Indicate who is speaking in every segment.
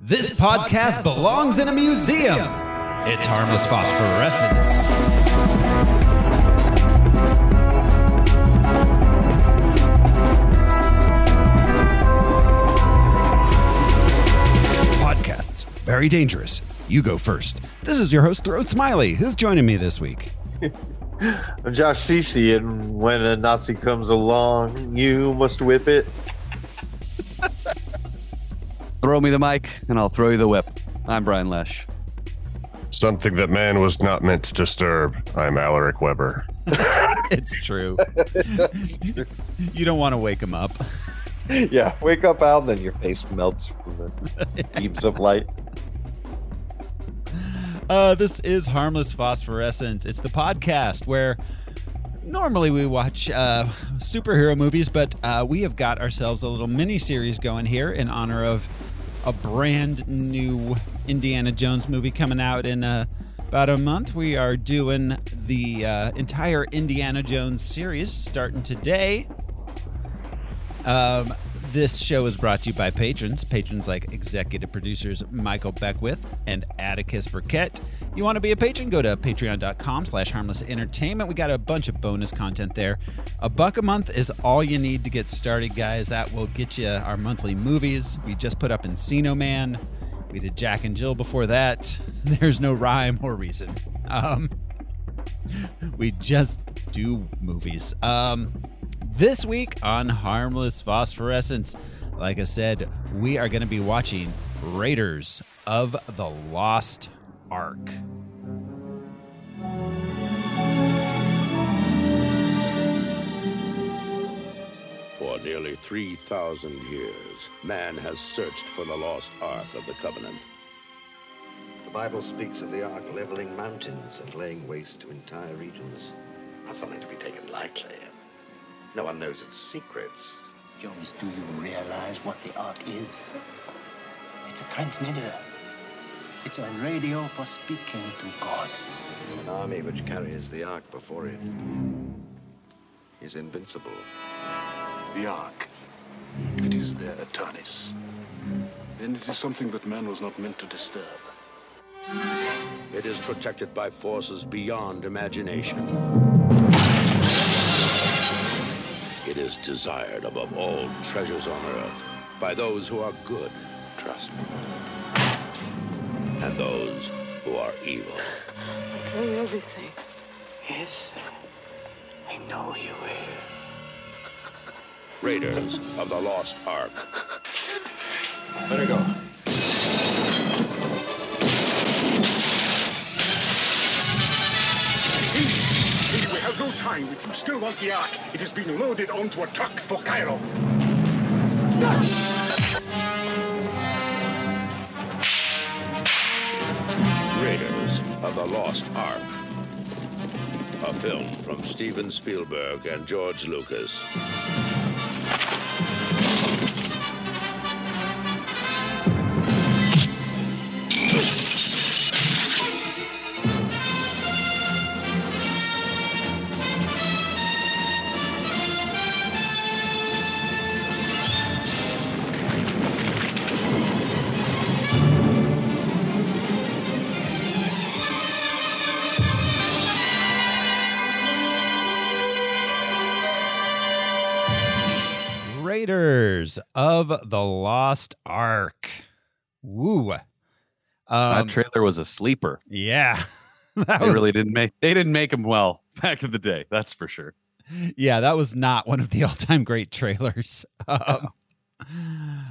Speaker 1: This, podcast, belongs in a museum. It's harmless phosphorescence. Podcasts, very dangerous. You go first. This is your host, Throat Smiley. Who's joining me this week?
Speaker 2: I'm Josh Cece, and when a Nazi comes along, you must whip it.
Speaker 3: Throw me the mic and I'll throw you the whip. I'm Brian Lesh.
Speaker 4: Something that man was not meant to disturb. I'm Alaric Weber.
Speaker 1: It's true. you don't want to wake him up.
Speaker 2: Yeah, wake up, Al, and then your face melts from the beams of light.
Speaker 1: Uh, this is Harmless Phosphorescence. It's the podcast where normally we watch uh, superhero movies, but uh, we have got ourselves a little mini series going here in honor of a brand new Indiana Jones movie coming out in uh, about a month. We are doing the uh, entire Indiana Jones series starting today. Um, this show is brought to you by patrons. Patrons like executive producers Michael Beckwith and Atticus Burkett. You want to be a patron? Go to patreon.com slash harmless entertainment. We got a bunch of bonus content there. A buck a month is all you need to get started, guys. That will get you our monthly movies. We just put up Encino Man. We did Jack and Jill before that. There's no rhyme or reason. Um, we just do movies. Um, this week on Harmless Phosphorescence, like I said, we are going to be watching Raiders of the Lost Ark.
Speaker 5: For nearly 3,000 years, man has searched for the lost Ark of the Covenant.
Speaker 6: The Bible speaks of the ark leveling mountains and laying waste to entire regions. Not something to be taken lightly. No one knows its secrets.
Speaker 7: Jones, do you realize what the Ark is? It's a transmitter. It's a radio for speaking to God.
Speaker 6: An army which carries the ark before it is invincible.
Speaker 8: The Ark. If it is there, Eternis, then it is something that man was not meant to disturb.
Speaker 5: It is protected by forces beyond imagination. It is desired above all treasures on earth by those who are good. Trust me. And those who are evil.
Speaker 9: Tell you everything.
Speaker 7: Yes, I know you will.
Speaker 5: Raiders of the Lost Ark.
Speaker 6: Let her go.
Speaker 8: We have no time. If you still want the Ark, it is being loaded onto a truck for Cairo.
Speaker 5: Raiders of the Lost Ark. A film from Steven Spielberg and George Lucas.
Speaker 1: Raiders of the Lost Ark. Woo. Um,
Speaker 3: that trailer was a sleeper.
Speaker 1: Yeah. Um, That
Speaker 3: They really didn't make they didn't make him well back in the day. That's for sure.
Speaker 1: yeah, that was not one of the all-time great trailers. Um,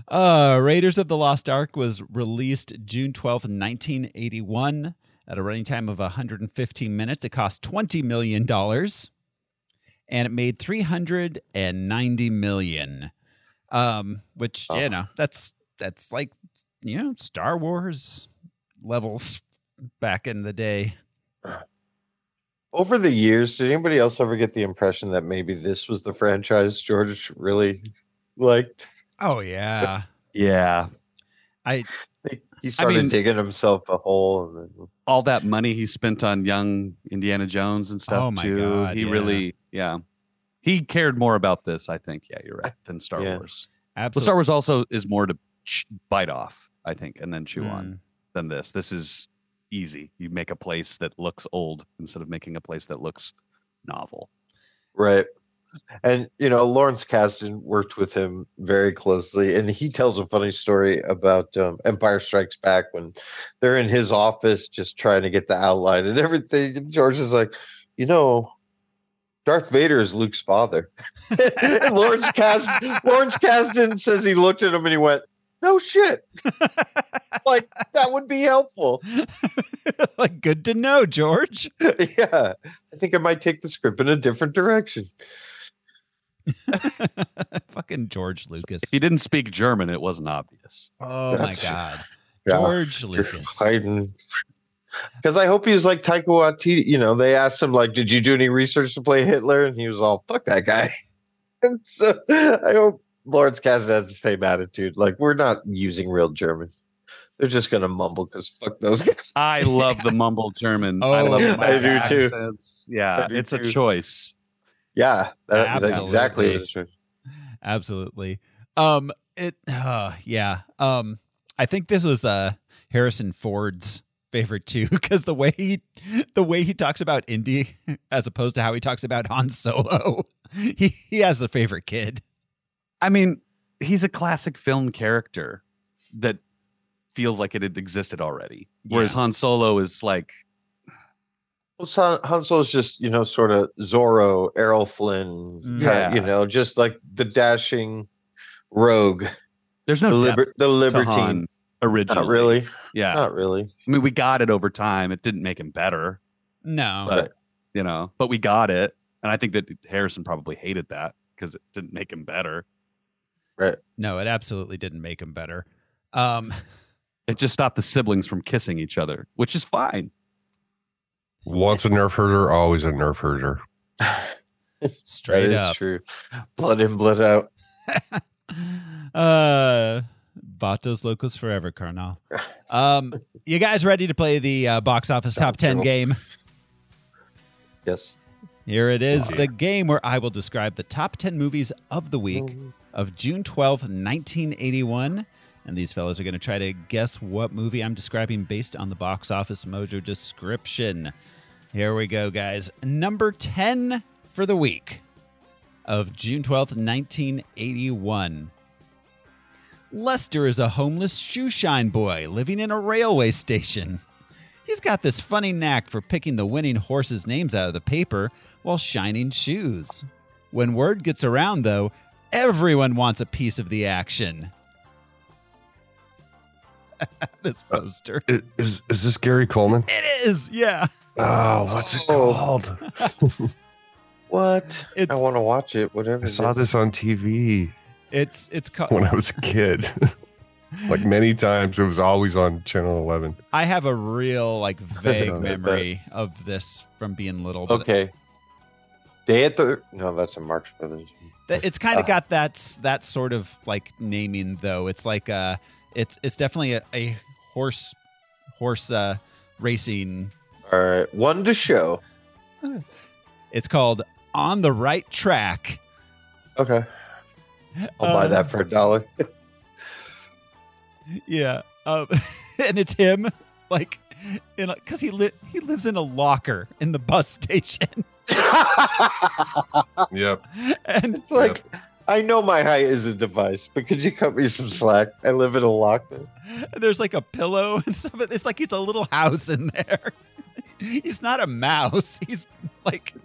Speaker 1: uh, Raiders of the Lost Ark was released June twelfth, nineteen eighty-one, at a running time of one hundred and fifteen minutes. It cost twenty million dollars, and it made three hundred and ninety million. Um, which you know, that's that's like you know Star Wars levels back in the day.
Speaker 2: Over the years, did anybody else ever get the impression that maybe this was the franchise George really liked?
Speaker 1: Oh yeah,
Speaker 3: Yeah.
Speaker 1: I
Speaker 2: Like, He started
Speaker 3: mean-
Speaker 2: digging himself a hole. And then,
Speaker 3: All that money he spent on young Indiana Jones and stuff
Speaker 1: Oh my
Speaker 3: too.
Speaker 1: God,
Speaker 3: he
Speaker 1: yeah.
Speaker 3: really yeah. He cared more about this, I think. Yeah, you're right, than Star
Speaker 2: Yeah.
Speaker 3: Wars. Well,
Speaker 1: absolutely.
Speaker 3: Star Wars also is more to ch- bite off, I think, and then chew
Speaker 1: Mm.
Speaker 3: on than this. This is easy. You make a place that looks old instead of making a place that looks novel.
Speaker 2: Right. And you know, Lawrence Kasdan worked with him very closely, and he tells a funny story about um, Empire Strikes Back when they're in his office just trying to get the outline and everything. And George is like, you know, Darth Vader is Luke's father. and Lawrence Kasdan, Lawrence Kasdan says he looked at him and he went, "No shit." like that would be helpful.
Speaker 1: like, good to know, George.
Speaker 2: yeah, I think I might take the script in a different direction.
Speaker 1: Fucking George Lucas.
Speaker 3: If he didn't speak German, it wasn't obvious.
Speaker 1: Oh my God.
Speaker 2: Yeah.
Speaker 1: George Lucas.
Speaker 2: Because I hope he was like Taika Waititi. You know, they asked him like, "Did you do any research to play Hitler?" And he was all, "Fuck that guy." and so I hope Lawrence Kasdan has the same attitude. Like, we're not using real German. They're just gonna mumble because fuck those guys.
Speaker 3: I love the mumble German. I
Speaker 1: Oh
Speaker 3: love the
Speaker 1: my
Speaker 2: I do
Speaker 3: mumble
Speaker 2: too.
Speaker 3: accents. Yeah,
Speaker 2: I do
Speaker 3: it's a
Speaker 2: too.
Speaker 3: choice.
Speaker 2: Yeah, that, that's exactly
Speaker 1: Absolutely.
Speaker 2: what it's true.
Speaker 1: Absolutely. Um it uh yeah. Um I think this was uh Harrison Ford's favorite too cuz the way he the way he talks about Indy as opposed to how he talks about Han Solo. He he has a favorite kid.
Speaker 3: I mean, he's a classic film character that feels like it had existed already. Whereas Han Solo is like,
Speaker 2: Well, so Han Solo's just you know sort of Zorro, Errol Flynn,
Speaker 3: Mm,
Speaker 1: Yeah.
Speaker 2: yeah. you know, just like the dashing rogue,
Speaker 3: there's no
Speaker 2: the,
Speaker 3: depth
Speaker 2: liber- the
Speaker 3: to
Speaker 2: libertine.
Speaker 3: Han originally.
Speaker 2: Not really.
Speaker 3: Yeah.
Speaker 2: Not really.
Speaker 3: I mean, we got it over time. It didn't make him better,
Speaker 1: No.
Speaker 3: but
Speaker 2: Right.
Speaker 3: you know, but we got it. And I think that Harrison probably hated that because it didn't make him better.
Speaker 1: No, it absolutely didn't make him better. Um
Speaker 3: It just stopped the siblings from kissing each other, which is fine.
Speaker 4: Once a nerf herder, always a nerf herder.
Speaker 2: That
Speaker 1: straight
Speaker 2: is
Speaker 1: up.
Speaker 2: true. Blood in, blood out.
Speaker 1: uh Vatos Locos Forever, Carnal. Um you guys ready to play the uh, box office top 10
Speaker 2: Sure.
Speaker 1: game?
Speaker 2: Yes.
Speaker 1: Here it is, the game where I will describe the top 10 movies of the week of June 12th, 1981. And these fellows are going to try to guess what movie I'm describing based on the box office mojo description. Here we go, guys. Number 10 for the week of June 12th, 1981. Lester is a homeless shoeshine boy living in a railway station. He's got this funny knack for picking the winning horses' names out of the paper while shining shoes. When word gets around, though, everyone wants a piece of the action. this poster.
Speaker 4: I- Is is this Gary Coleman?
Speaker 1: It is, yeah.
Speaker 4: Oh, what's it
Speaker 2: Oh.
Speaker 4: called?
Speaker 2: What?
Speaker 1: It's
Speaker 2: I want to watch it. Whatever.
Speaker 4: I
Speaker 2: it
Speaker 4: saw
Speaker 2: is.
Speaker 4: this on TV
Speaker 1: it's it's called.
Speaker 4: when I was a kid. like many times, it was always on Channel 11.
Speaker 1: I have a real like vague
Speaker 4: Okay.
Speaker 1: memory of this from being little. But
Speaker 2: Okay. Day at the. No, that's a Marx Brothers.
Speaker 1: th- it's kind of
Speaker 2: Uh.
Speaker 1: got that s- that sort of like naming though. It's like uh, it's it's definitely a, a horse horse uh racing.
Speaker 2: All right. One to show.
Speaker 1: It's called On the Right Track.
Speaker 2: Okay. I'll buy
Speaker 1: Uh,
Speaker 2: that for a dollar.
Speaker 1: Yeah, um, and it's him like in because he li- he lives in a locker in the bus station,
Speaker 4: Yep.
Speaker 1: and
Speaker 2: it's like. I know my height is a device, but could you cut me some slack? I live in a locker.
Speaker 1: there's like a pillow and stuff. It's like it's a little house in there. He's not a mouse. He's like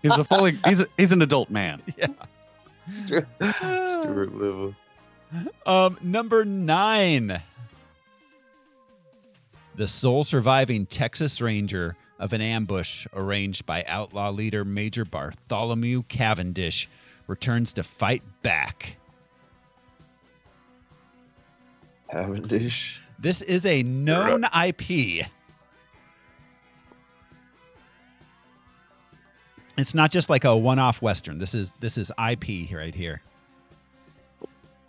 Speaker 3: He's a fully he's a, he's an adult man.
Speaker 2: Stuart Stuart Little.
Speaker 1: Um, number nine. The sole surviving Texas Ranger of an ambush arranged by outlaw leader Major Bartholomew Cavendish returns to fight back.
Speaker 2: Cavendish.
Speaker 1: This is a known IP. It's not just like a one-off western. This is this is IP right here.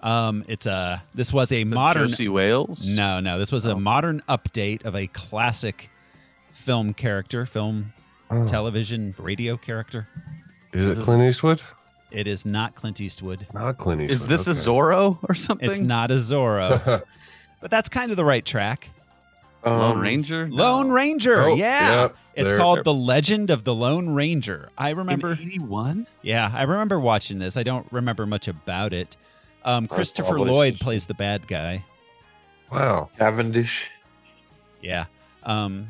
Speaker 1: Um, it's a this was a modern
Speaker 3: Jersey Wales.
Speaker 1: No, no. This was a modern update of a classic film character, film,
Speaker 4: Oh.
Speaker 1: television, radio character.
Speaker 4: Is it Clint Eastwood?
Speaker 1: It is not Clint Eastwood.
Speaker 4: Not Clint Eastwood.
Speaker 3: Is this a
Speaker 4: okay.
Speaker 3: Zorro or something?
Speaker 1: It's not a Zorro, but that's kind of the right track.
Speaker 3: Lone
Speaker 2: Um,
Speaker 3: Ranger.
Speaker 1: Lone Ranger.
Speaker 4: Oh,
Speaker 1: yeah.
Speaker 4: yep,
Speaker 1: It's
Speaker 4: there-
Speaker 1: called The Legend of the Lone Ranger. I remember.
Speaker 3: '81.
Speaker 1: Yeah, I remember watching this. I don't remember much about it. Um, Christopher
Speaker 2: probably-
Speaker 1: Lloyd plays the bad guy.
Speaker 4: Wow.
Speaker 2: Cavendish.
Speaker 1: Yeah. Um,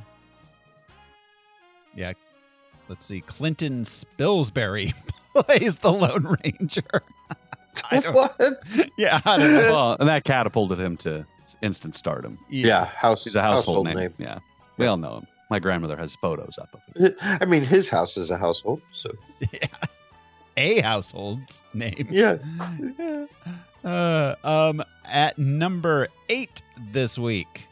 Speaker 1: yeah. Let's see. Clinton Spilsbury plays the Lone Ranger. I don't-
Speaker 2: What?
Speaker 1: yeah. I don't know.
Speaker 3: Well, and that catapulted him to instant stardom.
Speaker 2: Yeah, house.
Speaker 3: He's a household, name. Yeah, we all know him. My grandmother has photos up of him.
Speaker 2: I mean, his house is a household. So
Speaker 1: A household's name.
Speaker 2: yeah,
Speaker 1: Uh, um, at number eight this week.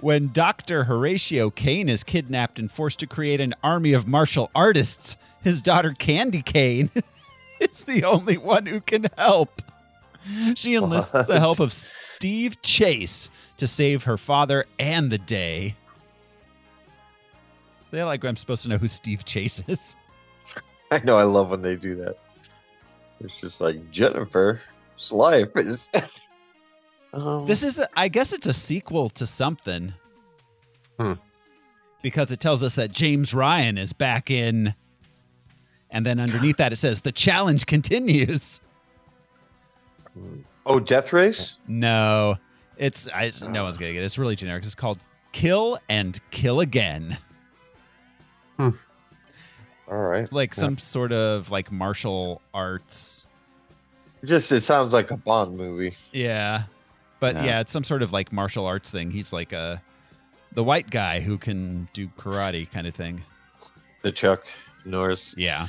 Speaker 1: When Dr. Horatio Kane is kidnapped and forced to create an army of martial artists, his daughter Candy Kane is the only one who can help. She enlists the help of Steve Chase to save her father and the day. Say it like I'm supposed to know who Steve Chase is.
Speaker 2: I know. I love when they do that. It's just like Jennifer's life is. um,
Speaker 1: This is, a, I guess, it's a sequel to something.
Speaker 4: Hmm.
Speaker 1: Because it tells us that James Ryan is back in, and then underneath that it says the challenge continues.
Speaker 2: oh, Death Race.
Speaker 1: No, it's I, no one's gonna get it. It's really generic. It's called Kill and Kill Again,
Speaker 2: All right.
Speaker 1: like some sort of like martial arts.
Speaker 2: Just it sounds like a Bond movie.
Speaker 1: Yeah, but
Speaker 3: Yeah.
Speaker 1: yeah, it's some sort of like martial arts thing. He's like a the white guy who can do karate kind of thing.
Speaker 2: The Chuck Norris.
Speaker 1: Yeah.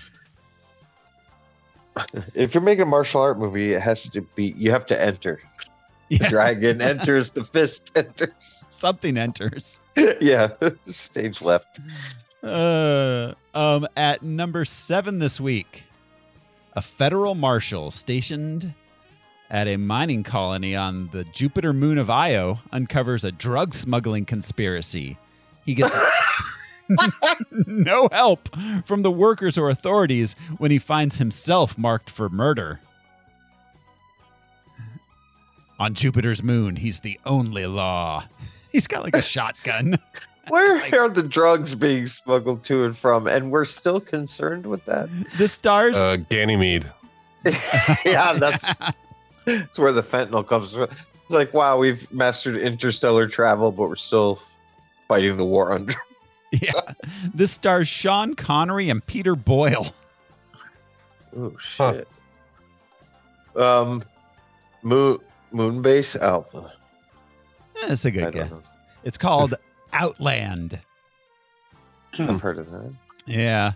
Speaker 2: If you're making a martial art movie, it has to be. You have to enter. The
Speaker 1: Yeah,
Speaker 2: dragon enters. The fist enters.
Speaker 1: something enters.
Speaker 2: yeah. Stage left.
Speaker 1: Uh, um, at number seven this week, a federal marshal stationed at a mining colony on the Jupiter moon of Io uncovers a drug smuggling conspiracy. He gets no help from the workers or authorities when he finds himself marked for murder. On Jupiter's moon, he's the only law. He's got like a shotgun.
Speaker 2: Where are the drugs being smuggled to and from? And we're still concerned with that.
Speaker 1: The stars
Speaker 4: Uh, Ganymede.
Speaker 2: yeah, that's that's where the fentanyl comes from. It's like, wow, we've mastered interstellar travel, but we're still fighting the war on drugs.
Speaker 1: Yeah. This stars Sean Connery and Peter Boyle.
Speaker 2: Oh
Speaker 4: Huh.
Speaker 2: shit. Um, moon moon base. Oh,
Speaker 1: Eh, That's a
Speaker 2: I
Speaker 1: good
Speaker 2: don't
Speaker 1: guess.
Speaker 2: know.
Speaker 1: It's called Outland.
Speaker 2: I've heard of that.
Speaker 1: Yeah.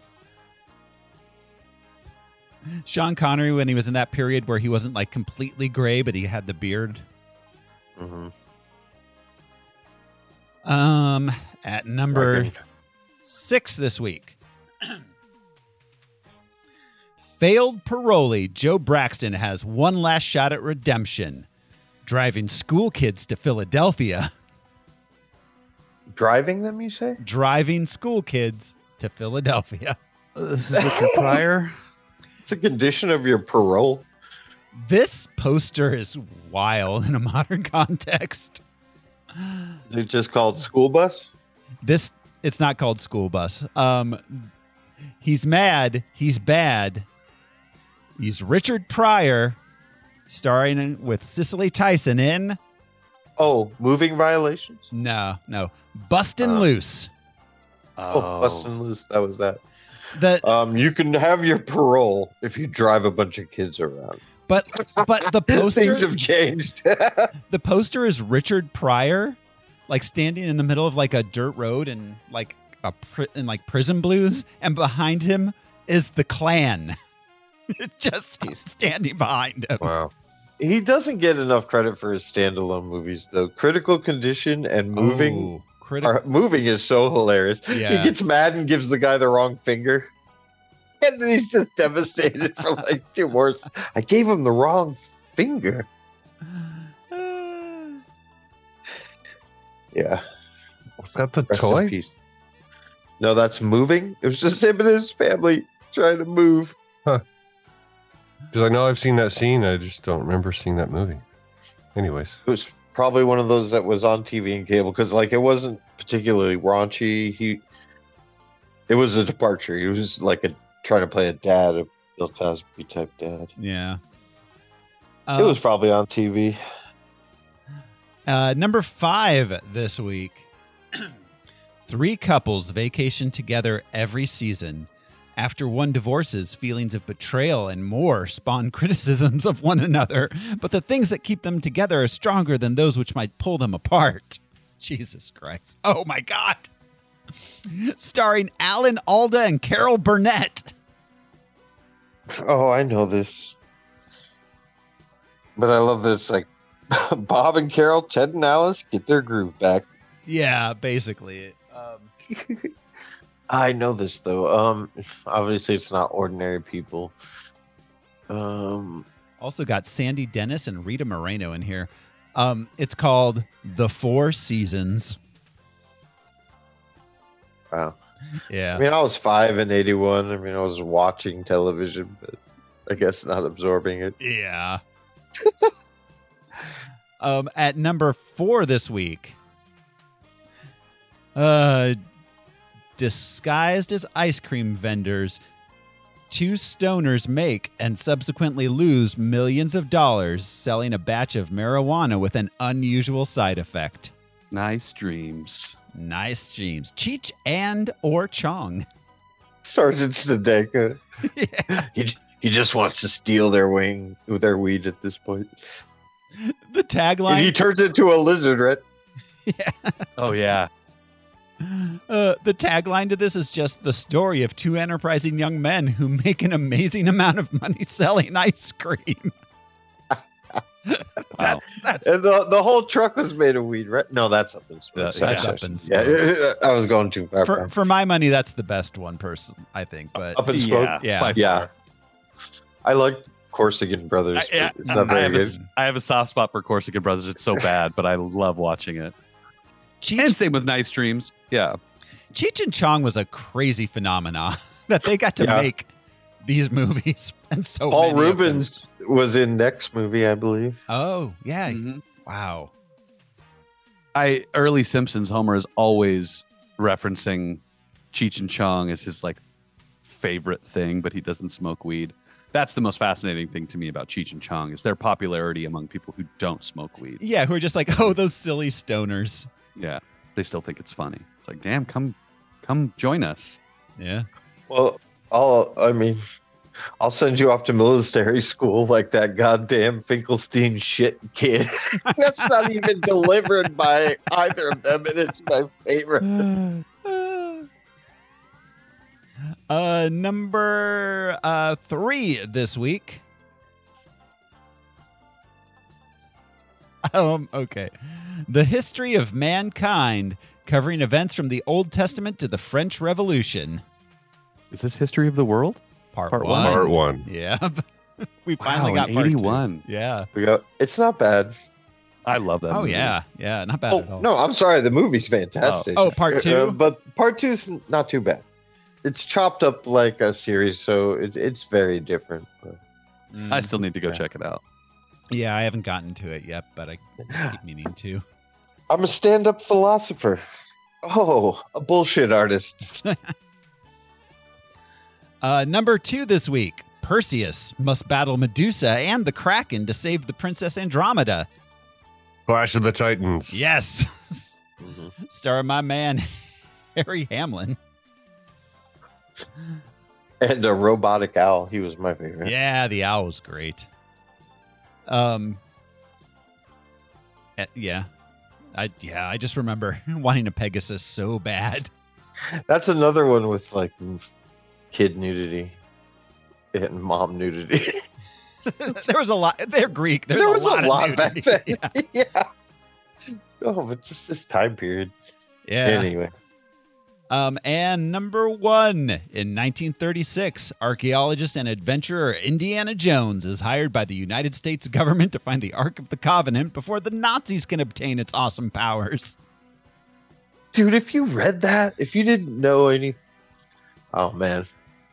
Speaker 1: Sean Connery, when he was in that period where he wasn't like completely gray, but he had the beard.
Speaker 2: hmm
Speaker 1: Um, at number six this week. Failed parolee Joe Braxton has one last shot at redemption, driving school kids to Philadelphia.
Speaker 2: Driving them, you say?
Speaker 1: driving school kids to Philadelphia.
Speaker 3: This is Richard Pryor.
Speaker 2: It's a condition of your parole.
Speaker 1: This poster is wild in a modern context.
Speaker 2: Is it just called school bus?
Speaker 1: This it's not called school bus. Um he's mad, he's bad. He's Richard Pryor starring in- with Cicely Tyson in
Speaker 2: Oh, moving violations.
Speaker 1: no, no. Bustin'
Speaker 2: Uh.
Speaker 1: Loose.
Speaker 2: Oh, bust and loose. That was that.
Speaker 1: The
Speaker 2: Um, you can have your parole if you drive a bunch of kids around.
Speaker 1: but but the poster
Speaker 2: Things have changed.
Speaker 1: the poster is Richard Pryor, like standing in the middle of like a dirt road and like a pri- in like prison blues, and behind him is the Klan, just standing behind him.
Speaker 4: Wow.
Speaker 2: he doesn't get enough credit for his standalone movies, though. Critical Condition and
Speaker 1: Oh,
Speaker 2: Moving
Speaker 1: Ooh, critical.
Speaker 2: are, Moving is so hilarious.
Speaker 1: Yeah.
Speaker 2: He gets mad and gives the guy the wrong finger. And then he's just devastated for like two more. s- I gave him the wrong finger. Yeah.
Speaker 4: Was that the
Speaker 2: Rest in
Speaker 4: toy?
Speaker 2: peace. No, that's moving. It was just him and his family trying to move.
Speaker 4: Because I know I've seen that scene. I just don't remember seeing that movie. Anyways,
Speaker 2: It was probably one of those that was on TV and cable because, like, it wasn't particularly raunchy. He, it was a departure. He was like a trying to play a dad, a Bill Cosby type dad.
Speaker 1: Yeah.
Speaker 2: it
Speaker 1: Uh,
Speaker 2: was probably on TV.
Speaker 1: Uh, number five this week. Three couples vacation together every season. After one divorces, feelings of betrayal and more spawn criticisms of one another, but the things that keep them together are stronger than those which might pull them apart. Jesus Christ. Oh my God. Starring Alan Alda and Carol Burnett.
Speaker 2: Oh, I know this. But I love this. Like, Bob and Carol, Ted and Alice get their groove back.
Speaker 1: Yeah, basically. Um,
Speaker 2: I know this though. Um, obviously it's not ordinary people. Um,
Speaker 1: Also got Sandy Dennis and Rita Moreno in here. Um, it's called The Four Seasons.
Speaker 2: wow. I
Speaker 1: Yeah.
Speaker 2: mean, I was five in '81. I mean, I was watching television, but I guess not absorbing it.
Speaker 1: Yeah. um, at number four this week, uh, disguised as ice cream vendors, two stoners make and subsequently lose millions of dollars selling a batch of marijuana with an unusual side effect.
Speaker 3: Nice dreams.
Speaker 1: Nice dreams. Cheech and or Chong.
Speaker 2: Sergeant Sudeika. He he just wants to steal their wing, their weed at this point.
Speaker 1: The
Speaker 2: And
Speaker 1: tagline
Speaker 2: he turns into a lizard, right?
Speaker 3: Oh yeah.
Speaker 1: Uh, the tagline to this is just the story of two enterprising young men who make an amazing amount of money selling ice cream.
Speaker 3: Wow.
Speaker 1: That's
Speaker 2: And the, the whole truck was made of weed, right? No, that's up in
Speaker 3: Uh,
Speaker 2: smoke. Sorry,
Speaker 1: that's
Speaker 2: sorry.
Speaker 1: up in
Speaker 2: Yeah,
Speaker 1: smoke.
Speaker 2: I was going too far.
Speaker 1: for for my money, that's the best one person I think. But
Speaker 2: up in smoke.
Speaker 1: Yeah.
Speaker 3: by
Speaker 2: Yeah.
Speaker 3: far.
Speaker 2: I like Corsican Brothers.
Speaker 3: I,
Speaker 2: but
Speaker 3: yeah,
Speaker 2: it's not
Speaker 3: I,
Speaker 2: very
Speaker 3: have a,
Speaker 2: good.
Speaker 3: s- I have a soft spot for Corsican Brothers. It's so bad, but I love watching it. And
Speaker 1: Cheech,
Speaker 3: same with Nice Dreams. Yeah.
Speaker 1: Cheech and Chong was a crazy phenomena that they got to
Speaker 2: Yeah.
Speaker 1: make these movies and so
Speaker 2: Paul
Speaker 1: many of them.
Speaker 2: Rubens was in next movie, I believe.
Speaker 1: Oh yeah!
Speaker 2: Mm.
Speaker 3: Mhm.
Speaker 1: Wow.
Speaker 3: I early Simpsons Homer is always referencing Cheech and Chong as his like favorite thing, but he doesn't smoke weed. That's the most fascinating thing to me about Cheech and Chong is their popularity among people who don't smoke weed.
Speaker 1: Yeah, who are just like, oh, those silly stoners.
Speaker 3: Yeah, they still think it's funny. It's like, damn, come, come join us.
Speaker 1: Yeah.
Speaker 2: Well, I'll, I mean, I'll send you off to military school like that goddamn Finkelstein shit kid. That's not even delivered by either of them, and it's my favorite.
Speaker 1: uh, number uh, three this week. Um, okay. The history of mankind, covering events from the Old Testament to the French Revolution.
Speaker 3: Is this history of the world?
Speaker 1: Part,
Speaker 3: Part
Speaker 1: one.
Speaker 3: one.
Speaker 4: part one.
Speaker 1: Yeah. we finally
Speaker 3: Wow,
Speaker 1: got
Speaker 3: in
Speaker 1: part two.
Speaker 3: 81.
Speaker 1: Yeah.
Speaker 2: We go, it's not bad.
Speaker 3: I love that.
Speaker 1: oh,
Speaker 3: movie.
Speaker 1: yeah. Yeah. Not bad at
Speaker 2: Oh,
Speaker 1: all.
Speaker 2: no, I'm sorry. The movie's fantastic.
Speaker 1: Oh, part two?
Speaker 2: Uh, but part two's not too bad. It's chopped up like a series, so it, it's very different.
Speaker 1: Mm.
Speaker 3: I still need to go
Speaker 2: Yeah.
Speaker 3: check it out.
Speaker 1: yeah. I haven't gotten to it yet, but I keep meaning to.
Speaker 2: I'm a stand up philosopher. Oh, a bullshit artist.
Speaker 1: Uh, number two this week Perseus must battle Medusa and the Kraken to save the Princess Andromeda.
Speaker 4: Clash of the Titans.
Speaker 1: Yes. Starring my man, Harry Hamlin.
Speaker 2: And a robotic owl. He was my favorite.
Speaker 1: Yeah, the owl was great. Um, eh, yeah. I, yeah, I just remember wanting a Pegasus so bad.
Speaker 2: That's another one with like m- kid nudity and mom nudity.
Speaker 1: there was a lot. They're Greek. There's
Speaker 2: there was
Speaker 1: a lot,
Speaker 2: a lot
Speaker 1: of
Speaker 2: back
Speaker 1: nudity.
Speaker 2: then. Yeah. Oh, but just this time period.
Speaker 1: Yeah.
Speaker 2: Anyway,
Speaker 1: Um, and number one in 1936, archaeologist and adventurer Indiana Jones is hired by the United States government to find the Ark of the Covenant before the Nazis can obtain its awesome powers.
Speaker 2: dude, if you read that, if you didn't know any, oh man,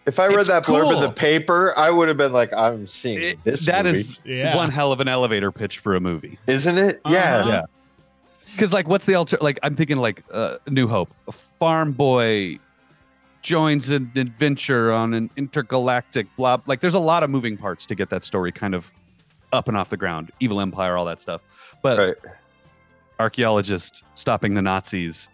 Speaker 2: if I read
Speaker 3: It's
Speaker 2: that blurb in the
Speaker 3: cool.
Speaker 2: paper, I would have been like, I'm seeing
Speaker 3: It-
Speaker 2: this.
Speaker 3: that
Speaker 2: movie.
Speaker 3: is
Speaker 1: Yeah.
Speaker 3: one hell of an elevator pitch for a movie.
Speaker 2: isn't it? Yeah,
Speaker 1: Uh-huh.
Speaker 3: Yeah. Because like, what's the alter? Like, I'm thinking like uh, New Hope. A farm boy joins an adventure on an intergalactic blob. Like, there's a lot of moving parts to get that story kind of up and off the ground. Evil Empire, all that stuff. But
Speaker 2: right.
Speaker 3: archaeologist stopping the Nazis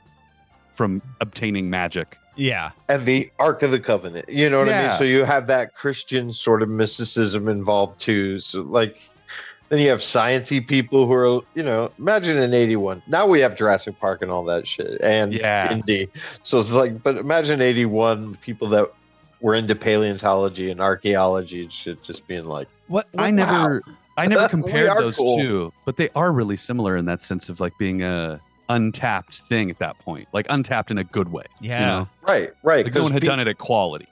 Speaker 3: from obtaining magic.
Speaker 1: Yeah.
Speaker 2: And the Ark of the Covenant, you know what I
Speaker 3: Yeah.
Speaker 2: mean? So you have that Christian sort of mysticism involved too. So like, then you have sciencey people who are, you know, imagine an '81. Now we have Jurassic Park and all that shit, and
Speaker 3: Yeah.
Speaker 2: indie. So it's like, but imagine '81 people that were into paleontology and archaeology and shit, just being like.
Speaker 1: What,
Speaker 3: I never I never
Speaker 2: We
Speaker 3: compared
Speaker 2: are
Speaker 3: those
Speaker 2: cool.
Speaker 3: two, but they are really similar in that sense of like being a untapped thing at that point. Like untapped in a good way.
Speaker 1: Yeah.
Speaker 3: You know?
Speaker 2: Right, right.
Speaker 3: Like no one had
Speaker 2: pe-
Speaker 3: done it at quality.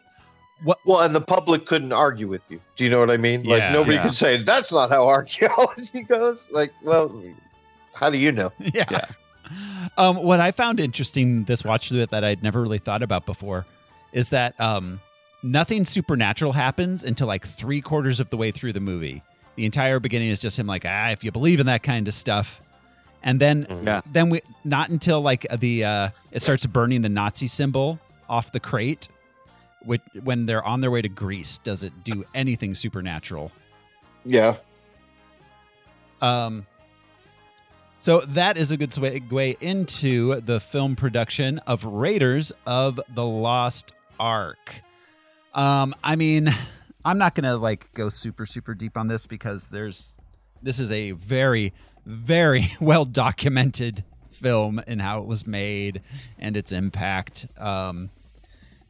Speaker 2: Well, and the public couldn't argue with you. Do you know what I mean?
Speaker 1: Yeah.
Speaker 2: like nobody
Speaker 3: Yeah.
Speaker 2: could say that's not how archaeology goes. Like, well, how do you know?
Speaker 1: yeah. Um, what I found interesting this watch through it that I'd never really thought about before is that um, nothing supernatural happens until like three quarters of the way through the movie. The entire beginning is just him like, ah, if you believe in that kind of stuff, and then
Speaker 3: Yeah.
Speaker 1: then we not until like the uh, it starts burning the Nazi symbol off the crate, which when they're on their way to Greece, does it do anything supernatural?
Speaker 2: Yeah.
Speaker 1: Um, so that is a good segue into the film production of Raiders of the Lost Ark. Um, I mean, I'm not gonna like go super super deep on this because there's this is a very very well documented film and how it was made and its impact. Um,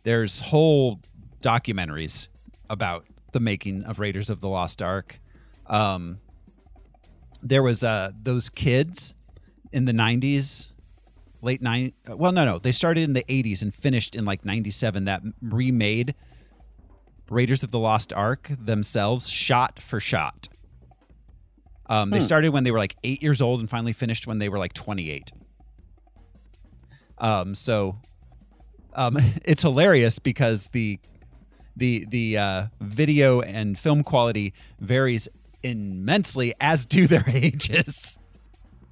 Speaker 1: there's whole documentaries about the making of Raiders of the Lost Ark. Um, there was uh those kids in the 90s late nine well no no they started in the 80s and finished in like 97 that remade raiders of the lost ark themselves shot for shot um, they started when they were like eight years old and finally finished when they were like 28 um, so um, it's hilarious because the the the uh, video and film quality varies immensely as do their ages.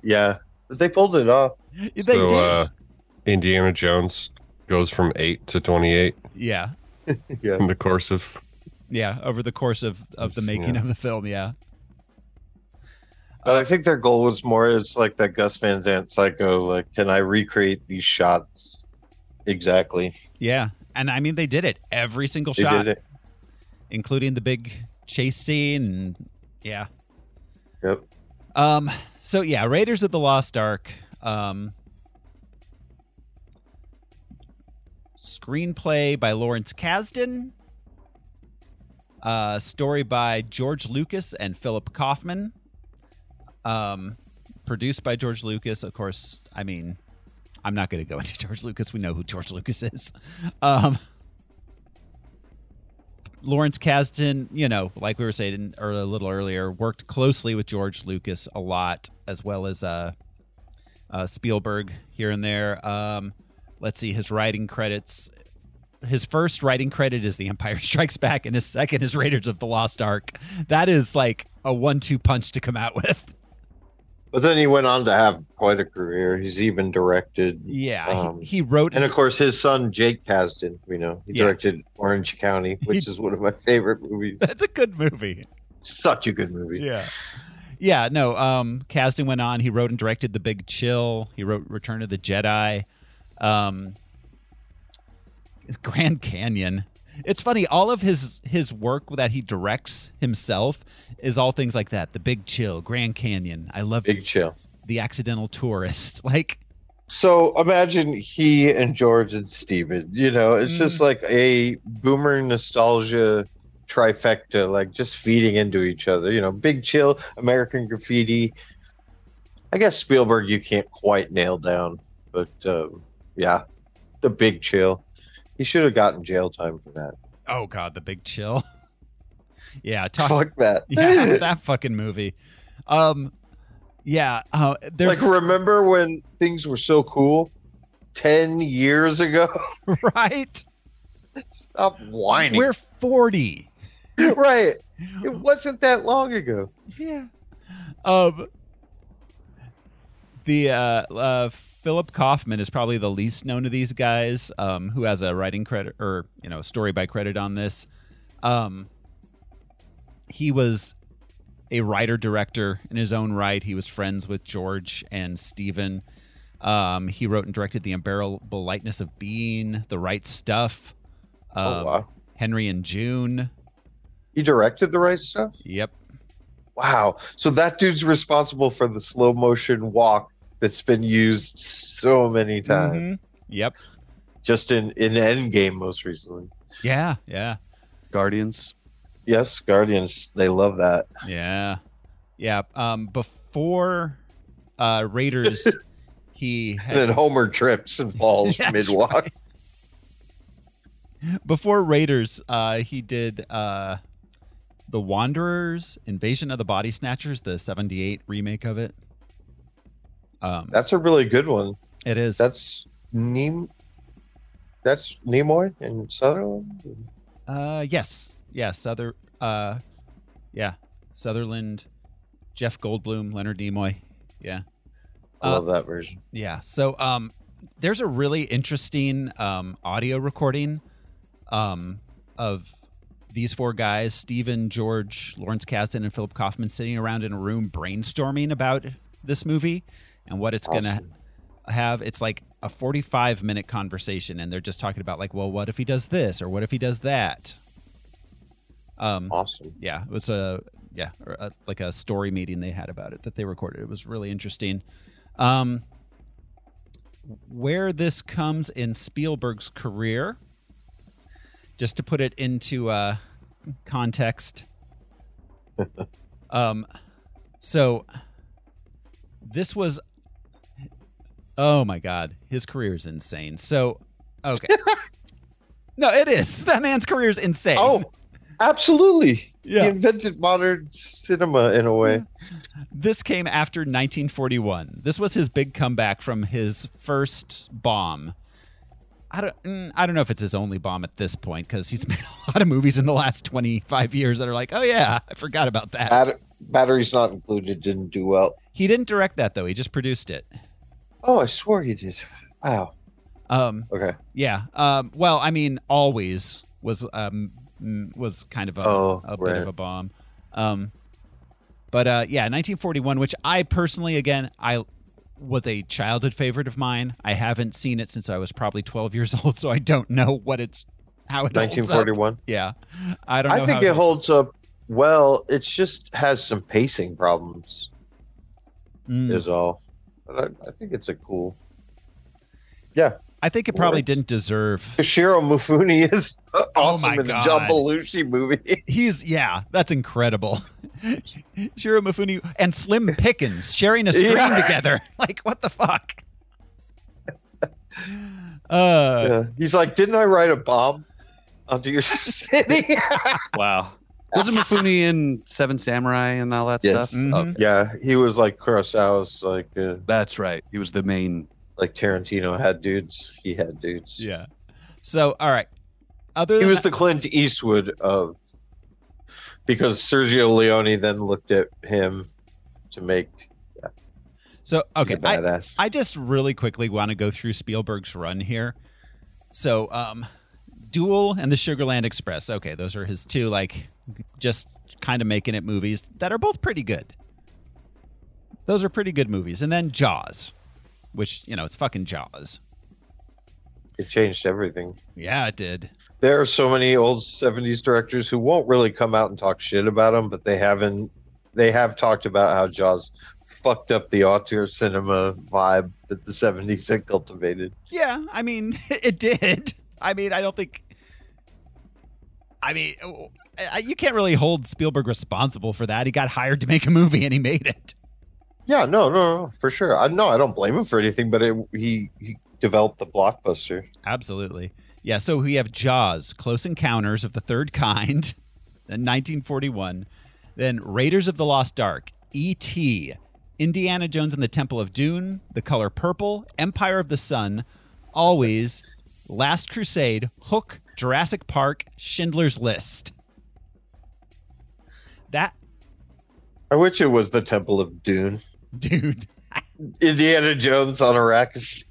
Speaker 2: Yeah. But they pulled it off.
Speaker 1: they
Speaker 4: so,
Speaker 1: did.
Speaker 4: uh, Indiana Jones goes from eight to twenty-eight
Speaker 1: yeah.
Speaker 2: Yeah.
Speaker 4: in the course of.
Speaker 1: Yeah, over the course of, of the making
Speaker 4: Yeah.
Speaker 1: of the film, yeah.
Speaker 2: But I think their goal was more it's like that Gus Van Sant psycho, like, can I recreate these shots exactly?
Speaker 1: Yeah. And I mean they did it. Every single
Speaker 2: They
Speaker 1: shot,
Speaker 2: did it.
Speaker 1: including the big chase scene and yeah.
Speaker 2: Yep.
Speaker 1: Um, so yeah, Raiders of the Lost Ark. Um, screenplay by Lawrence Kasdan. Uh, story by George Lucas and Philip Kaufman. Um, produced by George Lucas, of course. I mean, I'm not going to go into George Lucas. We know who George Lucas is. Um, Lawrence Kasdan, you know, like we were saying or a little earlier, worked closely with George Lucas a lot, as well as uh, uh, Spielberg here and there. Um, let's see his writing credits. His first writing credit is The Empire Strikes Back, and his second is Raiders of the Lost Ark. That is like a one-two punch to come out with.
Speaker 2: But then he went on to have quite a career. He's even directed
Speaker 1: Yeah,
Speaker 2: Um,
Speaker 1: he, he wrote
Speaker 2: And of course, his son Jake Kasdan, we know, he
Speaker 1: Yeah.
Speaker 2: directed Orange County, which is one of my favorite movies.
Speaker 1: That's a good movie.
Speaker 2: Such a good movie.
Speaker 1: Yeah. Yeah, no. Um Kasdan went on, he wrote and directed The Big Chill, he wrote Return of the Jedi. Um Grand Canyon. It's funny, all of his his work that he directs himself is all things like that. The Big Chill, Grand Canyon. I love
Speaker 2: Big chill.
Speaker 1: The Accidental Tourist. Like
Speaker 2: So imagine he and George and Steven, you know, it's
Speaker 1: Mm.
Speaker 2: just like a boomer nostalgia trifecta, like just feeding into each other, you know, Big Chill, American Graffiti. I guess Spielberg you can't quite nail down, but um, yeah, the Big Chill. He should have gotten jail time for that.
Speaker 1: oh god, The Big Chill. yeah, talk
Speaker 2: Fuck that.
Speaker 1: yeah, that fucking movie. Um yeah, uh, there's
Speaker 2: like remember when things were so cool 10 years ago?
Speaker 1: right?
Speaker 2: Stop whining.
Speaker 1: We're 40.
Speaker 2: right. It wasn't that long ago.
Speaker 1: Yeah. Um, the uh, uh, Philip Kaufman is probably the least known of these guys, um, who has a writing credit or you know story by credit on this. Um, he was a writer director in his own right. He was friends with George and Stephen. Um, he wrote and directed The Unbearable Lightness of Being, The Right Stuff,
Speaker 2: oh,
Speaker 1: um,
Speaker 2: wow.
Speaker 1: Henry and June.
Speaker 2: He directed the right stuff?
Speaker 1: Yep.
Speaker 2: Wow. So that dude's responsible for the slow motion walk that's been used so many
Speaker 1: Mhm.
Speaker 2: times.
Speaker 1: Yep.
Speaker 2: Just in, in Endgame most recently.
Speaker 1: Yeah. Yeah.
Speaker 3: Guardians.
Speaker 2: Yes, Guardians, they love that.
Speaker 1: Yeah. Yeah. Um, before uh, Raiders, he
Speaker 2: And then
Speaker 1: had,
Speaker 2: Homer trips and falls
Speaker 1: That's
Speaker 2: mid walk.
Speaker 1: before Raiders, uh, he did uh, The Wanderers, Invasion of the Body Snatchers, the 78 remake of it. Um,
Speaker 2: That's a really good one.
Speaker 1: it is.
Speaker 2: That's Nem that's Nimoy and Sutherland.
Speaker 1: Uh, yes, yeah, Souther, uh, yeah, Sutherland, Jeff Goldblum, Leonard Nimoy, yeah,
Speaker 2: I
Speaker 1: Uh,
Speaker 2: love that version.
Speaker 1: yeah. So, um, there's a really interesting um audio recording, um, of these four guys, Stephen, George, Lawrence Kasdan, and Philip Kaufman, sitting around in a room brainstorming about this movie and what it's gonna have it's like a 45 minute conversation and they're just talking about like well what if he does this or what if he does that um
Speaker 2: Awesome.
Speaker 1: yeah it was a yeah or a, like a story meeting they had about it that they recorded it was really interesting um where this comes in spielberg's career just to put it into uh context um so this was oh my god his career is insane so okay no it is that man's career is insane
Speaker 2: Oh, absolutely.
Speaker 1: Yeah.
Speaker 2: He invented modern cinema in a way.
Speaker 1: This came after 1941. This was his big comeback from his first bomb. I don't, mm, I don't know if it's his only bomb at this point because he's made a lot of movies in the last 25 years that are like, oh yeah, I forgot about that.
Speaker 2: Bat- batteries not included didn't do well.
Speaker 1: he didn't direct that though. He just produced it.
Speaker 2: Oh, I swore he did. Wow.
Speaker 1: Um,
Speaker 2: Okay.
Speaker 1: yeah. Um, well, I mean, always was um, mm, was kind of a,
Speaker 2: Oh,
Speaker 1: a bit
Speaker 2: right.
Speaker 1: of a bomb. Um, but uh, yeah, 1941, which I personally, again, I was a childhood favorite of mine. I haven't seen it since I was probably 12 years old, so I don't know what it's how it holds up.
Speaker 2: 1941.
Speaker 1: Yeah, I don't.
Speaker 2: I
Speaker 1: know
Speaker 2: think
Speaker 1: how
Speaker 2: it holds up well. It just has some pacing problems,
Speaker 1: Mm.
Speaker 2: is all. But I, I think it's a cool. Yeah,
Speaker 1: I think it probably
Speaker 2: works.
Speaker 1: didn't deserve.
Speaker 2: Shiro Mufune is awesome
Speaker 1: Oh my
Speaker 2: in the John
Speaker 1: God.
Speaker 2: Belushi movie.
Speaker 1: He's yeah, that's incredible. Shiro Mufune and Slim Pickens sharing a screen
Speaker 2: Yeah.
Speaker 1: together. Like what the fuck? Uh,
Speaker 2: yeah. He's like, didn't I write a bomb onto your city?
Speaker 3: Wow. Wasn't Mifune in Seven Samurai and all that
Speaker 2: Yes.
Speaker 3: stuff?
Speaker 1: Mhm.
Speaker 3: Okay.
Speaker 2: yeah, he was like Kurosawa's, like uh,
Speaker 3: That's right. He was the main.
Speaker 2: like Tarantino had dudes. He had dudes.
Speaker 1: Yeah. So, all right. Other
Speaker 2: he
Speaker 1: than
Speaker 2: was the Clint Eastwood of because Sergio Leone then looked at him to make
Speaker 1: so okay,
Speaker 2: okay, a
Speaker 1: I,
Speaker 2: badass.
Speaker 1: I just really quickly want to go through Spielberg's run here. So, um, Duel and the Sugarland Express. Okay, those are his two like just kind of making it movies that are both pretty good. Those are pretty good movies, and then Jaws, which you know it's fucking Jaws.
Speaker 2: it changed everything.
Speaker 1: Yeah, it did.
Speaker 2: There are so many old '70s directors who won't really come out and talk shit about them, but they haven't. They have talked about how Jaws fucked up the auteur cinema vibe that the '70s had cultivated.
Speaker 1: Yeah, I mean, it did. I mean, I don't think. I mean, oh, I- you can't really hold Spielberg responsible for that. He got hired to make a movie and he made it.
Speaker 2: Yeah, no, no, no, for sure. I no, I don't blame him for anything, but it, he he developed the blockbuster.
Speaker 1: Absolutely. Yeah, so we have Jaws, Close Encounters of the Third Kind, in 1941, then Raiders of the Lost Ark, E E.T., Indiana Jones and the Temple of Dune, The Color Purple, Empire of the Sun, Always, Last Crusade, Hook, Jurassic Park, Schindler's List. That
Speaker 2: I wish it was the Temple of Dune.
Speaker 1: dude.
Speaker 2: Indiana Jones on Arrakis.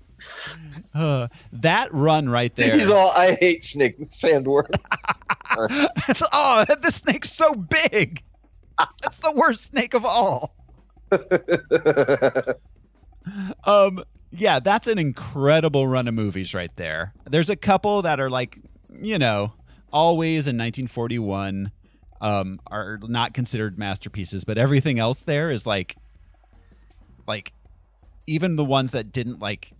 Speaker 1: Uh, that run right there.
Speaker 2: He's all I hate snake sandworm.
Speaker 1: oh, this snake's so big. That's the worst snake of all. um, yeah, that's an incredible run of movies right there. There's a couple that are like, you know, always in 1941 um, are not considered masterpieces, but everything else there is like, like, even the ones that didn't like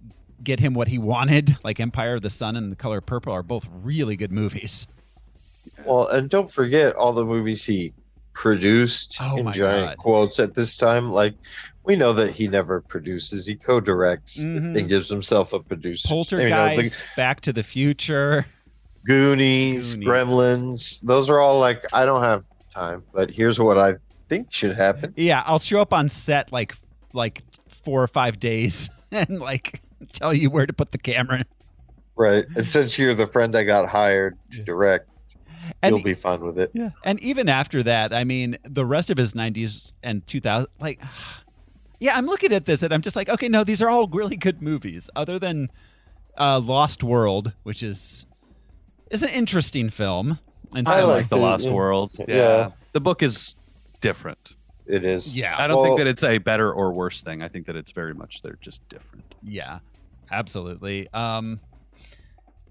Speaker 1: get him what he wanted, like Empire of the Sun and The Color Purple, are both really good movies.
Speaker 2: well, and don't forget all the movies he produced
Speaker 1: Oh
Speaker 2: in
Speaker 1: my
Speaker 2: giant
Speaker 1: God.
Speaker 2: quotes at this time. Like we know that he never produces; he co-directs
Speaker 1: Mhm.
Speaker 2: and gives himself a producer. You know,
Speaker 1: Poltergeist,
Speaker 2: the
Speaker 1: Back to the Future.
Speaker 2: Goonies,
Speaker 1: Goonies.
Speaker 2: Gremlins. Those are all like I don't have time, but here's what I think should happen.
Speaker 1: Yeah, I'll show up on set like like four or five days and like tell you where to put the camera.
Speaker 2: Right. And since you're the friend I got hired to direct,
Speaker 1: And
Speaker 2: you'll be fine with it.
Speaker 1: yeah, and even after that, I mean, the rest of his '90s and 2000, like, yeah, I'm looking at this and I'm just like, okay, no, these are all really good movies, other than uh, Lost World, which is is an interesting film. And
Speaker 2: I
Speaker 3: I
Speaker 1: so,
Speaker 2: like
Speaker 3: like The
Speaker 2: the-
Speaker 3: Lost
Speaker 2: yeah.
Speaker 3: Worlds.
Speaker 2: Yeah.
Speaker 3: The book is different.
Speaker 2: It is.
Speaker 1: yeah,
Speaker 3: I don't
Speaker 2: Well-
Speaker 3: think that it's a better or worse thing. I think that it's very much they're just different.
Speaker 1: Yeah, absolutely. Um,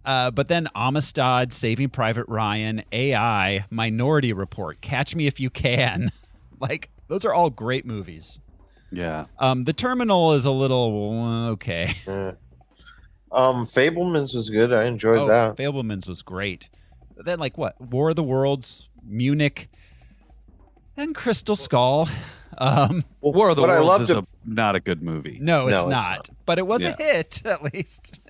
Speaker 1: uh, but then Amistad, Saving Private Ryan, AI, Minority Report, Catch Me If You Can. Like, those are all great movies.
Speaker 3: Yeah.
Speaker 1: Um, the Terminal is a little uh, okay.
Speaker 2: Yeah. Um, Fableman's was good. I enjoyed
Speaker 1: Oh,
Speaker 2: that.
Speaker 1: Fableman's was great. But then, like, what? War of the Worlds, Munich, then Crystal Skull. Um,
Speaker 2: Well,
Speaker 3: War of the
Speaker 2: what I
Speaker 3: Worlds
Speaker 2: loved
Speaker 3: is a, not a good movie.
Speaker 1: no, it's,
Speaker 2: No, it's
Speaker 1: not. But it was a hit, at least.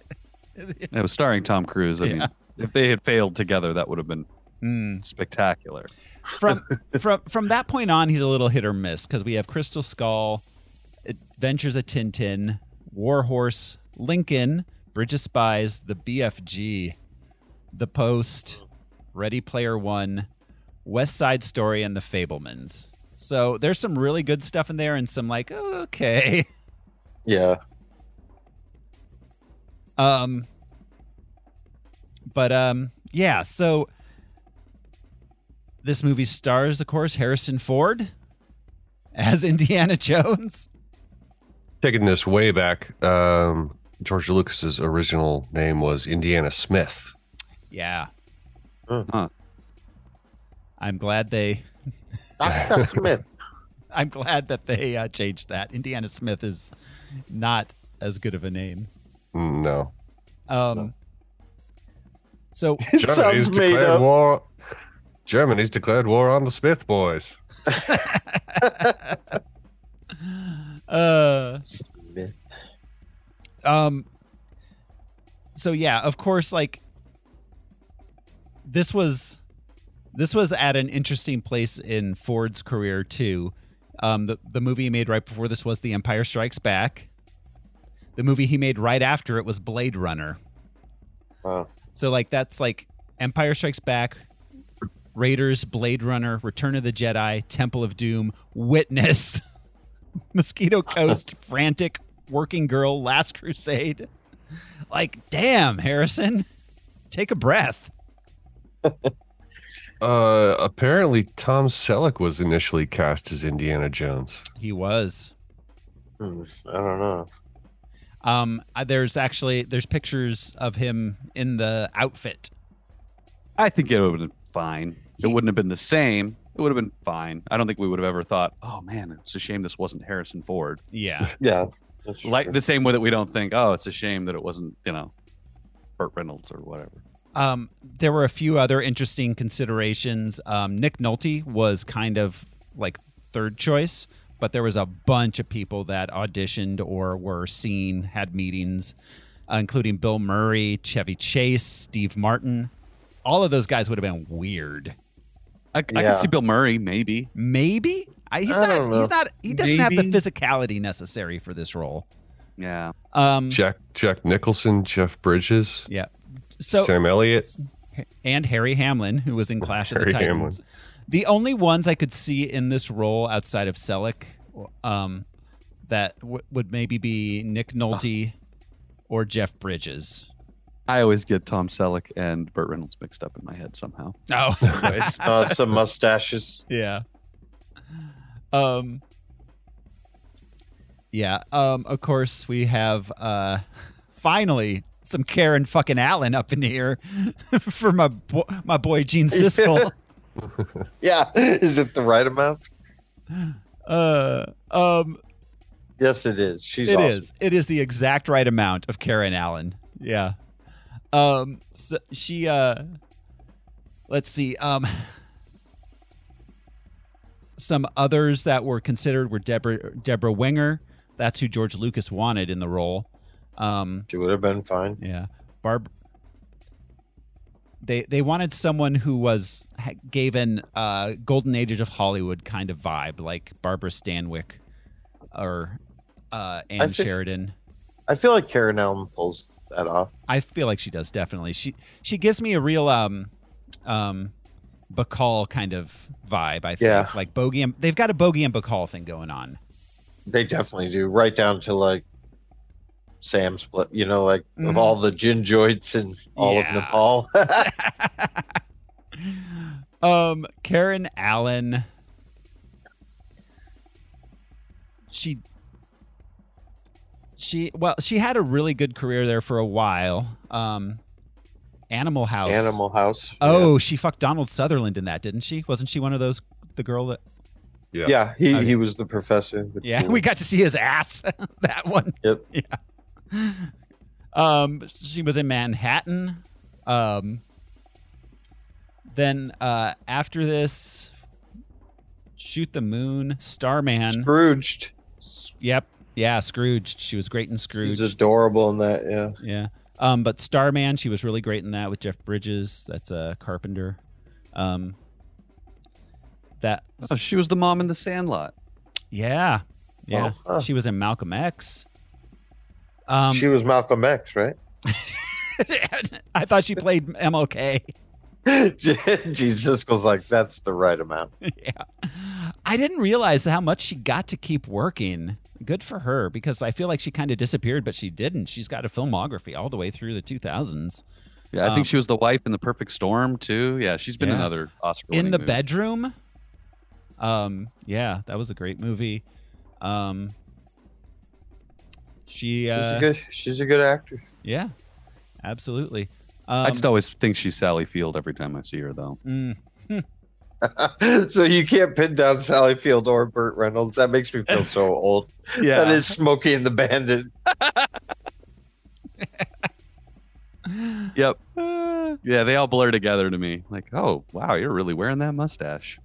Speaker 3: It was starring Tom Cruise. I
Speaker 1: Yeah.
Speaker 3: mean, if they had failed together, that would have been
Speaker 1: Hmm.
Speaker 3: spectacular.
Speaker 1: from from from that point on, he's a little hit or miss because we have Crystal Skull, Adventures of Tintin, Warhorse, Lincoln, Bridge of Spies, The BFG, The Post, Ready Player One, West Side Story, and The Fablemans. So there's some really good stuff in there, and some like oh, okay.
Speaker 2: yeah.
Speaker 1: Um, but um, yeah. So this movie stars, of course, Harrison Ford as Indiana Jones.
Speaker 4: Taking this way back, um, George Lucas's original name was Indiana Smith.
Speaker 1: Yeah.
Speaker 3: Huh.
Speaker 1: I'm glad they.
Speaker 2: Dr. Smith.
Speaker 1: I'm glad that they uh, changed that. Indiana Smith is not as good of a name.
Speaker 4: Mm, No.
Speaker 1: Um. So
Speaker 2: It
Speaker 4: Germany's
Speaker 2: sounds made
Speaker 4: declared
Speaker 2: up.
Speaker 4: war. Germany's declared war on the Smith boys.
Speaker 1: uh.
Speaker 2: Smith.
Speaker 1: um so yeah of course like this was this was at an interesting place in ford's career too um the, the movie he made right before this was the empire strikes back the movie he made right after it was blade runner
Speaker 2: Wow.
Speaker 1: so like that's like empire strikes back raiders blade runner return of the jedi temple of doom witness mosquito coast frantic working girl last crusade like damn harrison take a breath
Speaker 4: Uh, apparently, Tom Selleck was initially cast as Indiana Jones.
Speaker 1: he was
Speaker 2: Hmm, I don't know.
Speaker 1: um uh, there's actually there's pictures of him in the outfit
Speaker 3: I think it would have been fine. It wouldn't have been the same. It would have been fine. I don't think we would have ever thought, oh man, it's a shame this wasn't Harrison Ford.
Speaker 1: yeah
Speaker 2: Yeah. that's
Speaker 3: Like
Speaker 2: true.
Speaker 3: the same way that we don't think, oh, it's a shame that it wasn't, you know, Burt Reynolds or whatever.
Speaker 1: Um, there were a few other interesting considerations. Um, Nick Nolte was kind of like third choice, but there was a bunch of people that auditioned or were seen, had meetings, uh, including Bill Murray, Chevy Chase, Steve Martin. All of those guys would have been weird.
Speaker 3: I, I
Speaker 2: Yeah.
Speaker 3: could see Bill Murray, maybe.
Speaker 1: Maybe I, he's
Speaker 2: I
Speaker 1: not.
Speaker 2: don't know.
Speaker 1: He's not. He doesn't have the
Speaker 3: Maybe.
Speaker 1: physicality necessary for this role.
Speaker 3: Yeah.
Speaker 1: Um,
Speaker 4: Jack Jack Nicholson, Jeff Bridges,
Speaker 1: yeah. So
Speaker 4: Sam Elliott.
Speaker 1: and Harry Hamlin, who was in Clash of the
Speaker 4: Harry
Speaker 1: Titans.
Speaker 4: Hamlin.
Speaker 1: The only ones I could see in this role outside of Selleck um, that w- would maybe be Nick Nolte or Jeff Bridges.
Speaker 3: I always get Tom Selleck and Burt Reynolds mixed up in my head somehow.
Speaker 1: Oh,
Speaker 3: Anyways,
Speaker 2: Uh, some mustaches.
Speaker 1: yeah. Um. Yeah. Um. Of course, we have uh, finally some Karen fucking Allen up in here for my bo- my boy Gene Siskel.
Speaker 2: Yeah, is it the right amount?
Speaker 1: uh. Um.
Speaker 2: Yes, it is. She's
Speaker 1: It is.
Speaker 2: awesome.
Speaker 1: It is the exact right amount of Karen Allen. Yeah. Um. So she. Uh. Let's see. Um. Some others that were considered were Deborah Deborah Winger. That's who George Lucas wanted in the role. Um.
Speaker 2: She would have been fine.
Speaker 1: Yeah. Barb. They they wanted someone who was ha- gave an uh, golden age of Hollywood kind of vibe, like Barbara Stanwyck or uh, Anne
Speaker 2: think-
Speaker 1: Sheridan.
Speaker 2: I feel like Karen Allen pulls that off.
Speaker 1: I feel like she does definitely. She she gives me a real um um Bacall kind of vibe. I think
Speaker 2: Yeah.
Speaker 1: like Bogey and they've got a Bogey and Bacall thing going on.
Speaker 2: They definitely do. Right down to like Sam's, Pla- you know, like
Speaker 1: Mhm.
Speaker 2: of all the gin joints in all
Speaker 1: Yeah.
Speaker 2: of Nepal.
Speaker 1: Um, Karen Allen. She. She well, she had a really good career there for a while. Um, Animal House.
Speaker 2: Animal House.
Speaker 1: Oh, she fucked Donald Sutherland in that, didn't she? Wasn't she one of those the girl that?
Speaker 2: yeah, yeah. He
Speaker 1: Okay.
Speaker 2: he was the professor.
Speaker 1: Yeah, we got to see his ass. that one.
Speaker 2: Yep.
Speaker 1: Yeah. Um, she was in Manhattan. Um, then uh, after this, shoot the moon, Starman.
Speaker 2: Scrooged.
Speaker 1: S- yep. Yeah, Scrooge. She was great in Scrooge.
Speaker 2: He's adorable in that. Yeah.
Speaker 1: Yeah. Um, but Starman, she was really great in that with Jeff Bridges. That's a carpenter. Um, that
Speaker 3: oh, she was the mom in The Sandlot.
Speaker 1: yeah, yeah.
Speaker 2: Oh, huh.
Speaker 1: She was in Malcolm X. Um,
Speaker 2: she was Malcolm X, right?
Speaker 1: I thought she played MLK.
Speaker 2: Jesus goes like, that's the right amount.
Speaker 1: yeah. I didn't realize how much she got to keep working. Good for her because I feel like she kind of disappeared, but she didn't. She's got a filmography all the way through the 2000s.
Speaker 3: Yeah, I
Speaker 1: Um,
Speaker 3: think she was the wife in The Perfect Storm too. Yeah, she's been in
Speaker 1: Yeah.
Speaker 3: other Oscar.
Speaker 1: in the
Speaker 3: movies.
Speaker 1: bedroom. Um, yeah, that was a great movie. Um, she,
Speaker 2: She's a
Speaker 1: uh,
Speaker 2: good. She's a good actor.
Speaker 1: yeah, absolutely.
Speaker 3: I
Speaker 1: Um,
Speaker 3: just always think she's Sally Field every time I see her, though.
Speaker 1: mm,
Speaker 2: so you can't pin down Sally Field or Burt Reynolds. That makes me feel so old. That is Smokey and the Bandit.
Speaker 3: Yep.
Speaker 1: uh,
Speaker 3: yeah, they all blur together to me. Like, oh wow, you're really wearing that mustache.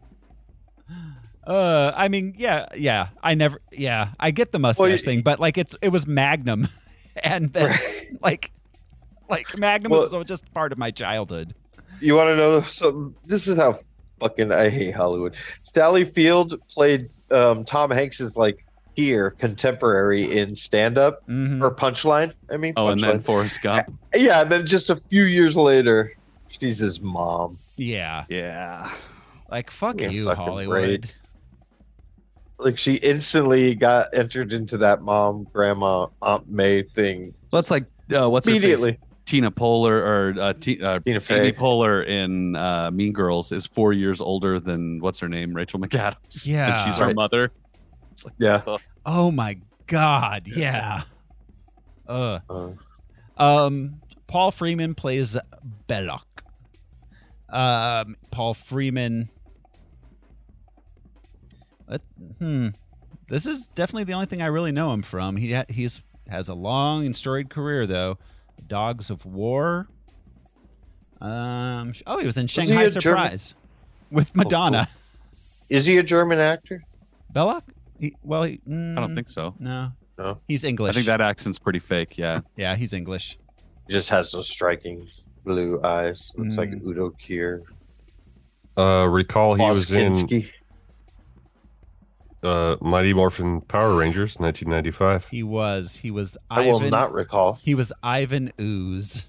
Speaker 1: uh, I mean, yeah, yeah. I never, yeah, I get the mustache
Speaker 2: Well, you-
Speaker 1: thing, but like it's it was Magnum, and then like, like Magnum was
Speaker 2: Well-
Speaker 1: so- just part of my childhood.
Speaker 2: You want to know something? This is how fucking I hate Hollywood. Sally Field played um, Tom Hanks's like here contemporary in stand up
Speaker 1: Mhm.
Speaker 2: or punchline. I mean,
Speaker 3: Hmm. Oh, and
Speaker 2: Punchline.
Speaker 3: then Forrest Gump.
Speaker 2: yeah, and then just a few years later, she's his mom.
Speaker 1: Yeah,
Speaker 3: Yeah.
Speaker 1: like fuck
Speaker 2: Yeah,
Speaker 1: you,
Speaker 2: fucking
Speaker 1: Hollywood.
Speaker 2: Like she instantly got entered into that mom, grandma, Aunt May thing
Speaker 3: Well, it's like uh, what's her face?
Speaker 2: immediately.
Speaker 3: Tina Poehler or uh, T- uh,
Speaker 2: Tina
Speaker 3: Amy
Speaker 2: Fey.
Speaker 3: Poehler in uh, Mean Girls is four years older than what's her name, Rachel McAdams. and
Speaker 1: Yeah.
Speaker 3: she's her
Speaker 2: Right.
Speaker 3: mother.
Speaker 2: Yeah.
Speaker 1: Oh my god, yeah. Ugh.
Speaker 2: Uh,
Speaker 1: Um, Paul Freeman plays Belloc. Um, Paul Freeman. Let- hmm. This is definitely the only thing I really know him from. He ha- he's has a long and storied career though. Dogs of War. Um. sh- Oh, he was in
Speaker 2: he
Speaker 1: Shanghai
Speaker 2: a German- Oh,
Speaker 1: Surprise with Madonna.
Speaker 2: is he a German actor?
Speaker 1: Belloc. He, well, he,
Speaker 3: I don't
Speaker 1: mm,
Speaker 3: think so.
Speaker 1: No.
Speaker 2: No.
Speaker 1: He's English.
Speaker 3: I think that accent's pretty fake. Yeah.
Speaker 1: Yeah, he's English.
Speaker 2: He just has those striking blue eyes. Looks like Udo Kier.
Speaker 4: Uh, recall he was in
Speaker 2: Boskinsky.
Speaker 4: uh, Mighty Morphin Power Rangers, 1995.
Speaker 1: He was. He was.
Speaker 2: I
Speaker 1: Ivan,
Speaker 2: will not recall.
Speaker 1: He was Ivan Ooze.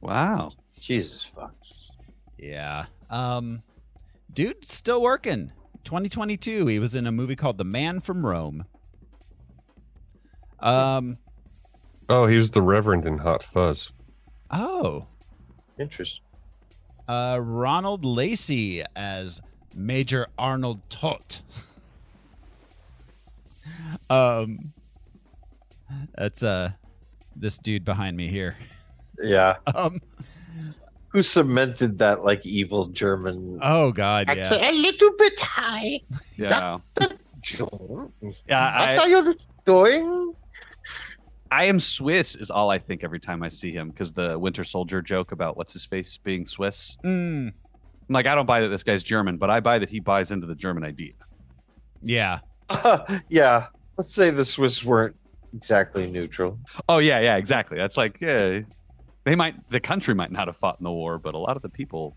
Speaker 3: Wow.
Speaker 2: Jesus fuck.
Speaker 1: Yeah. Um, dude, still working. 2022. He was in a movie called The Man from Rome. Um.
Speaker 4: Oh, he was the Reverend in Hot Fuzz.
Speaker 1: Oh.
Speaker 2: Interesting.
Speaker 1: Uh, Ronald Lacey as Major Arnold Tot. um, that's uh, this dude behind me here.
Speaker 2: Yeah.
Speaker 1: Um,
Speaker 2: Who cemented that like evil German?
Speaker 1: oh God, yeah,
Speaker 2: A little bit high.
Speaker 3: Yeah.
Speaker 2: John.
Speaker 3: Yeah.
Speaker 2: I,
Speaker 3: I,
Speaker 2: thought you were going.
Speaker 3: I am Swiss is all I think every time I see him because the Winter Soldier joke about what's his face being Swiss.
Speaker 1: Mm,
Speaker 3: I'm like, I don't buy that this guy's German, but I buy that he buys into the German idea.
Speaker 1: yeah.
Speaker 2: yeah. Let's say the Swiss weren't exactly neutral.
Speaker 3: Oh yeah, yeah, exactly. That's like yeah, they might the country might not have fought in the war, but a lot of the people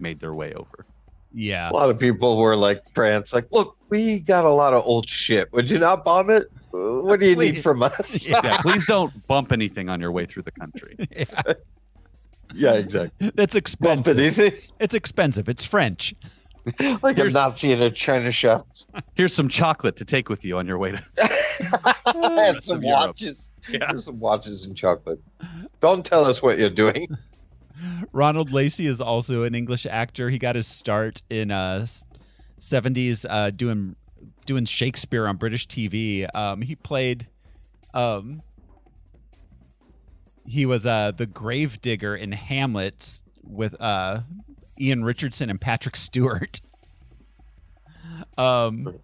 Speaker 3: made their way over.
Speaker 1: Yeah.
Speaker 2: A lot of people were like France, like, look, we got a lot of old shit. Would you not bomb it? What do you need
Speaker 1: Please.
Speaker 2: from us?
Speaker 3: Yeah, please don't bump anything on your way through the country.
Speaker 2: yeah, exactly.
Speaker 1: That's
Speaker 2: Bump it
Speaker 1: expensive.
Speaker 2: in.
Speaker 1: It's expensive. It's French.
Speaker 2: like a
Speaker 3: Here's-
Speaker 2: Nazi in a China shop.
Speaker 3: Here's some chocolate to take with you on your way to.
Speaker 2: and
Speaker 3: Rest
Speaker 2: some
Speaker 3: of Europe.
Speaker 2: watches.
Speaker 3: Yeah.
Speaker 2: There's some watches and chocolate. Don't tell us what you're doing.
Speaker 1: Ronald Lacey is also an English actor. He got his start in uh, 70s uh, doing doing Shakespeare on British TV. Um, he played um, he was uh, the grave digger in Hamlet with uh, Ian Richardson and Patrick Stewart. Um,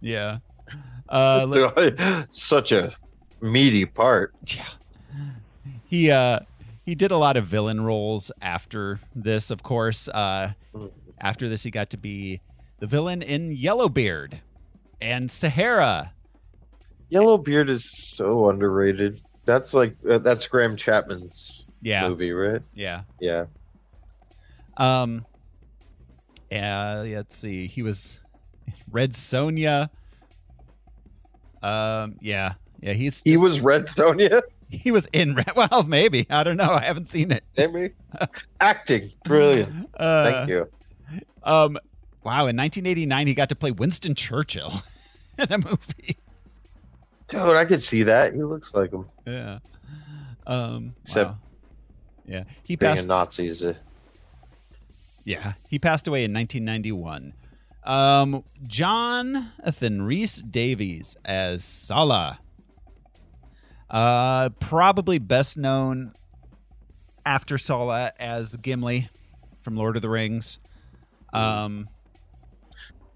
Speaker 1: yeah. Uh, let-
Speaker 2: Such a meaty part.
Speaker 1: yeah. He uh he did a lot of villain roles after this, of course. Uh after this he got to be the villain in Yellowbeard and Sahara.
Speaker 2: Yellowbeard is so underrated. That's like uh, that's Graham Chapman's
Speaker 1: Yeah.
Speaker 2: movie, right?
Speaker 1: Yeah.
Speaker 2: Yeah.
Speaker 1: Um uh, let's see. He was Red Sonia. Um yeah. Yeah, he's
Speaker 2: He
Speaker 1: just-
Speaker 2: was Red Sonja,
Speaker 1: he was in Red well, maybe. I don't know. I haven't seen it.
Speaker 2: maybe. Acting brilliant.
Speaker 1: Uh,
Speaker 2: Thank you.
Speaker 1: Um, wow, in 1989, he got to play Winston Churchill in a movie.
Speaker 2: Dude, I could see that. He looks like him.
Speaker 1: Yeah. Um,
Speaker 2: Except-
Speaker 1: wow. Yeah, he
Speaker 2: Being
Speaker 1: passed.
Speaker 2: a Nazi is a
Speaker 1: Yeah, he passed away in 1991. Um, Jonathan Rhys Davies as Sala. Uh, probably best known after Sala as Gimli from Lord of the Rings. Um,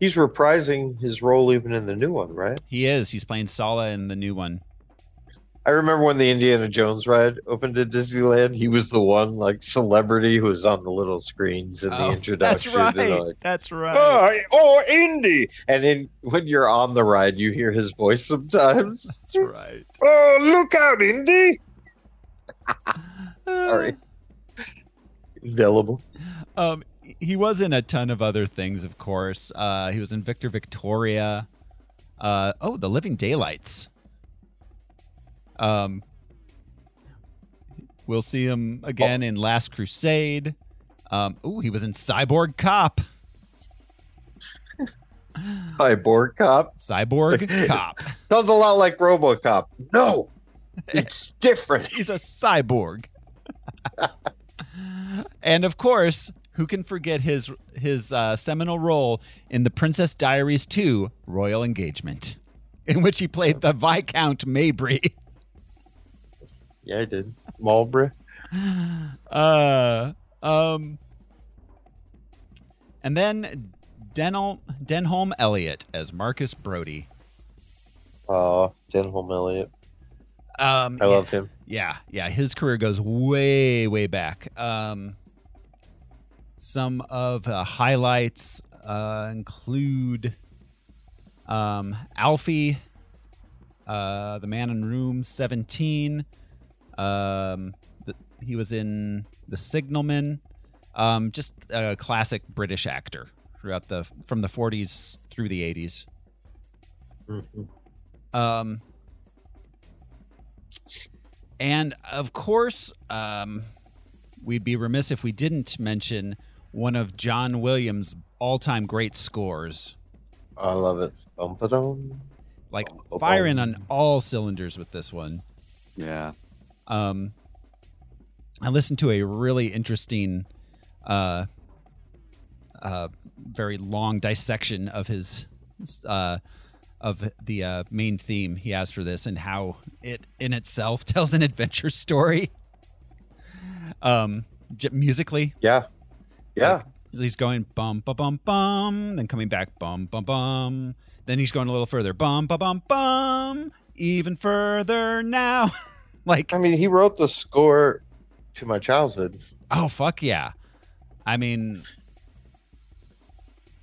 Speaker 2: he's reprising his role even in the new one, right?
Speaker 1: he is. He's playing Sala in the new one.
Speaker 2: I remember when the Indiana Jones ride opened at Disneyland, he was the one like celebrity who was on the little screens in
Speaker 1: Oh,
Speaker 2: the introduction.
Speaker 1: That's
Speaker 2: and
Speaker 1: right.
Speaker 2: like,
Speaker 1: that's right.
Speaker 2: Oh, oh, Indy! And then when you're on the ride, you hear his voice sometimes.
Speaker 1: That's right.
Speaker 2: Oh, look out, Indy! Sorry. Indelible.
Speaker 1: Um, he was in a ton of other things, of course. Uh, he was in Victor Victoria. Uh, oh, The Living Daylights. Um, we'll see him again in Last Crusade. Um, oh, he was in Cyborg Cop.
Speaker 2: Cyborg cop.
Speaker 1: Cyborg Cop.
Speaker 2: Sounds a lot like Robocop. No! It's different.
Speaker 1: He's a cyborg. and of course, who can forget his his uh, seminal role in The Princess Diaries 2: Royal Engagement, in which he played the Viscount Mabry.
Speaker 2: Yeah, I did. Marlboro.
Speaker 1: Uh, um, and then Denholm, Denholm Elliott as Marcus Brody.
Speaker 2: Oh, Denholm Elliott.
Speaker 1: Um,
Speaker 2: I love him.
Speaker 1: Yeah, yeah, his career goes way, way back. Um, some of uh, highlights uh, include um, Alfie, uh, the man in room 17. Um, the, he was in The Signalman. Um, just a classic British actor throughout the from the 40s through the 80s. Um, and of course, um, we'd be remiss if we didn't mention one of John Williams' all-time great scores.
Speaker 2: I love it. Bum, ba-dum.
Speaker 1: Like firing on all cylinders with this one.
Speaker 3: Yeah.
Speaker 1: Um, I listened to a really interesting, uh, uh, very long dissection of his uh, of the uh, main theme he has for this and how it in itself tells an adventure story. Um, j- musically,
Speaker 2: Yeah. Yeah.
Speaker 1: Like, he's going bum bum bum bum, then coming back bum bum bum. Then he's going a little further bum bum bum bum, even further now. like
Speaker 2: I mean, he wrote the score to my childhood.
Speaker 1: oh fuck yeah, I mean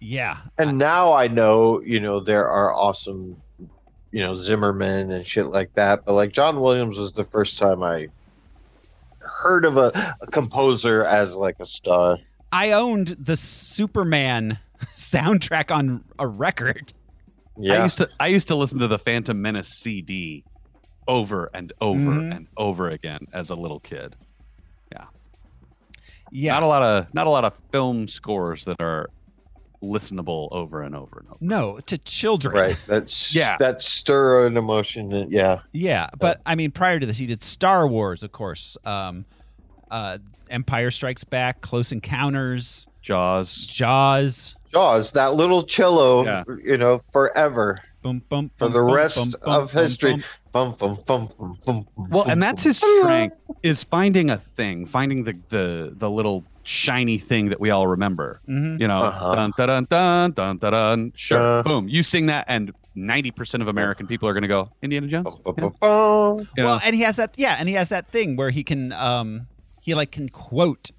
Speaker 1: yeah
Speaker 2: And now I know, you know, there are awesome, you know, Zimmerman and shit like that. But like John Williams was the first time I heard of a, a composer as like a star.
Speaker 1: I owned the Superman soundtrack on a record.
Speaker 3: I
Speaker 2: Yeah.
Speaker 3: used to I used to listen to the Phantom Menace CD over and over
Speaker 1: Mhm.
Speaker 3: and over again as a little kid.
Speaker 1: Yeah.
Speaker 3: Not a lot of not a lot of film scores that are listenable over and over and over.
Speaker 1: no, to children.
Speaker 2: Right. That's
Speaker 3: Yeah.
Speaker 2: That stir and emotion. and- yeah.
Speaker 1: Yeah, but I mean, prior to this, he did Star Wars, of course. Um, uh, Empire Strikes Back, Close Encounters,
Speaker 3: Jaws.
Speaker 1: Jaws.
Speaker 2: Jaws, that little cello,
Speaker 3: Yeah.
Speaker 2: you know, forever
Speaker 1: Boom, boom.
Speaker 2: for
Speaker 1: boom,
Speaker 2: the
Speaker 1: boom,
Speaker 2: rest
Speaker 1: boom, boom,
Speaker 2: of
Speaker 1: boom,
Speaker 2: history.
Speaker 1: boom.
Speaker 2: Bum, bum, bum, bum, bum, bum,
Speaker 3: Well,
Speaker 2: bum,
Speaker 3: and that's
Speaker 2: bum.
Speaker 3: his strength is finding a thing, finding the the the little shiny thing that we all remember.
Speaker 1: Mhm.
Speaker 3: You know,
Speaker 2: Uh-huh.
Speaker 3: dun dun dun dun dun dun. Sure,
Speaker 2: Uh.
Speaker 3: boom. You sing that, and ninety percent of American people are going to go Indiana Jones.
Speaker 2: Bum,
Speaker 3: Yeah.
Speaker 2: bum, bum, bum.
Speaker 3: You know?
Speaker 1: Well, and he has that. Yeah, and he has that thing where he can, um, he like can quote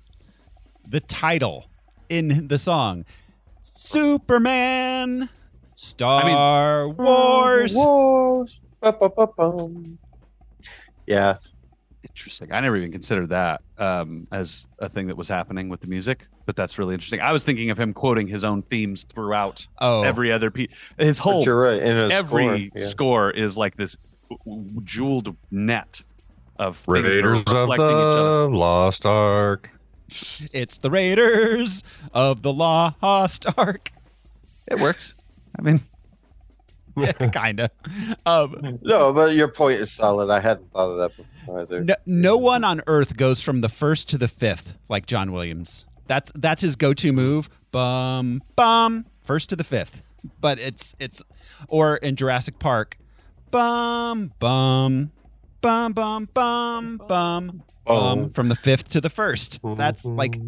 Speaker 1: the title in the song, Superman, Star Wars.
Speaker 2: Wars. Ba, ba, ba, bum. Yeah.
Speaker 3: Interesting. I never even considered that um, as a thing that was happening with the music, but that's really interesting. I was thinking of him quoting his own themes throughout
Speaker 1: Oh,
Speaker 3: every other piece. His whole
Speaker 2: But you're right. In a
Speaker 3: every
Speaker 2: score, yeah.
Speaker 3: score is like this w- w- jeweled net of things that are
Speaker 4: Raiders of
Speaker 3: reflecting each other.
Speaker 4: the Lost Ark.
Speaker 1: it's the Raiders of the Lost Ark.
Speaker 3: It works. I mean,
Speaker 1: kinda. Um,
Speaker 2: No, but your point is solid. I hadn't thought of that before either.
Speaker 1: no, no one on earth goes from the first to the fifth like John Williams. That's that's his go-to move. Bum bum, first to the fifth. But it's it's or in Jurassic Park, bum bum bum bum bum bum bum from the fifth to the first. That's like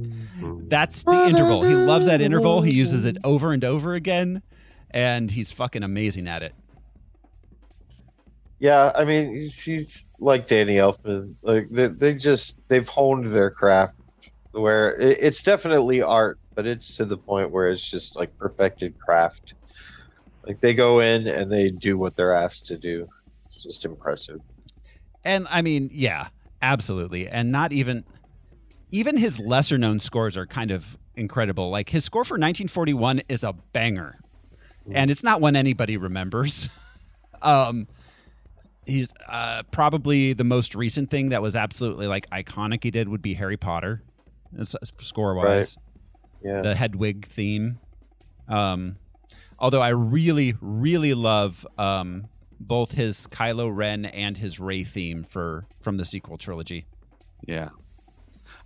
Speaker 1: that's the interval. He loves that interval. He uses it over and over again, and he's fucking amazing at it.
Speaker 2: Yeah, I mean, he's, he's like Danny Elfman. Like they, they just they've honed their craft where it, it's definitely art, but it's to the point where it's just like perfected craft. Like they go in and they do what they're asked to do. It's just impressive.
Speaker 1: And I mean, yeah, absolutely. And not even even his lesser known scores are kind of incredible. Like his score for 1941 is a banger. And it's not one anybody remembers. um he's uh probably the most recent thing that was absolutely like iconic he did would be Harry Potter score wise.
Speaker 2: Yeah.
Speaker 1: The Hedwig theme. Um although I really really love um both his Kylo Ren and his Ray theme for from the sequel trilogy.
Speaker 3: yeah.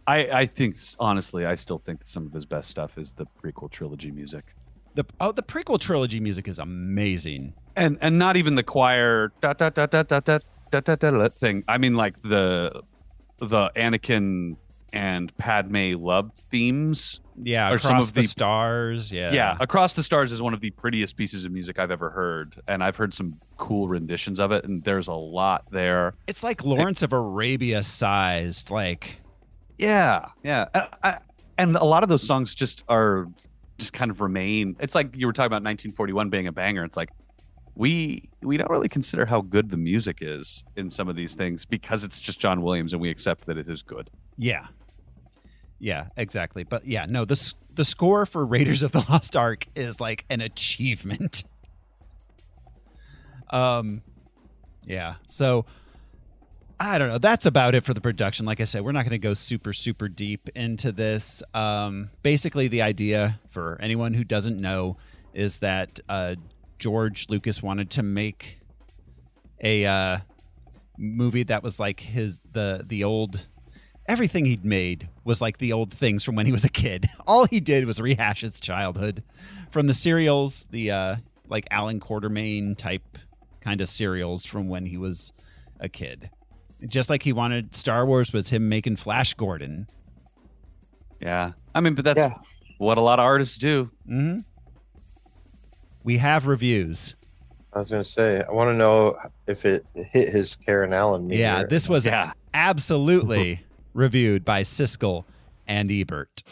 Speaker 3: I, I think s- honestly, I still think that some of his best stuff is the prequel trilogy music,
Speaker 1: The oh the prequel trilogy music is amazing.
Speaker 3: and and not even the choir da da da da da da da da da da thing. I mean, like the the Anakin and Padme love themes.
Speaker 1: Yeah,
Speaker 3: Or some
Speaker 1: across
Speaker 3: of
Speaker 1: the,
Speaker 3: the-
Speaker 1: stars. Yeah.
Speaker 3: yeah across the stars is one of the prettiest pieces of music i've ever heard and i've heard some cool renditions of it and there's a lot there
Speaker 1: It's like Lawrence of Arabia sized, like
Speaker 3: yeah yeah I, I, and a lot of those songs just are just kind of remain it's like you were talking about 1941 being a banger it's like we we don't really consider how good the music is in some of these things because it's just john williams and we accept that it is good
Speaker 1: yeah. Yeah, exactly. But yeah, no, this the score for Raiders of the Lost Ark is like an achievement. Um, yeah. So I don't know. That's about it for the production. Like I said, we're not going to go super, super deep into this. Um, basically, the idea for anyone who doesn't know is that uh, George Lucas wanted to make a uh, movie that was like his the the old everything he'd made was like the old things from when he was a kid. All he did was rehash his childhood from the serials, the uh, like Alan Quartermain type kind of serials from when he was a kid. Just like he wanted Star Wars was him making Flash Gordon.
Speaker 3: Yeah. I mean, but that's what a lot of artists do.
Speaker 1: hmm We have reviews.
Speaker 2: I was gonna say, I want to know if it hit his Karen Allen. meter.
Speaker 1: Yeah, this was
Speaker 3: Yeah.
Speaker 1: absolutely reviewed by Siskel and Ebert.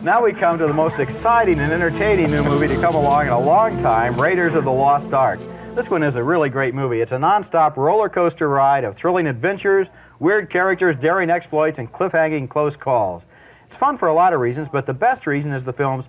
Speaker 10: Now we come to the most exciting and entertaining new movie to come along in a long time Raiders of the Lost Ark. This one is a really great movie. It's a nonstop roller coaster ride of thrilling adventures, weird characters, daring exploits, and cliffhanging close calls. It's fun for a lot of reasons, but the best reason is the film's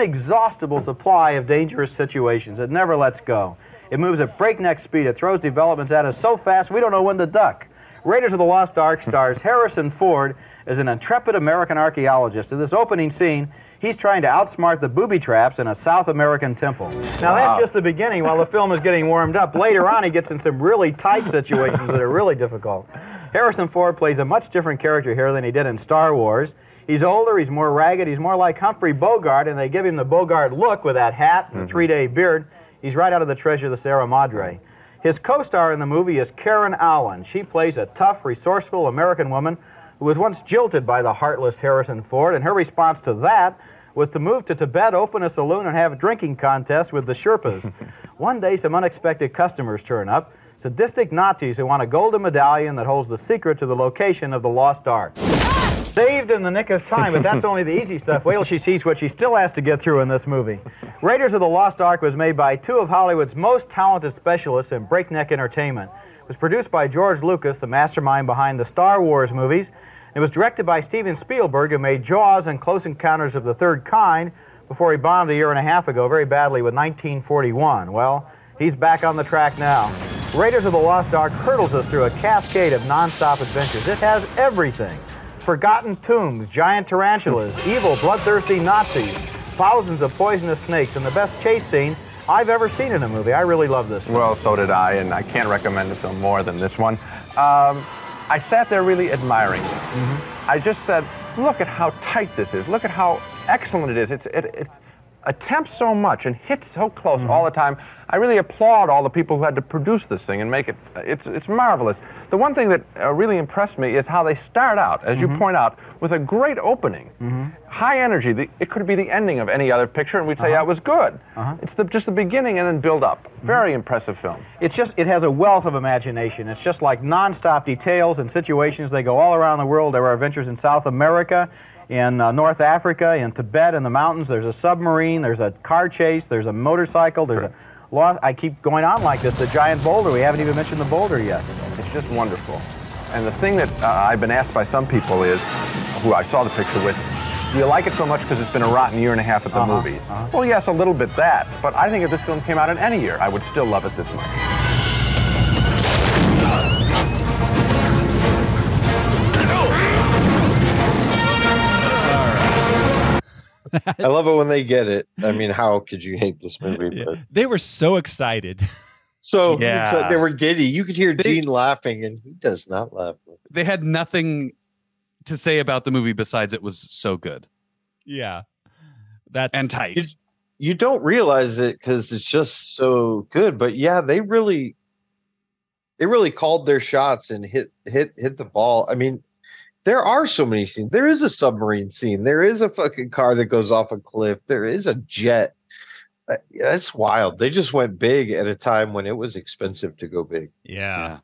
Speaker 10: inexhaustible supply of dangerous situations. It never lets go. It moves at breakneck speed, it throws developments at us so fast we don't know when to duck. Raiders of the Lost Ark stars Harrison Ford as an intrepid American archaeologist. In this opening scene, he's trying to outsmart the booby traps in a South American temple. Now, that's just the beginning while the film is getting warmed up. Later on, he gets in some really tight situations that are really difficult. Harrison Ford plays a much different character here than he did in Star Wars. He's older, he's more ragged, he's more like Humphrey Bogart, and they give him the Bogart look with that hat and the three day beard. He's right out of the treasure of the Sierra Madre. His co star in the movie is Karen Allen. She plays a tough, resourceful American woman who was once jilted by the heartless Harrison Ford, and her response to that was to move to Tibet, open a saloon, and have a drinking contest with the Sherpas. One day, some unexpected customers turn up sadistic Nazis who want a golden medallion that holds the secret to the location of the lost ark. Saved in the nick of time, but that's only the easy stuff. Wait till she sees what she still has to get through in this movie. Raiders of the Lost Ark was made by two of Hollywood's most talented specialists in breakneck entertainment. It was produced by George Lucas, the mastermind behind the Star Wars movies. It was directed by Steven Spielberg, who made Jaws and Close Encounters of the Third Kind before he bombed a year and a half ago very badly with 1941. Well, he's back on the track now. Raiders of the Lost Ark hurtles us through a cascade of nonstop adventures. It has everything. Forgotten tombs, giant tarantulas, evil, bloodthirsty Nazis, thousands of poisonous snakes, and the best chase scene I've ever seen in a movie. I really love this.
Speaker 11: Well, so did I, and I can't recommend this film more than this one. Um, I sat there really admiring it. I just said, look at how tight this is. Look at how excellent it is. It's, it it's, attempts so much and hits so close all the time. I really applaud all the people who had to produce this thing and make it. It's, it's marvelous. The one thing that uh, really impressed me is how they start out, as
Speaker 3: Mm-hmm.
Speaker 11: you point out, with a great opening, high energy. The, it could be the ending of any other picture, and we'd
Speaker 3: Uh-huh.
Speaker 11: say that was good. It's the, just the beginning and then build up. Very impressive film.
Speaker 10: It's just, it has a wealth of imagination. It's just like nonstop details and situations. They go all around the world. There are adventures in South America, in uh, North Africa, in Tibet, in the mountains. There's a submarine, there's a car chase, there's a motorcycle, there's a lost. I keep going on like this. The giant boulder. We haven't even mentioned the boulder yet.
Speaker 11: It's just wonderful. And the thing that uh, I've been asked by some people is, who I saw the picture with, do you like it so much because it's been a rotten year and a half at the
Speaker 10: Uh-huh.
Speaker 11: movies? Well, yes, a little bit that. But I think if this film came out in any year, I would still love it this much.
Speaker 2: I love it when they get it. I mean, how could you hate this movie? But
Speaker 1: They were so excited.
Speaker 2: so
Speaker 3: Yeah.
Speaker 2: except they were giddy. You could hear
Speaker 3: They-
Speaker 2: Gene laughing, and he does not laugh.
Speaker 3: They had nothing to say about the movie besides it was so good
Speaker 1: yeah. That's
Speaker 3: and tight.
Speaker 2: It's- You don't realize it because it's just so good. But yeah, they really, they really called their shots and hit hit hit the ball. I mean, there are so many scenes. There is a submarine scene. There is a fucking car that goes off a cliff. There is a jet. That- That's wild. They just went big at a time when it was expensive to go big.
Speaker 1: yeah.
Speaker 3: Yeah.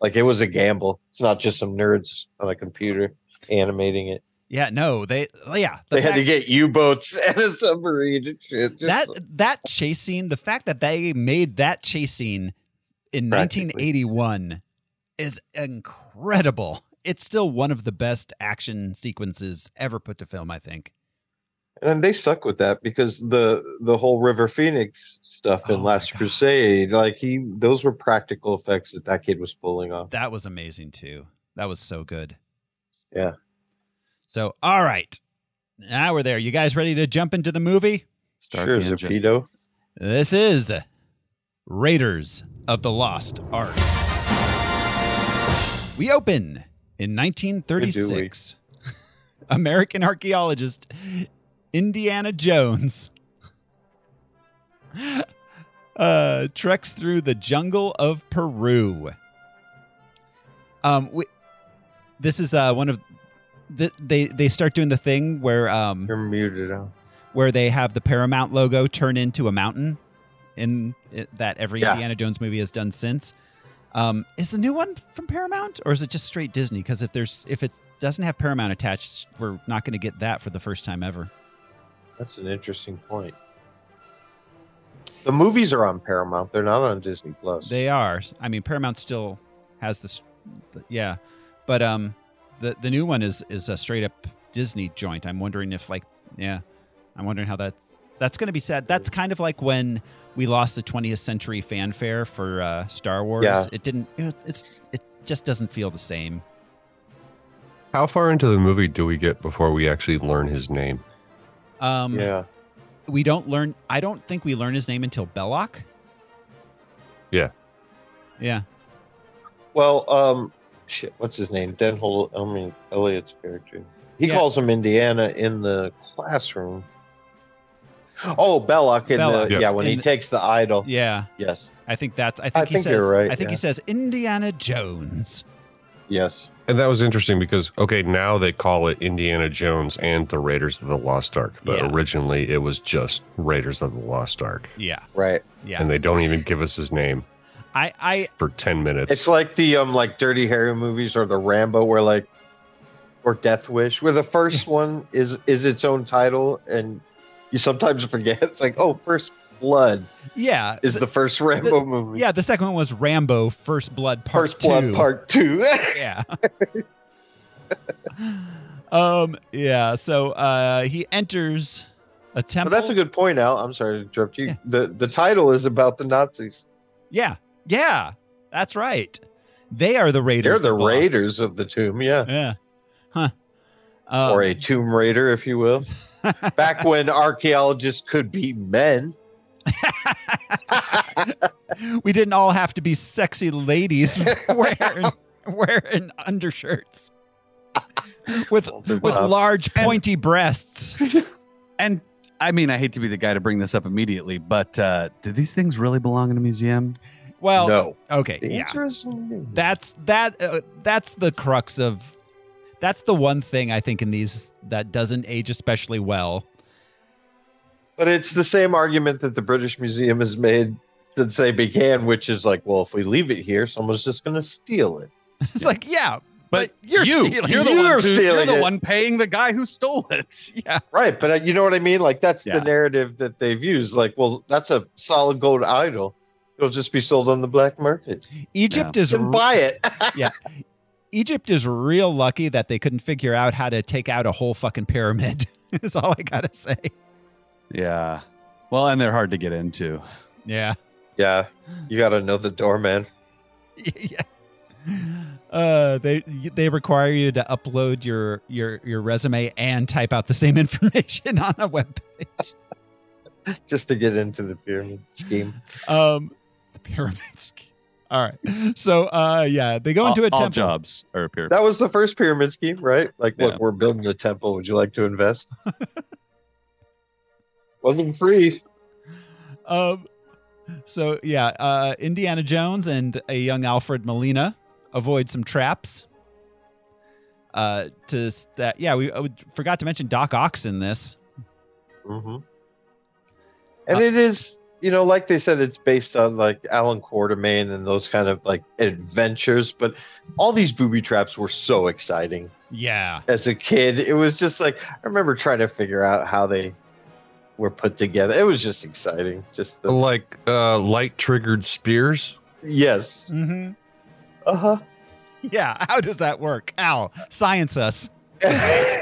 Speaker 2: Like it was a gamble. It's not just some nerds on a computer animating it.
Speaker 1: Yeah, no, they yeah. the
Speaker 2: they had to
Speaker 1: fact-
Speaker 2: get U boats and a submarine and shit. Just-
Speaker 1: that that chase scene, the fact that they made that chase scene in
Speaker 2: Practically.
Speaker 1: 1981 is incredible. It's still one of the best action sequences ever put to film, I think.
Speaker 2: and they stuck with that because the the whole River Phoenix stuff
Speaker 1: Oh
Speaker 2: in Last Crusade, like he, those were practical effects that that kid was pulling off.
Speaker 1: That was amazing too. That was so good.
Speaker 2: Yeah.
Speaker 1: So, all right. Now we're there. You guys ready to jump into the movie?
Speaker 2: Start Sure, the engine. Zepito.
Speaker 1: This is Raiders of the Lost Ark. We open in 1936. American archaeologist Indiana Jones uh, treks through the jungle of Peru. Um, we, this is uh, one of the, they they start doing the thing where um
Speaker 2: you're muted out.
Speaker 1: where they have the Paramount logo turn into a mountain in it, that every
Speaker 2: Yeah.
Speaker 1: Indiana Jones movie has done since. Um, is the new one from Paramount or is it just straight Disney? Because if there's if it doesn't have Paramount attached, we're not going to get that for the first time ever.
Speaker 2: That's an interesting point. The movies are on Paramount; they're not on Disney Plus.
Speaker 1: They are. I mean, Paramount still has this, yeah, but um, the the new one is is a straight up Disney joint. I'm wondering if like, yeah, I'm wondering how that that's going to be sad. That's kind of like when we lost the 20th century fanfare for uh, Star Wars.
Speaker 4: Yeah.
Speaker 1: It didn't. You know, it's, it's it just doesn't feel the same.
Speaker 4: How far into the movie do we get before we actually learn his name?
Speaker 1: Um,
Speaker 4: Yeah.
Speaker 1: We don't learn. I don't think we learn his name until Belloc.
Speaker 4: Yeah.
Speaker 1: Yeah.
Speaker 2: Well, um, shit, what's his name? Denholm. I mean, Elliot's character. He
Speaker 1: Yeah.
Speaker 2: calls him Indiana in the classroom. Oh, Belloc in
Speaker 1: Belloc.
Speaker 2: the
Speaker 1: Yeah.
Speaker 2: yeah, when
Speaker 1: In
Speaker 2: he
Speaker 1: the-
Speaker 2: takes the idol.
Speaker 1: Yeah.
Speaker 2: Yes.
Speaker 1: I think that's. I think,
Speaker 2: I
Speaker 1: he
Speaker 2: think
Speaker 1: says,
Speaker 2: you're right,
Speaker 1: I think he
Speaker 2: yeah.
Speaker 1: says Indiana Jones.
Speaker 2: Yes.
Speaker 4: And that was interesting because okay, now they call it Indiana Jones and the Raiders of the Lost Ark, but
Speaker 1: Yeah.
Speaker 4: originally it was just Raiders of the Lost Ark.
Speaker 1: Yeah.
Speaker 2: Right.
Speaker 1: Yeah.
Speaker 4: And they don't even give us his name
Speaker 1: I I
Speaker 4: for 10 minutes.
Speaker 2: It's like the um like Dirty Harry movies or the Rambo where like or Death Wish where the first one is is its own title and you sometimes forget it's like oh First Blood
Speaker 1: Yeah.
Speaker 2: is the, first Rambo
Speaker 1: the-
Speaker 2: movie.
Speaker 1: Yeah, the second one was Rambo First Blood Part
Speaker 2: First Blood
Speaker 1: Two.
Speaker 2: Part Two.
Speaker 1: yeah. um. Yeah. So uh, he enters a
Speaker 2: But
Speaker 1: temple.
Speaker 2: that's a good point, Al. I'm sorry to interrupt you. The the title is about the Nazis.
Speaker 1: yeah. Yeah. That's right. They are the raiders.
Speaker 2: They're the
Speaker 1: of Lost-
Speaker 2: raiders of the tomb, yeah.
Speaker 1: Yeah. Huh. Um,
Speaker 2: or a tomb raider, if you will. Back when archaeologists could be men.
Speaker 1: we didn't all have to be sexy ladies wearing wearing undershirts with with
Speaker 3: gloves.
Speaker 1: large pointy breasts.
Speaker 3: And I mean, I hate to be the guy to bring this up immediately, but uh, do these things really belong in a museum?
Speaker 1: Well,
Speaker 2: No.
Speaker 1: okay,
Speaker 2: The
Speaker 1: yeah.
Speaker 2: answer is no.
Speaker 1: That's that. Uh, that's the crux of. That's the one thing I think in these that doesn't age especially well.
Speaker 2: But it's the same argument that the British Museum has made since they began, which is like, well, if we leave it here, someone's just going to steal it.
Speaker 1: It's like, yeah, but, you're
Speaker 3: you,
Speaker 1: stealing.
Speaker 3: you're the,
Speaker 2: You're
Speaker 3: ones who- you're
Speaker 2: stealing
Speaker 3: the
Speaker 2: it.
Speaker 3: one paying the guy who stole it.
Speaker 1: yeah,
Speaker 2: Right. But uh, you know what I mean? Like, that's
Speaker 3: Yeah.
Speaker 2: the narrative that they've used. Like, well, that's a solid gold idol. It'll just be sold on the black market.
Speaker 1: Egypt is
Speaker 2: Then
Speaker 1: re-
Speaker 2: buy it.
Speaker 1: Egypt is real lucky that they couldn't figure out how to take out a whole fucking pyramid. is all I gotta say.
Speaker 3: Yeah. Well, and they're hard to get into.
Speaker 1: Yeah.
Speaker 2: yeah. You got to know the doorman.
Speaker 1: yeah. Uh, they they require you to upload your your your resume and type out the same information on a web page.
Speaker 2: just to get into the pyramid scheme.
Speaker 1: Um, the pyramids. All right. So, uh, yeah, they go into
Speaker 3: all,
Speaker 1: a temple.
Speaker 3: all jobs are a pyramid.
Speaker 2: That was the first pyramid scheme, right? Like,
Speaker 3: Yeah.
Speaker 2: look, we're building a temple. Would you like to invest? Wasn't free.
Speaker 1: Um, so yeah, uh, Indiana Jones and a young Alfred Molina avoid some traps. Uh, to s- that yeah, we I would- forgot to mention Doc Ock's in this.
Speaker 2: hmm And it is, you know, like they said, it's based on like Alan Quartermain and those kind of like adventures. But all these booby traps were so exciting
Speaker 1: Yeah.
Speaker 2: as a kid. It was just like I remember trying to figure out how they were put together. It was just exciting. Just the
Speaker 4: like uh, light triggered spears.
Speaker 2: yes,
Speaker 1: Mm-hmm.
Speaker 2: uh huh.
Speaker 1: Yeah. How does that work? Al, science us.
Speaker 4: I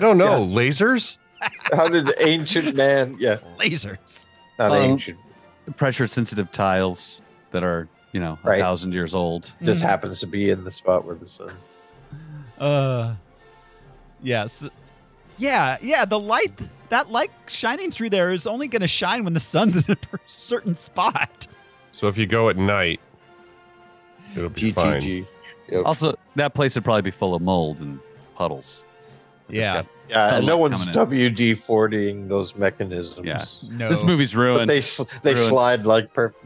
Speaker 4: don't know. Lasers?
Speaker 2: How did ancient man? Yeah,
Speaker 1: lasers.
Speaker 2: Not
Speaker 3: Um,
Speaker 2: ancient.
Speaker 3: The pressure sensitive tiles that are, you know, a
Speaker 2: Right.
Speaker 3: thousand years old.
Speaker 2: Just happens to be in the spot where the sun.
Speaker 1: Uh, yes. Yeah, yeah. The light, that light shining through there is only going to shine when the sun's in a per- certain spot.
Speaker 4: So if you go at night, it'll be fine.
Speaker 2: GTG.
Speaker 3: Also, that place would probably be full of mold and puddles. It's
Speaker 1: Yeah.
Speaker 3: got
Speaker 2: Yeah, and no
Speaker 3: sunlight
Speaker 2: one's
Speaker 3: coming in.
Speaker 2: WD fortying those mechanisms.
Speaker 3: Yeah.
Speaker 1: No.
Speaker 3: This movie's
Speaker 2: But
Speaker 3: ruined.
Speaker 2: they sl- they
Speaker 3: Ruined.
Speaker 2: slide like perfect.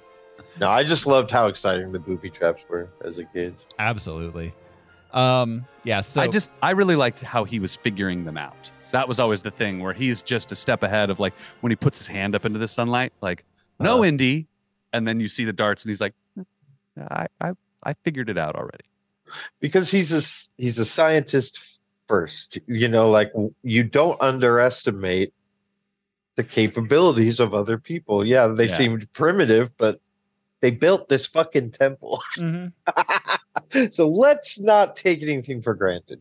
Speaker 2: No, I just loved how exciting the booby traps were as a kid.
Speaker 1: Absolutely. Um, yeah. So
Speaker 3: I just I really liked how he was figuring them out. That was always the thing where he's just a step ahead of like when he puts his hand up into the sunlight, like no
Speaker 1: Uh-huh.
Speaker 3: Indy, and then you see the darts, and he's like, I I, I figured it out already.
Speaker 2: because he's a s- he's a scientist first you know like w- you don't underestimate the capabilities of other people yeah they
Speaker 3: Yeah.
Speaker 2: seemed primitive but they built this fucking temple
Speaker 1: Mhm.
Speaker 2: so let's not take anything for granted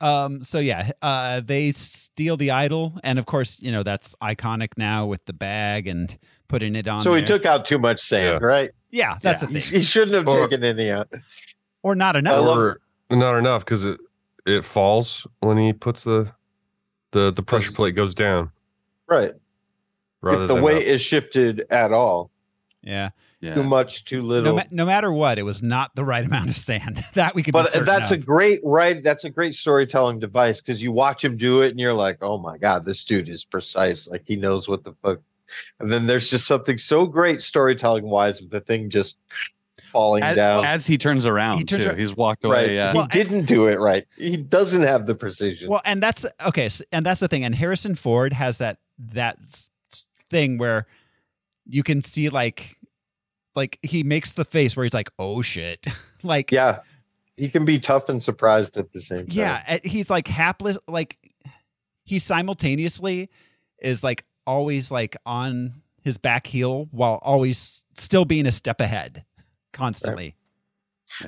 Speaker 1: Um, so yeah, uh, they steal the idol, and of course, you know that's iconic now with the bag and putting it on.
Speaker 2: so he
Speaker 1: there.
Speaker 2: took out too much sand right
Speaker 1: Yeah, that's
Speaker 2: he,
Speaker 1: the thing,
Speaker 2: he shouldn't have
Speaker 4: Or-
Speaker 2: taken any out
Speaker 1: or not
Speaker 2: I
Speaker 1: enough.
Speaker 2: love-
Speaker 4: Or not enough because it it falls when he puts the the the pressure plate goes down
Speaker 2: right
Speaker 4: rather
Speaker 2: if the
Speaker 4: than
Speaker 2: weight
Speaker 4: up.
Speaker 2: is shifted at all
Speaker 1: yeah,
Speaker 2: too much too little
Speaker 1: no, ma- no matter what, it was not the right amount of sand that we could. be
Speaker 2: but uh,
Speaker 1: certain
Speaker 2: that's a
Speaker 1: of.
Speaker 2: great right that's a great storytelling device because you watch him do it and you're like oh my god this dude is precise like he knows what the fuck and then there's just something so great storytelling wise of the thing just falling
Speaker 3: As,
Speaker 2: down
Speaker 3: as he turns around,
Speaker 1: He turns
Speaker 3: too,
Speaker 1: ar-
Speaker 3: he's walked
Speaker 2: right
Speaker 3: away. Yeah.
Speaker 2: he
Speaker 1: Well, I-
Speaker 2: didn't do it right he doesn't have the precision
Speaker 1: Well, and that's okay, s- and that's the thing. And Harrison Ford has that that s- s- thing where you can see like like he makes the face where he's like, "Oh shit!" like
Speaker 2: yeah he can be tough and surprised at the same time
Speaker 1: Yeah, and he's like hapless. Like he simultaneously is like always like on his back heel while always still being a step ahead constantly.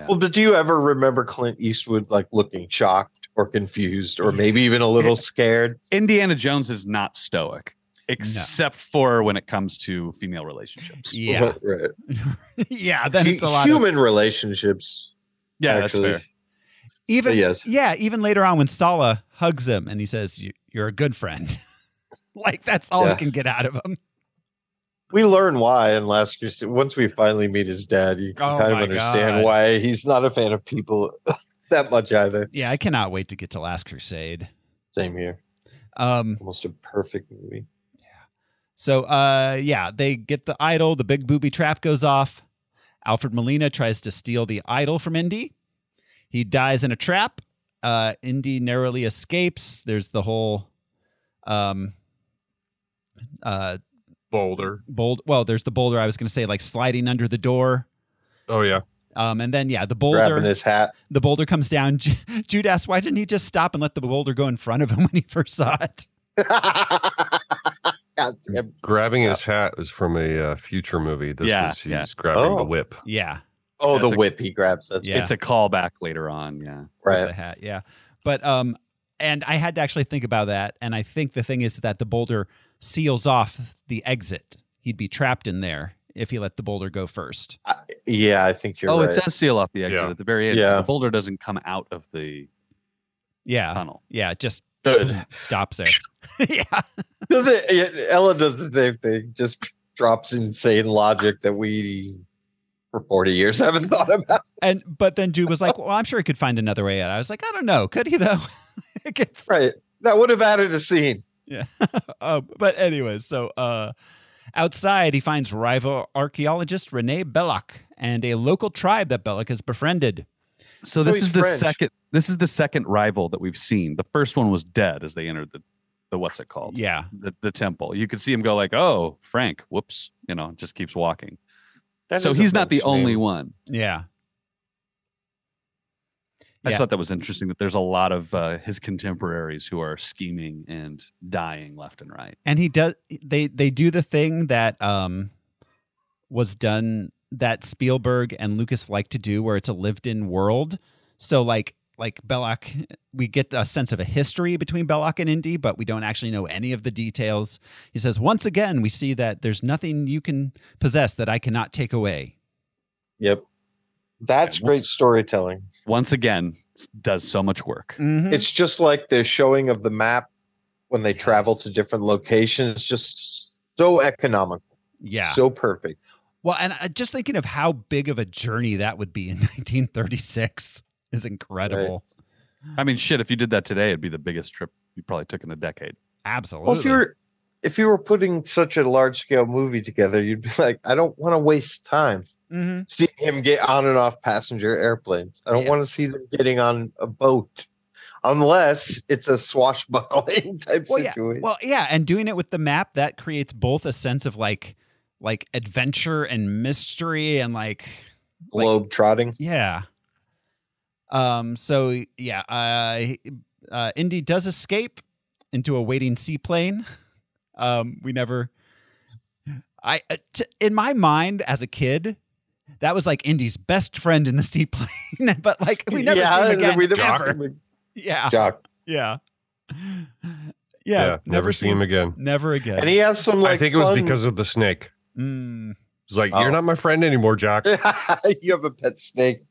Speaker 2: well but do you ever remember clint eastwood like looking shocked or confused or maybe even a little scared
Speaker 3: Indiana Jones is not stoic, except for when it comes to female relationships.
Speaker 1: Yeah,
Speaker 2: right
Speaker 1: yeah. Then it's a lot. Of,
Speaker 2: human relationships
Speaker 3: Yeah,
Speaker 2: actually.
Speaker 3: that's fair.
Speaker 1: even
Speaker 2: yes.
Speaker 1: yeah, even later on when Sala hugs him and he says, "You- "You're a good friend." like that's all
Speaker 2: Yeah.
Speaker 1: we can get out of him.
Speaker 2: we learn why in last year's once we finally meet his dad you can
Speaker 1: Oh
Speaker 2: kind of
Speaker 1: my
Speaker 2: understand
Speaker 1: God.
Speaker 2: why he's not a fan of people that much either
Speaker 1: Yeah, I cannot wait to get to Last Crusade.
Speaker 2: same here
Speaker 1: Um,
Speaker 2: almost a perfect movie
Speaker 1: So uh yeah, they get the idol, the big booby trap goes off. Alfred Molina tries to steal the idol from Indy. He dies in a trap. Uh Indy narrowly escapes. There's the whole um uh
Speaker 4: boulder.
Speaker 1: bold well, there's the boulder I was gonna say like sliding under the door.
Speaker 4: Oh yeah,
Speaker 1: Um and then yeah, the
Speaker 2: grabbing
Speaker 1: boulder
Speaker 2: his hat
Speaker 1: the boulder comes down. Ju- Jude asks, why didn't he just stop and let the boulder go in front of him when he first saw it?
Speaker 2: God
Speaker 1: Mm.
Speaker 2: damn.
Speaker 4: grabbing his hat is from a uh, future movie. This
Speaker 3: Yeah,
Speaker 4: was he's
Speaker 3: yeah.
Speaker 4: grabbing
Speaker 2: Oh.
Speaker 4: the whip.
Speaker 1: Yeah.
Speaker 2: oh
Speaker 3: That's
Speaker 2: the
Speaker 3: a-
Speaker 2: whip he grabs that's
Speaker 1: Yeah.
Speaker 3: It's a callback later on. Yeah.
Speaker 1: with
Speaker 2: right
Speaker 1: the hat. Yeah. But um and I had to actually think about that and I think the thing is that the boulder seals off the exit. He'd be trapped in there if he let the boulder go first.
Speaker 2: yeah i think you're
Speaker 3: oh,
Speaker 2: right
Speaker 3: it does seal off the exit
Speaker 4: Yeah.
Speaker 3: at the very end. 'cause
Speaker 2: Yeah.
Speaker 3: The boulder doesn't come out of the
Speaker 1: Yeah.
Speaker 3: tunnel.
Speaker 1: Yeah, it just
Speaker 2: Good.
Speaker 1: stops there. yeah.
Speaker 2: Does it, yeah, ella does the same thing just drops insane logic that we for 40 years haven't thought about
Speaker 1: And but then Jude was like, "Well, I'm sure he could find another way out." I was like, "I don't know. Could he though?" it gets
Speaker 2: right that would have added a scene
Speaker 1: Yeah. um, but anyways, so uh, outside he finds rival archaeologist Rene Belloc and a local tribe that Belloc has befriended.
Speaker 3: So this
Speaker 2: he's
Speaker 3: is the
Speaker 2: French.
Speaker 3: second. This is the second rival that we've seen. The first one was dead as they entered the, the what's it called?
Speaker 1: Yeah.
Speaker 3: The, the temple. You could see him go like, "Oh, Frank, whoops," you know, just keeps walking.
Speaker 2: That
Speaker 3: so
Speaker 2: is a
Speaker 3: he's not the
Speaker 2: French name.
Speaker 3: only one.
Speaker 1: Yeah. Yeah.
Speaker 3: I just thought that was interesting. That there's a lot of uh, his contemporaries who are scheming and dying left and right.
Speaker 1: And he does they they do the thing that um was done that Spielberg and Lucas like to do where it's a lived in world. So like like Belloc, we get a sense of a history between Belloc and Indy, but we don't actually know any of the details. He says, Once again, we see that there's nothing you can possess that I cannot take away.
Speaker 2: Yep. That's great storytelling.
Speaker 3: Once again, s- does so much work.
Speaker 2: It's just like the showing of the map when they travel to different locations, just so economical.
Speaker 1: Yeah.
Speaker 2: So perfect.
Speaker 1: Well, and uh, just thinking of how big of a journey that would be in 1936 is incredible.
Speaker 3: I mean, shit, if you did that today, it'd be the biggest trip you probably took in a decade.
Speaker 1: Absolutely.
Speaker 2: Well, if you're if you were putting such a large scale movie together, you'd be like, I don't want to waste time
Speaker 1: Mhm.
Speaker 2: seeing him get on and off passenger airplanes. I don't want to see them getting on a boat unless it's a swashbuckling type
Speaker 1: Well, yeah.
Speaker 2: situation.
Speaker 1: Well, yeah, and doing it with the map that creates both a sense of like like adventure and mystery and like
Speaker 2: globe trotting.
Speaker 1: Yeah. Um. So yeah. Uh. uh Indy does escape into a waiting seaplane. Um. We never. I uh, t- in my mind as a kid, that was like Indy's best friend in the seaplane, but like we never see
Speaker 2: Yeah,
Speaker 1: him
Speaker 2: and then
Speaker 1: again.
Speaker 2: we never-
Speaker 1: ever.
Speaker 2: we-
Speaker 1: Yeah.
Speaker 2: Jock.
Speaker 1: Yeah.
Speaker 4: Yeah,
Speaker 1: Yeah.
Speaker 4: never, see him again.
Speaker 1: Never again.
Speaker 2: And he has some like
Speaker 4: I think it was
Speaker 2: fun-
Speaker 4: because of the snake.
Speaker 1: Mm.
Speaker 4: It's like
Speaker 2: Oh.
Speaker 4: you're not my friend anymore, Jock.
Speaker 2: you have a pet snake.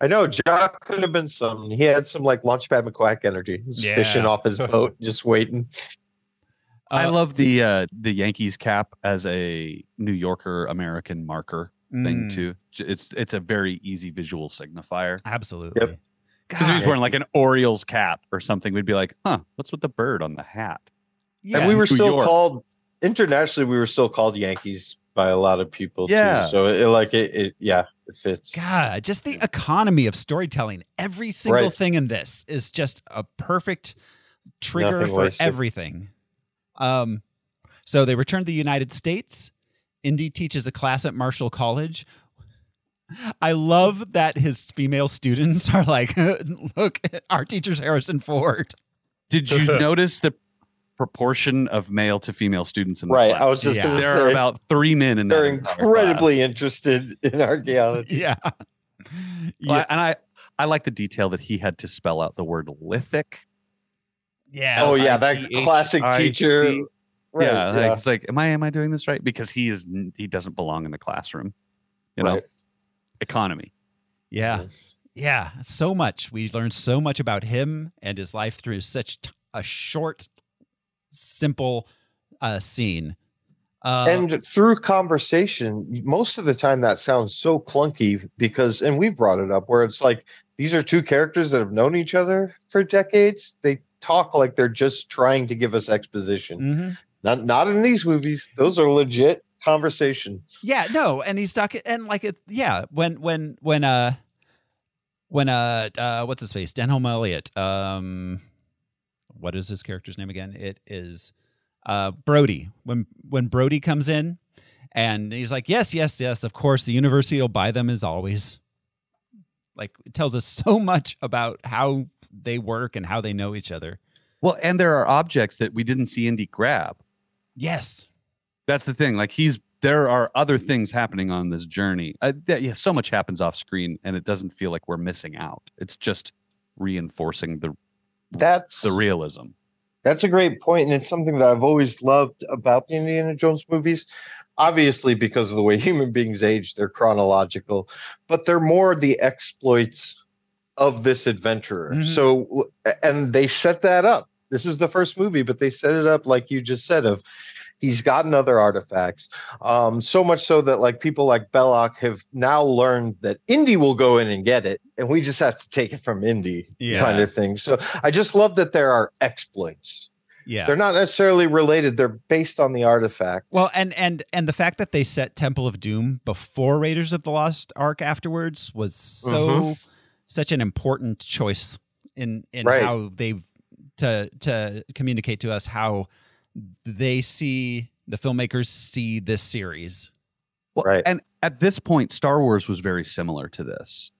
Speaker 2: I know Jock could have been some. He had some like Launchpad McQuack energy. He was
Speaker 1: Yeah.
Speaker 2: fishing off his boat, just waiting.
Speaker 3: I
Speaker 1: Uh,
Speaker 3: love the uh, the Yankees cap as a New Yorker American marker thing
Speaker 1: Mm.
Speaker 3: too. J- It's it's a very easy visual signifier.
Speaker 1: Absolutely.
Speaker 3: Because if he was
Speaker 1: God.
Speaker 3: wearing like an Orioles cap or something, we'd be like, huh, what's with the bird on the hat?
Speaker 1: Yeah.
Speaker 2: and we were
Speaker 3: New
Speaker 2: still
Speaker 3: York.
Speaker 2: called internationally. We were still called Yankees by a lot of people. too.
Speaker 3: Yeah.
Speaker 2: So it, it, like it, it, yeah, it fits.
Speaker 1: God, just the economy of storytelling. Every single
Speaker 2: Right.
Speaker 1: thing in this is just a perfect trigger
Speaker 2: Nothing
Speaker 1: for
Speaker 2: wasted.
Speaker 1: everything. Um, so they return to the United States. Indy teaches a class at Marshall College. I love that his female students are like, look, our teacher's Harrison Ford.
Speaker 3: Did you notice the proportion of male to female students in the
Speaker 2: Right.
Speaker 3: class?
Speaker 2: I was just
Speaker 1: Yeah.
Speaker 2: going to
Speaker 3: there are
Speaker 2: say
Speaker 3: about three men in that
Speaker 2: they're
Speaker 3: entire
Speaker 2: incredibly
Speaker 3: class.
Speaker 2: interested in archaeology.
Speaker 1: Yeah.
Speaker 3: Well, and I I like the detail that he had to spell out the word lithic.
Speaker 1: Yeah.
Speaker 2: Oh yeah, that
Speaker 3: L-I-T-H-I-C.
Speaker 2: classic teacher. Right,
Speaker 3: yeah, like, it's like, am I am I doing this right? Because he is n- he doesn't belong in the classroom. You know,
Speaker 2: Right.
Speaker 3: economy.
Speaker 1: Yeah. Yeah. So much. We learned so much about him and his life through such t- a short, simple uh, scene. Uh,
Speaker 2: and through conversation, most of the time that sounds so clunky because, and we brought it up where it's like these are two characters that have known each other for decades. They talk like they're just trying to give us exposition.
Speaker 3: Mm.
Speaker 1: Mhm.
Speaker 2: Not not in these movies. Those are legit conversations.
Speaker 1: yeah, no, and he's talking, and like it, yeah, when when when uh when uh, uh what's his face Denholm Elliott um what is his character's name again? It is uh Brody. When when Brody comes in and he's like, yes, yes, yes, of course, the university will buy them as always. Like it tells us so much about how they work and how they know each other.
Speaker 3: Well, and there are objects that we didn't see Indy grab.
Speaker 1: Yes,
Speaker 3: That's the thing. Like he's there are other things happening on this journey. Uh, that, yeah, so much happens off screen, and it doesn't feel like we're missing out. It's just reinforcing the
Speaker 2: That's
Speaker 3: the realism.
Speaker 2: That's a great point, and it's something that I've always loved about the Indiana Jones movies. Obviously, because of the way human beings age, they're chronological, but they're more the exploits of this adventurer.
Speaker 1: Mhm.
Speaker 2: So, and they set that up. This is the first movie, but they set it up like you just said. Of he's gotten other artifacts, um, so much so that like people like Belloc have now learned that Indy will go in and get it, and we just have to take it from Indy,
Speaker 1: Yeah.
Speaker 2: kind of thing. So I just love that there are exploits.
Speaker 1: yeah.
Speaker 2: They're not necessarily related. They're based on the artifact.
Speaker 1: Well, and and and the fact that they set Temple of Doom before Raiders of the Lost Ark afterwards was so such an important choice in in
Speaker 2: Right.
Speaker 1: how they to to communicate to us how they see the filmmakers see this series.
Speaker 3: Well,
Speaker 2: Right.
Speaker 3: And at this point, Star Wars was very similar to this.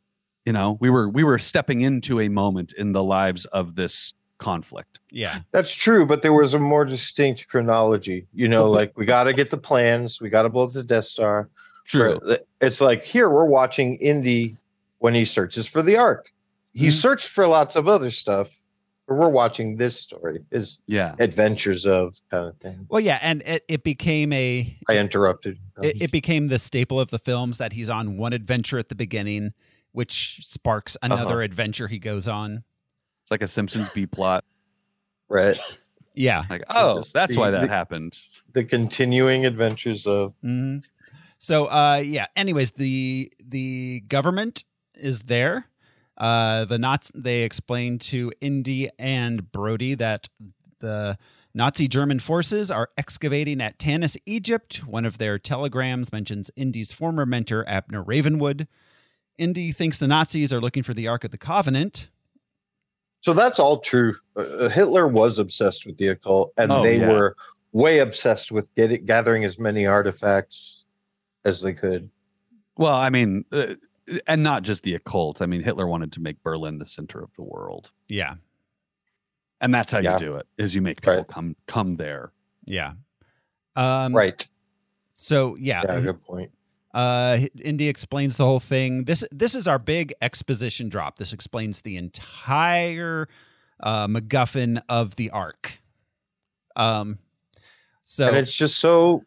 Speaker 3: You know, we were we were stepping into a moment in the lives of this conflict.
Speaker 1: Yeah.
Speaker 2: That's true, but there was a more distinct chronology. You know,
Speaker 3: Well, but-
Speaker 2: like we got to get the plans. We got to blow up the Death Star. uh,
Speaker 3: True.
Speaker 2: It's like here we're watching Indy when he searches for the Ark. He
Speaker 1: Mm-hmm.
Speaker 2: searched for lots of other stuff, but we're watching this story. Is
Speaker 3: yeah,
Speaker 2: adventures of kind of thing.
Speaker 1: Well, yeah, and it, it became a
Speaker 2: I interrupted.
Speaker 1: it, it became the staple of the films that he's on one adventure at the beginning, which sparks another
Speaker 3: Uh-huh.
Speaker 1: adventure he goes on.
Speaker 3: It's like a Simpsons B plot.
Speaker 2: Right.
Speaker 1: Yeah.
Speaker 3: Like, oh,
Speaker 2: Just
Speaker 3: that's
Speaker 2: the-
Speaker 3: why that
Speaker 2: the-
Speaker 3: happened.
Speaker 2: The continuing adventures of
Speaker 1: hmm So uh, yeah. Anyways, the the government is there. Uh, the Nazis they explain to Indy and Brody that the Nazi German forces are excavating at Tanis, Egypt. One of their telegrams mentions Indy's former mentor Abner Ravenwood. Indy thinks the Nazis are looking for the Ark of the Covenant.
Speaker 2: So that's all true. Uh, Hitler was obsessed with the occult, and
Speaker 1: Oh,
Speaker 2: they
Speaker 1: yeah.
Speaker 2: were way obsessed with get, gathering as many artifacts as they could.
Speaker 3: Well, I mean, uh, and not just the occult. I mean, Hitler wanted to make Berlin the center of the world,
Speaker 1: Yeah,
Speaker 3: and that's how
Speaker 2: Yeah.
Speaker 3: you do it: is you make people come come there.
Speaker 1: yeah. Um,
Speaker 2: Right.
Speaker 1: So yeah,
Speaker 2: Yeah, good point.
Speaker 1: Uh, Indy explains the whole thing. This this is our big exposition drop. This explains the entire uh, MacGuffin of the Ark. Um, so
Speaker 2: and it's just so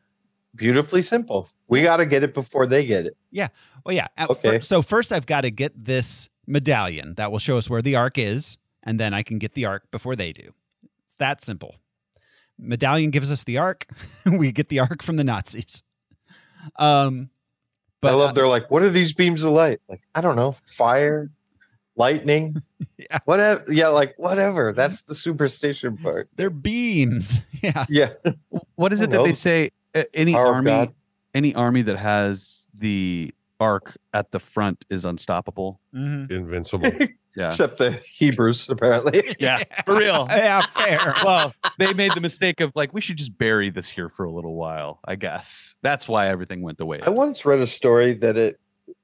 Speaker 2: beautifully simple. We got to get it before they get it.
Speaker 1: yeah, well yeah. At
Speaker 2: Okay.
Speaker 1: fir- so first, I've got to get this medallion that will show us where the Ark is, and then I can get the Ark before they do. It's that simple. Medallion gives us the Ark. we get the Ark from the Nazis. Um, but
Speaker 2: I love
Speaker 1: uh,
Speaker 2: they're like, what are these beams of light? Like, I don't know, fire, lightning, whatever. Yeah, like whatever. That's
Speaker 1: Mm-hmm.
Speaker 2: the superstition part.
Speaker 1: they're beams. Yeah.
Speaker 2: Yeah.
Speaker 3: What is
Speaker 2: I
Speaker 3: it that they
Speaker 2: know.
Speaker 3: say? uh, Any
Speaker 2: Power of
Speaker 3: army,
Speaker 2: God.
Speaker 3: any army that has the arc at the front is unstoppable.
Speaker 1: Mm-hmm.
Speaker 4: Invincible.
Speaker 3: Yeah.
Speaker 2: Except the Hebrews, apparently.
Speaker 3: Yeah, for real.
Speaker 1: Yeah, fair.
Speaker 3: well, they made the mistake of like we should just bury this here for a little while. I guess that's why everything went the way.
Speaker 2: I once read a story that it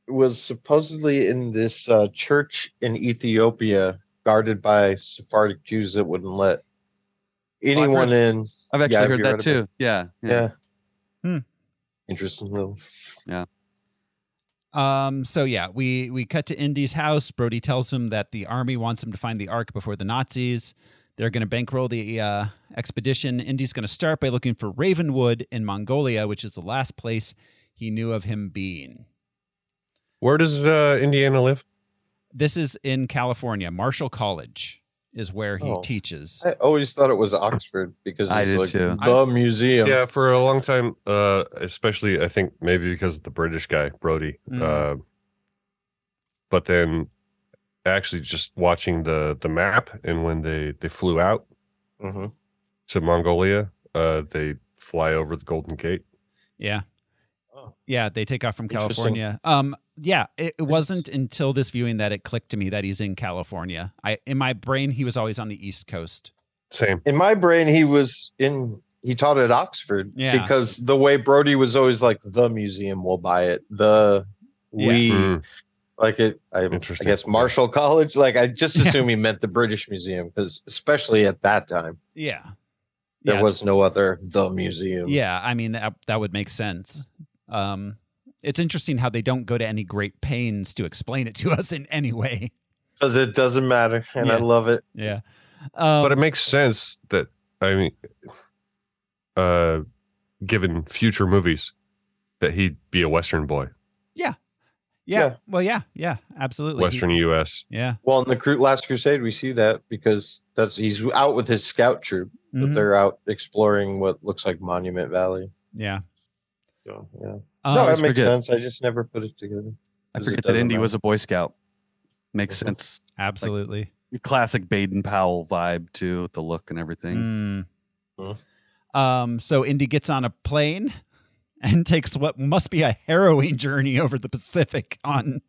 Speaker 2: was supposedly in this uh, church in Ethiopia guarded by Sephardic Jews that wouldn't let
Speaker 3: I've heard-
Speaker 2: anyone in.
Speaker 3: I've actually
Speaker 2: have
Speaker 3: heard
Speaker 2: you
Speaker 3: that
Speaker 2: read
Speaker 3: too.
Speaker 2: about-
Speaker 3: Yeah, yeah.
Speaker 2: Yeah.
Speaker 1: Hmm.
Speaker 2: Interesting little.
Speaker 1: Um, so yeah, we we cut to Indy's house. Brody tells him that the army wants him to find the Ark before the Nazis. They're going to bankroll the uh, expedition. Indy's going to start by looking for Ravenwood in Mongolia, which is the last place he knew of him being.
Speaker 4: Where does uh, Indiana live?
Speaker 1: This is in California. Marshall College is where he
Speaker 2: Oh.
Speaker 1: teaches.
Speaker 2: I always thought it was Oxford because
Speaker 3: I
Speaker 2: it's
Speaker 3: did
Speaker 2: like
Speaker 1: too.
Speaker 2: the
Speaker 1: I've-
Speaker 2: museum.
Speaker 4: Yeah, for a long time, uh, especially I think maybe because of the British guy Brody.
Speaker 1: Mhm.
Speaker 4: Uh, but then, actually, just watching the the map and when they they flew out
Speaker 2: Mhm.
Speaker 4: to Mongolia, uh, they fly over the Golden Gate.
Speaker 1: Yeah.
Speaker 2: Oh.
Speaker 1: Yeah, they take off from
Speaker 2: Interesting.
Speaker 1: California. Um, yeah, it, it wasn't until this viewing that it clicked to me that he's in California. I in my brain he was always on the East Coast.
Speaker 4: Same.
Speaker 2: In my brain, he was in. He taught at Oxford
Speaker 1: Yeah.
Speaker 2: because the way Brody was always like the museum will buy it. The
Speaker 1: Yeah.
Speaker 2: we
Speaker 4: Mm,
Speaker 2: like it I, I
Speaker 4: Interesting.
Speaker 2: Hmm. guess marshall college like i just assume he meant the british museum because especially at that time
Speaker 1: Yeah.
Speaker 2: there
Speaker 1: yeah,
Speaker 2: was no other the museum
Speaker 1: Yeah, I mean that that would make sense. Um it's interesting how they don't go to any great pains to explain it to us in any way.
Speaker 2: because it doesn't matter and i
Speaker 1: Yeah.
Speaker 2: love it
Speaker 1: Yeah. Um,
Speaker 4: but it makes sense that I mean, uh, given future movies, that he'd be a Western boy,
Speaker 1: yeah,
Speaker 2: yeah.
Speaker 1: Well, yeah. Yeah, absolutely. He-
Speaker 4: Western U.S.
Speaker 1: yeah.
Speaker 2: well in the Cru- last crusade we see that because that's he's out with his scout troop
Speaker 1: Mhm.
Speaker 2: but they're out exploring what looks like monument valley
Speaker 1: Yeah.
Speaker 2: so yeah
Speaker 1: Um,
Speaker 2: no that
Speaker 3: always
Speaker 2: makes
Speaker 3: forget-
Speaker 2: sense i just never put it together
Speaker 3: I
Speaker 2: Because it
Speaker 3: forget that
Speaker 2: doesn't
Speaker 3: Indy
Speaker 2: matter.
Speaker 3: was a Boy Scout. Makes
Speaker 2: Mhm.
Speaker 3: sense.
Speaker 1: absolutely.
Speaker 3: Classic Baden Powell vibe too, with the look and everything.
Speaker 1: Mm. Um, so Indy gets on a plane and takes what must be a harrowing journey over the Pacific on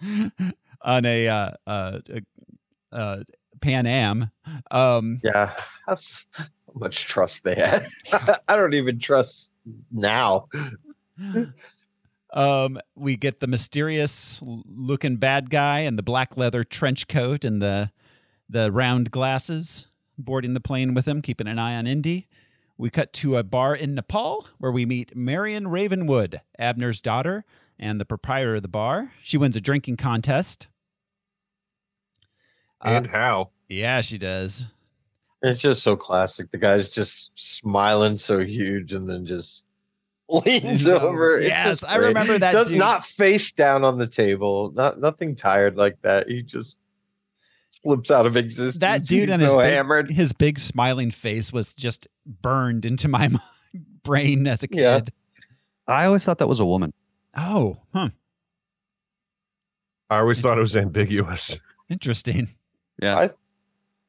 Speaker 1: on a uh, uh, uh, uh, Pan Am. Um,
Speaker 2: yeah that's how much trust they had i don't even trust now
Speaker 1: um, we get the mysterious l- looking bad guy in the black leather trench coat and the the round glasses boarding the plane with him, keeping an eye on Indy. We cut to a bar in Nepal where we meet Marion Ravenwood, Abner's daughter and the proprietor of the bar. She wins a drinking contest.
Speaker 4: And how?
Speaker 1: Uh, Yeah, she does.
Speaker 2: It's just so classic. The guy's just smiling so huge and then just leans over. It's
Speaker 1: Yes,
Speaker 2: just
Speaker 1: I
Speaker 2: great.
Speaker 1: remember that
Speaker 2: Does
Speaker 1: dude.
Speaker 2: not face down on the table. Not nothing tired like that. He just slips out of existence.
Speaker 1: That dude
Speaker 2: He's
Speaker 1: and his
Speaker 2: so
Speaker 1: big,
Speaker 2: hammered.
Speaker 1: his big smiling face was just burned into my brain as a kid.
Speaker 3: Yeah. I always thought that was a woman.
Speaker 1: Oh, huh.
Speaker 4: I always thought it was ambiguous.
Speaker 1: Interesting.
Speaker 3: Yeah.
Speaker 2: I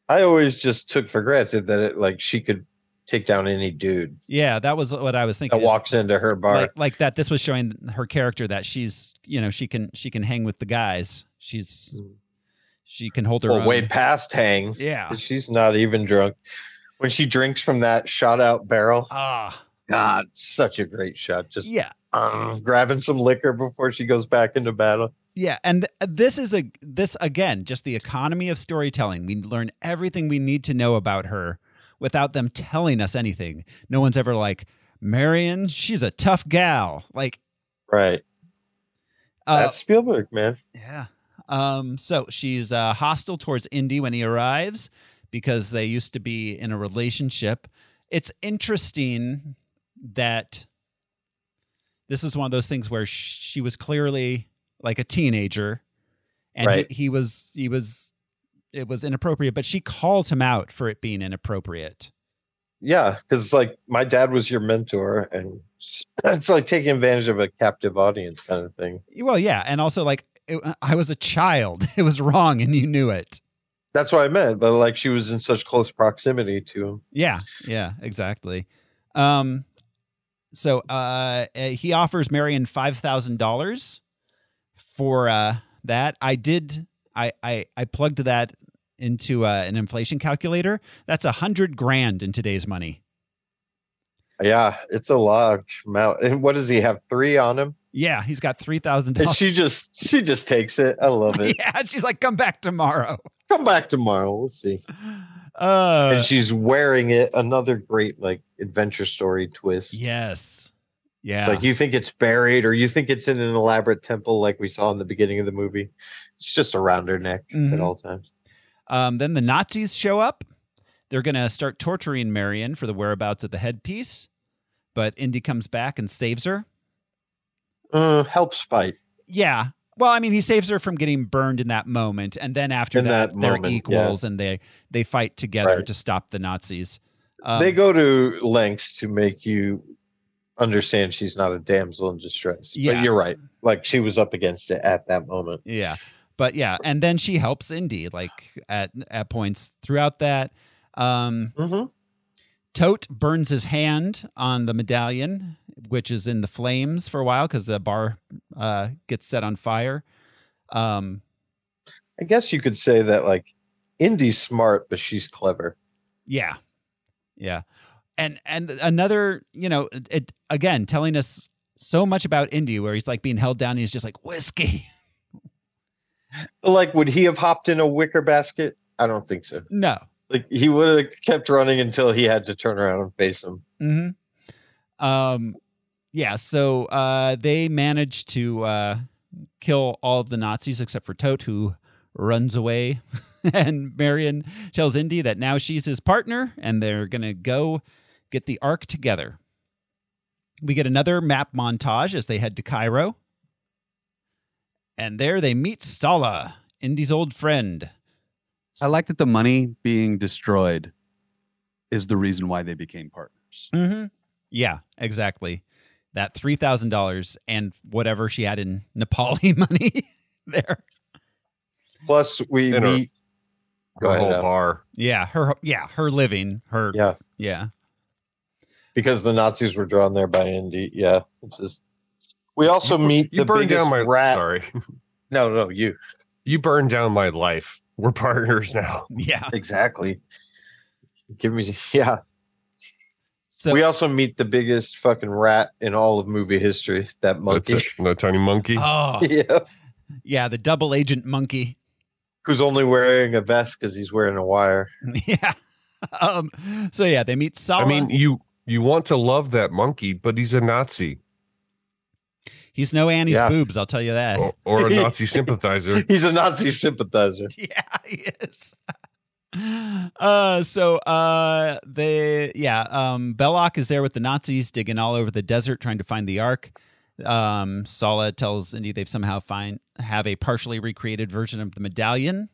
Speaker 2: I always just took for granted that it like she could take down any dude
Speaker 1: Yeah, that was what I was thinking.
Speaker 2: that
Speaker 1: is
Speaker 2: walks into her bar.
Speaker 1: Like, like that. This was showing her character that she's, you know, she can she can hang with the guys. She's she can hold her
Speaker 2: Mm. well,
Speaker 1: own.
Speaker 2: way past hang.
Speaker 1: Yeah.
Speaker 2: She's not even drunk. When she drinks from that shot out barrel.
Speaker 1: Ah.
Speaker 2: God, such a great shot. Just
Speaker 1: Yeah.
Speaker 2: um, grabbing some liquor before she goes back into battle.
Speaker 1: Yeah, and th- this is a this again just the economy of storytelling. We learn everything we need to know about her without them telling us anything. No one's ever like, "Marion, she's a tough gal." Like,
Speaker 2: Right.
Speaker 1: uh,
Speaker 2: That's Spielberg, man.
Speaker 1: yeah. Um, so she's uh, hostile towards Indy when he arrives because they used to be in a relationship. It's interesting that this is one of those things where she was clearly like a teenager, and
Speaker 2: Right.
Speaker 1: he, he was he was it was inappropriate, but she calls him out for it being inappropriate.
Speaker 2: Yeah, because like my dad was your mentor, and s- it's like taking advantage of a captive audience kind of thing.
Speaker 1: Well, yeah, and also like it, I was a child; it was wrong, and you knew it.
Speaker 2: That's what I meant. But like she was in such close proximity to him.
Speaker 1: Yeah, yeah, exactly. Um, so uh, uh, he offers Marion five thousand dollars for uh, that. I did. I, I I plugged that into uh, an inflation calculator. That's a hundred grand in today's money.
Speaker 2: Yeah, it's a large amount. And what does he have? Three on him,
Speaker 1: Yeah, he's got three thousand
Speaker 2: and
Speaker 1: dollars.
Speaker 2: she just she just takes it. I love it.
Speaker 1: Yeah, she's like, come back tomorrow.
Speaker 2: Come back tomorrow. We'll see.
Speaker 1: Uh,
Speaker 2: and she's wearing it. Another great like adventure story twist.
Speaker 1: yes, yeah.
Speaker 2: It's like you think it's buried or you think it's in an elaborate temple like we saw in the beginning of the movie. It's just around her neck
Speaker 1: Mhm.
Speaker 2: at all times.
Speaker 1: Um, then the Nazis show up. They're going to start torturing Marion for the whereabouts of the headpiece, but Indy comes back and saves her.
Speaker 2: Uh, helps fight.
Speaker 1: Yeah. Well, I mean, he saves her from getting burned in that moment, and then after
Speaker 2: In
Speaker 1: that,
Speaker 2: that
Speaker 1: they're
Speaker 2: moment,
Speaker 1: equals,
Speaker 2: yes.
Speaker 1: and they they fight together
Speaker 2: Right.
Speaker 1: to stop the Nazis. Um,
Speaker 2: they go to lengths to make you understand she's not a damsel in distress.
Speaker 1: Yeah.
Speaker 2: But you're right. Like she was up against it at that moment.
Speaker 1: Yeah. But yeah, and then she helps Indy like at at points throughout that. Um
Speaker 2: Mhm.
Speaker 1: Tote burns his hand on the medallion, which is in the flames for a while because the bar uh, gets set on fire. Um,
Speaker 2: I guess you could say that like Indy's smart, but she's clever.
Speaker 1: yeah, yeah, and and another, you know, it, it again telling us so much about Indy, where he's like being held down, and he's just like whiskey.
Speaker 2: But like, would he have hopped in a wicker basket? I don't think so.
Speaker 1: No,
Speaker 2: Like he would have kept running until he had to turn around and face him.
Speaker 1: hmm Um, yeah. So uh, they managed to uh, kill all of the Nazis except for Tote, who runs away. and Marion tells Indy that now she's his partner, and they're gonna go get the Ark together. We get another map montage as they head to Cairo, and there they meet Sala, Indy's old friend.
Speaker 3: I like that the money being destroyed is the reason why they became partners.
Speaker 1: Mm-hmm. Yeah, exactly. That three thousand dollars and whatever she had in Nepali money there.
Speaker 2: Plus, we
Speaker 4: In her-
Speaker 2: meet. Go
Speaker 4: Her
Speaker 2: ahead,
Speaker 4: whole
Speaker 2: Al.
Speaker 4: bar.
Speaker 1: Yeah, her. Yeah, her living. Her.
Speaker 2: Yeah,
Speaker 1: Yeah.
Speaker 2: because the Nazis were drawn there by Indy. Yeah, it's just. We also meet
Speaker 4: You
Speaker 2: the
Speaker 4: burned
Speaker 2: biggest
Speaker 4: down my.
Speaker 2: rat.
Speaker 4: Sorry.
Speaker 2: No, no, you
Speaker 4: You burned down my life. We're partners now.
Speaker 1: Yeah.
Speaker 2: exactly. Give me, yeah.
Speaker 1: So
Speaker 2: we also meet the biggest fucking rat in all of movie history. That
Speaker 4: That's
Speaker 2: monkey,
Speaker 4: it. The tiny monkey.
Speaker 1: oh
Speaker 2: yeah,
Speaker 1: yeah, the double agent monkey.
Speaker 2: who's only wearing a vest because he's wearing a wire.
Speaker 1: yeah. Um. So yeah, they meet Sala.
Speaker 4: I mean, you you want to love that monkey, but he's a Nazi.
Speaker 1: He's no Annie's
Speaker 2: Yeah.
Speaker 1: boobs, I'll tell you that.
Speaker 4: Or, or a Nazi sympathizer.
Speaker 2: He's a Nazi sympathizer.
Speaker 1: Yeah, he is. Uh, so uh, they yeah, um, Belloc is there with the Nazis digging all over the desert trying to find the Ark. Um, Sala tells Indy they've somehow find have a partially recreated version of the medallion.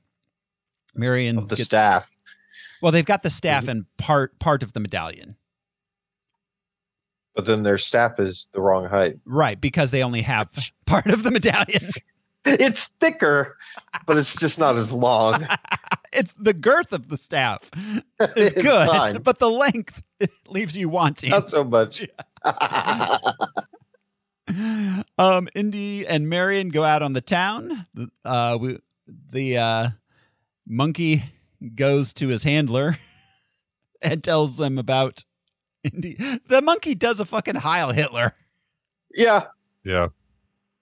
Speaker 1: Marion
Speaker 2: The
Speaker 1: gets-
Speaker 2: staff. Mm-hmm.
Speaker 1: well, they've got the staff and part part of the medallion,
Speaker 2: But then their staff is the wrong height.
Speaker 1: right? Because they only have part of the medallion.
Speaker 2: It's thicker, but it's just not as long.
Speaker 1: It's the girth of the staff is
Speaker 2: It's
Speaker 1: good,
Speaker 2: fine.
Speaker 1: but the length leaves you wanting.
Speaker 2: Not so much.
Speaker 1: um, Indy and Marion go out on the town. The- Uh, we, the uh, monkey goes to his handler and tells him about Indy. The monkey does a fucking Heil Hitler.
Speaker 2: Yeah.
Speaker 4: Yeah.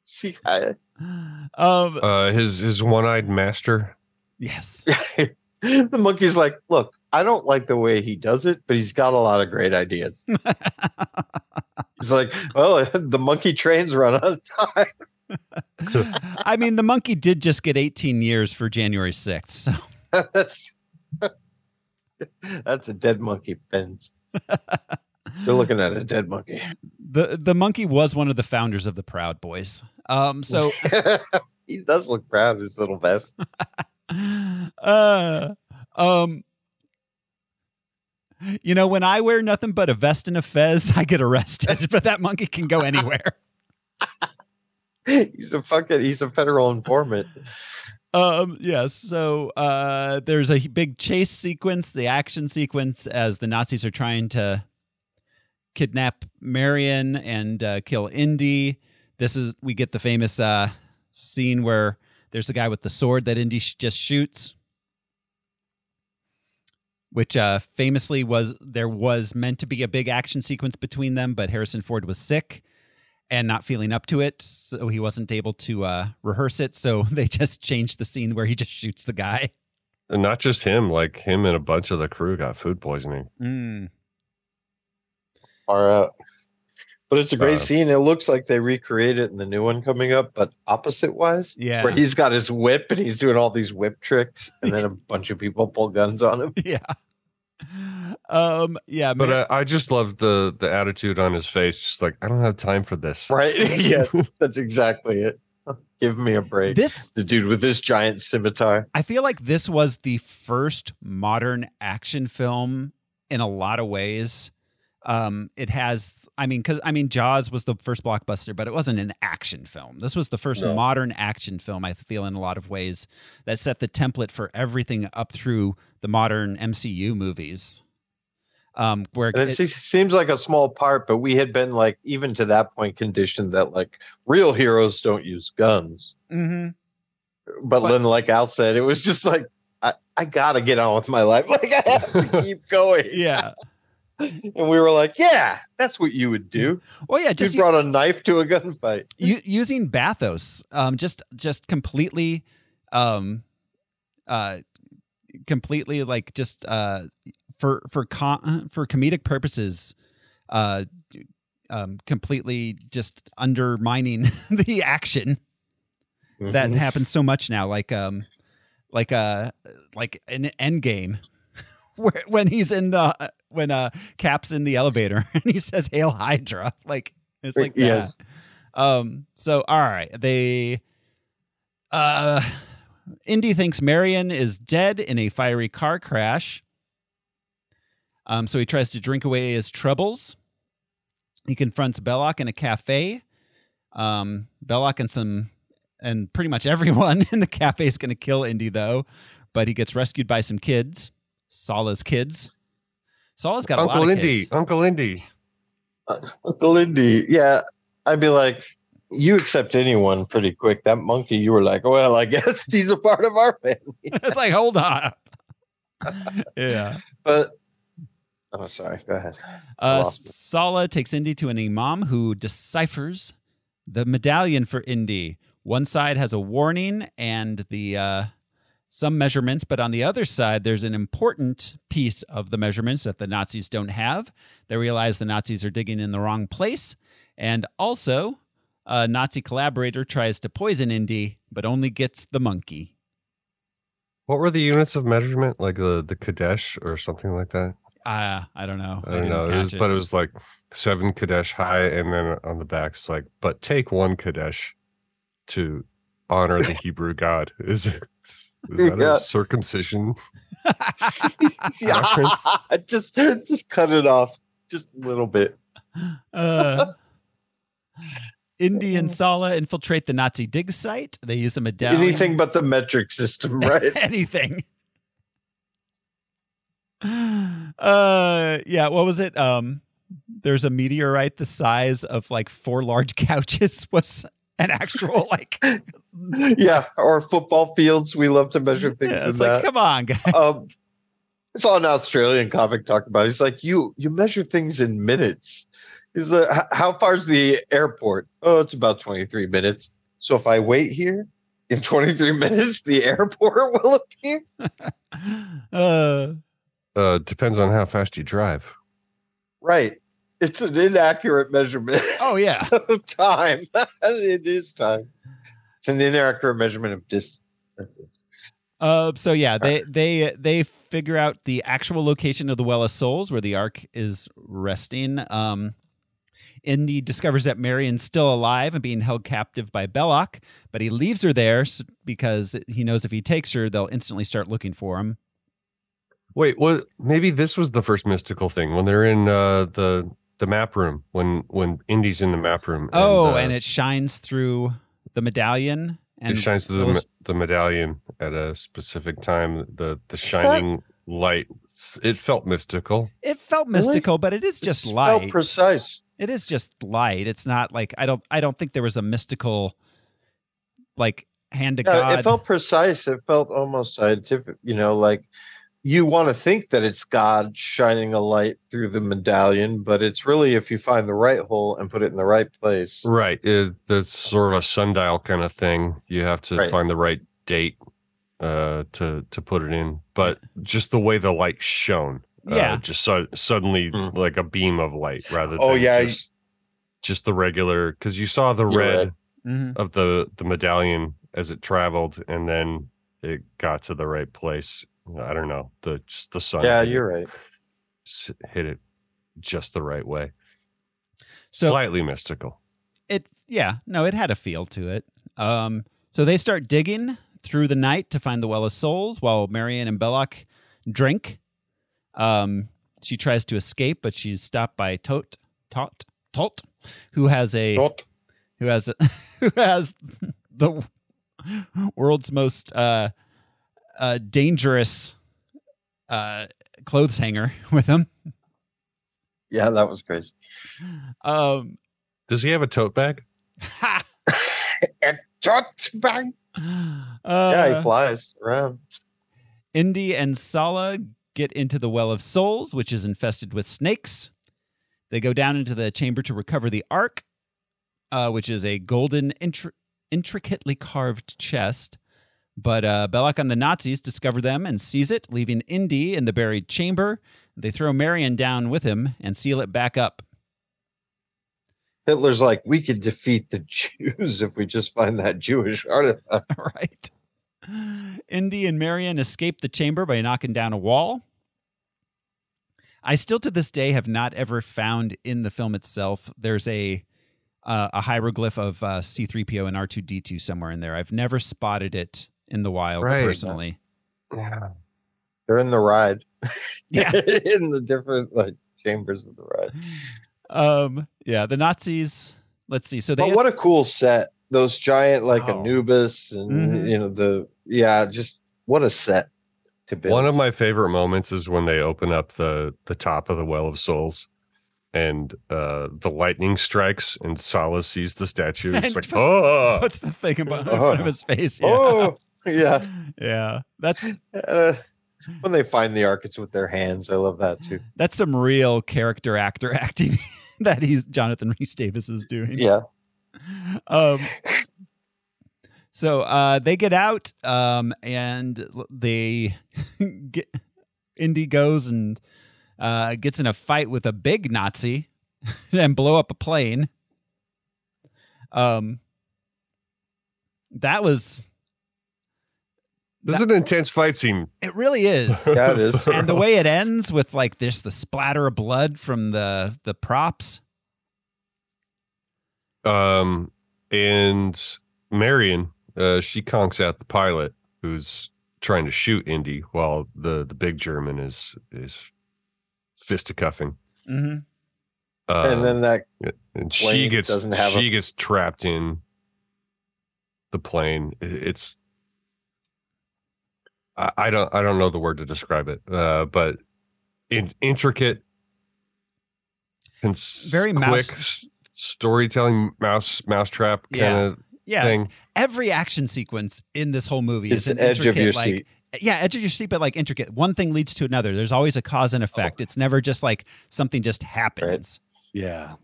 Speaker 2: See, I,
Speaker 1: Um,
Speaker 4: Uh, his his one eyed master.
Speaker 1: yes.
Speaker 2: the monkey's like, look, I don't like the way he does it, but he's got a lot of great ideas. he's like, well, the monkey trains run out of time.
Speaker 1: I mean, the monkey did just get 18 years for January 6th. So.
Speaker 2: that's that's a dead monkey, Fins. They're looking at a dead monkey.
Speaker 1: The, the monkey was one of the founders of the Proud Boys. Um, so
Speaker 2: he does look proud of his little vest.
Speaker 1: uh, um, you know, when I wear nothing but a vest and a fez, I get arrested. but that monkey can go anywhere.
Speaker 2: He's a fucking he's a federal informant.
Speaker 1: Um, yeah. So uh, there's a big chase sequence, the action sequence, as the Nazis are trying to kidnap Marion and uh, kill Indy. This is we get the famous uh, scene where there's the guy with the sword that Indy sh- just shoots, which uh, famously was there was meant to be a big action sequence between them, but Harrison Ford was sick and not feeling up to it, so he wasn't able to uh, rehearse it. So they just changed the scene where he just shoots the guy.
Speaker 4: And not just him, like him and a bunch of the crew got food poisoning.
Speaker 1: Mm.
Speaker 2: Far out. But it's a great
Speaker 4: Uh,
Speaker 2: scene. It looks like they recreate it in the new one coming up, but opposite wise,
Speaker 1: Yeah.
Speaker 2: where he's got his whip and he's doing all these whip tricks, and then a bunch of people pull guns on him.
Speaker 1: Yeah. Um. Yeah.
Speaker 4: But uh,
Speaker 1: Mar-
Speaker 4: I, I just love the the attitude on his face, just like I don't have time for this.
Speaker 2: Right? yes, that's exactly it. Give me a break.
Speaker 1: this,
Speaker 2: the dude with this giant scimitar.
Speaker 1: I feel like this was the first modern action film in a lot of ways. Um, it has, I mean, cause I mean, Jaws was the first blockbuster, but it wasn't an action film. This was the first
Speaker 4: No.
Speaker 1: modern action film, I feel, in a lot of ways, that set the template for everything up through the modern MCU movies. Um, where it-
Speaker 2: And it, se- seems like a small part, but we had been like even to that point conditioned that like real heroes don't use guns.
Speaker 1: Mm-hmm.
Speaker 2: But, then, like Al said, it was just like I, I gotta get on with my life. Like I have to keep going.
Speaker 1: Yeah.
Speaker 2: And we were like, yeah, that's what you would do.
Speaker 1: Well, yeah.
Speaker 2: You
Speaker 1: Just
Speaker 2: brought a knife to a gunfight.
Speaker 1: u- using bathos, um, just just completely, um, uh, completely like just uh, for for con- for comedic purposes, uh, um, completely just undermining the action that
Speaker 2: Mhm.
Speaker 1: happens so much now, like um, like uh, like an end game. Where, when he's in the when uh Cap's in the elevator and he says "Hail Hydra," like it's like that.
Speaker 2: Yes.
Speaker 1: Um, so all right, they uh Indy thinks Marion is dead in a fiery car crash. Um, so he tries to drink away his troubles. He confronts Belloc in a cafe. Um, Belloc and some and pretty much everyone in the cafe is going to kill Indy though, but he gets rescued by some kids, Sala's kids. Sala's got a
Speaker 4: Uncle
Speaker 1: lot of
Speaker 4: Indy,
Speaker 1: kids.
Speaker 4: Uncle Indy.
Speaker 2: Uncle Indy. Yeah. I'd be like, you accept anyone pretty quick. That monkey, you were like, well, I guess he's a part of our family.
Speaker 1: it's like hold on. yeah.
Speaker 2: But oh, sorry. Go ahead. I
Speaker 1: Uh,
Speaker 2: lost it.
Speaker 1: Sala takes Indy to an imam who deciphers the medallion for Indy. One side has a warning and the uh, some measurements, but on the other side, there's an important piece of the measurements that the Nazis don't have. They realize the Nazis are digging in the wrong place, and also A Nazi collaborator tries to poison Indy, but only gets the monkey.
Speaker 4: What were the units of measurement? Like the the Kadesh or something like that?
Speaker 1: Ah, I don't know.
Speaker 4: I don't
Speaker 1: didn't
Speaker 4: know. It was,
Speaker 1: catch it.
Speaker 4: But it was like seven Kadesh high, and then on the back, it's like, but take one Kadesh to honor the Hebrew God. Is, is that
Speaker 2: Yeah.
Speaker 4: a circumcision?
Speaker 2: Yeah, just just cut it off just a little bit.
Speaker 1: Uh, Indy and Sala infiltrate the Nazi dig site. They use a medallion.
Speaker 2: Anything but the metric system, right?
Speaker 1: Anything. Uh, yeah. What was it? Um, there's a meteorite the size of like four large couches was an actual like.
Speaker 2: yeah, or football fields. We love to measure things.
Speaker 1: Yeah,
Speaker 2: in
Speaker 1: it's like,
Speaker 2: that.
Speaker 1: come on, guys.
Speaker 2: Um, I saw an Australian comic talk about. It. He's like, you you measure things in minutes. He's like, "H- how far's the airport? Oh, it's about twenty three minutes. So if I wait here in twenty three minutes, the airport will appear.
Speaker 1: Uh,
Speaker 4: Uh, depends on how fast you drive.
Speaker 2: Right. It's an inaccurate measurement
Speaker 1: oh yeah.
Speaker 2: of time. it is time. It's an inaccurate measurement of distance.
Speaker 1: Uh, so yeah, they they they figure out the actual location of the Well of Souls where the Ark is resting. Um, Indy discovers that Marion's still alive and being held captive by Belloc, but he leaves her there s- because he knows if he takes her, they'll instantly start looking for him.
Speaker 4: Wait, what? Maybe this was the first mystical thing when they're in uh, the the map room. When when Indy's in the map room.
Speaker 1: oh,
Speaker 4: uh,
Speaker 1: and it shines through the medallion. And
Speaker 4: it shines through the,
Speaker 1: those-
Speaker 4: me- the medallion at a specific time. The the shining light. It felt mystical.
Speaker 1: It felt
Speaker 2: Really?
Speaker 1: mystical, but it is just
Speaker 2: How
Speaker 1: light.
Speaker 2: precise.
Speaker 1: It is just light. It's not like I don't I don't think there was a mystical like hand to
Speaker 2: Yeah,
Speaker 1: God.
Speaker 2: it felt precise. It felt almost scientific. You know, like you want to think that it's God shining a light through the medallion, but it's really if you find the right hole and put it in the right place.
Speaker 4: Right. It, that's sort of a sundial kind of thing. You have to
Speaker 2: Right.
Speaker 4: find the right date uh, to to put it in. But just the way the light shone,
Speaker 1: Yeah.
Speaker 4: uh, just so, suddenly like a beam of light rather.
Speaker 2: Hmm. Oh,
Speaker 4: than
Speaker 2: yeah, y-
Speaker 4: just, just the regular because you saw the
Speaker 2: Yeah,
Speaker 4: red
Speaker 2: right.
Speaker 1: Mhm.
Speaker 4: of the the medallion as it traveled, and then it got to the right place. I don't know. The just the sun.
Speaker 2: Yeah,
Speaker 4: hit it-
Speaker 2: you're right.
Speaker 4: s- Hit it just the right way.
Speaker 1: So-
Speaker 4: Slightly mystical.
Speaker 1: it yeah no it had a feel to it um so they start digging through the night to find the well of souls while marion and belloc drink um she tries to escape but she's stopped by tot tot tot who has a
Speaker 2: Tot.
Speaker 1: who has a, who has the world's most uh uh dangerous uh clothes hanger with him
Speaker 2: Yeah, that was crazy.
Speaker 1: um
Speaker 4: Does he have a tote bag?
Speaker 2: Tot bang. yeah,
Speaker 1: uh,
Speaker 2: he flies around.
Speaker 1: Indy and Sala get into the Well of Souls, which is infested with snakes. They go down into the chamber to recover the Ark, uh, which is a golden, intri- intricately carved chest. But uh, Belloc and the Nazis discover them and seize it, leaving Indy in the buried chamber. They throw Marion down with him and seal it back up.
Speaker 2: Hitler's like, we could defeat the Jews if we just find that Jewish artifact.
Speaker 1: right. Indy and Marion escape the chamber by knocking down a wall. I still to this day have not ever found in the film itself there's a uh, a hieroglyph of uh, C3PO and R2D2 somewhere in there. I've never spotted it in the wild
Speaker 4: Right.
Speaker 1: personally.
Speaker 4: Yeah.
Speaker 2: They're in the ride.
Speaker 1: Yeah.
Speaker 2: in the different like chambers of the ride.
Speaker 1: Um yeah, the Nazis, let's see. So they
Speaker 2: but what a cool set! Those giant like
Speaker 1: Oh.
Speaker 2: Anubis and
Speaker 1: Mhm.
Speaker 2: you know the yeah, just what a set to build.
Speaker 4: One of my favorite moments is when they open up the the top of the Well of Souls, and uh, the lightning strikes, and Sala sees the statue. It's
Speaker 1: And
Speaker 4: like,
Speaker 1: puts-
Speaker 4: oh,
Speaker 1: what's the thing about in front of his face? Yeah.
Speaker 2: Oh yeah,
Speaker 1: Yeah. That's
Speaker 2: Uh, when they find the arc, it's with their hands. I love that too.
Speaker 1: that's some real character actor acting that he's Jonathan Rhys Davis is doing.
Speaker 2: Yeah,
Speaker 1: um, so uh, they get out, um, and l- they get Indy goes and uh, gets in a fight with a big Nazi and blow up a plane. Um, that was
Speaker 4: This is an intense fight scene.
Speaker 1: It really is.
Speaker 4: Yeah, it is.
Speaker 1: and the way it ends with like this the splatter of blood from the the props.
Speaker 4: Um, and Marion, uh, she conks out the pilot who's trying to shoot Indy while the the big German is is fisticuffing.
Speaker 1: Mm-hmm.
Speaker 4: Uh,
Speaker 2: and then that plane
Speaker 4: and she gets
Speaker 2: doesn't have
Speaker 4: she
Speaker 2: a-
Speaker 4: gets trapped in the plane. I- It's I, I don't I don't know the word to describe it, uh, but in, intricate, cons-
Speaker 1: Very mouse-
Speaker 4: quick s- storytelling mouse mousetrap kind of
Speaker 1: Yeah.
Speaker 4: thing.
Speaker 1: Every action sequence in this whole movie
Speaker 2: It's
Speaker 1: is an
Speaker 2: edge of
Speaker 1: intricate,
Speaker 2: your
Speaker 1: like,
Speaker 2: seat.
Speaker 1: Yeah, edge of your seat, but like intricate. One thing leads to another. There's always a cause and
Speaker 2: Oh.
Speaker 1: effect. It's never just like something just happens.
Speaker 3: Yeah.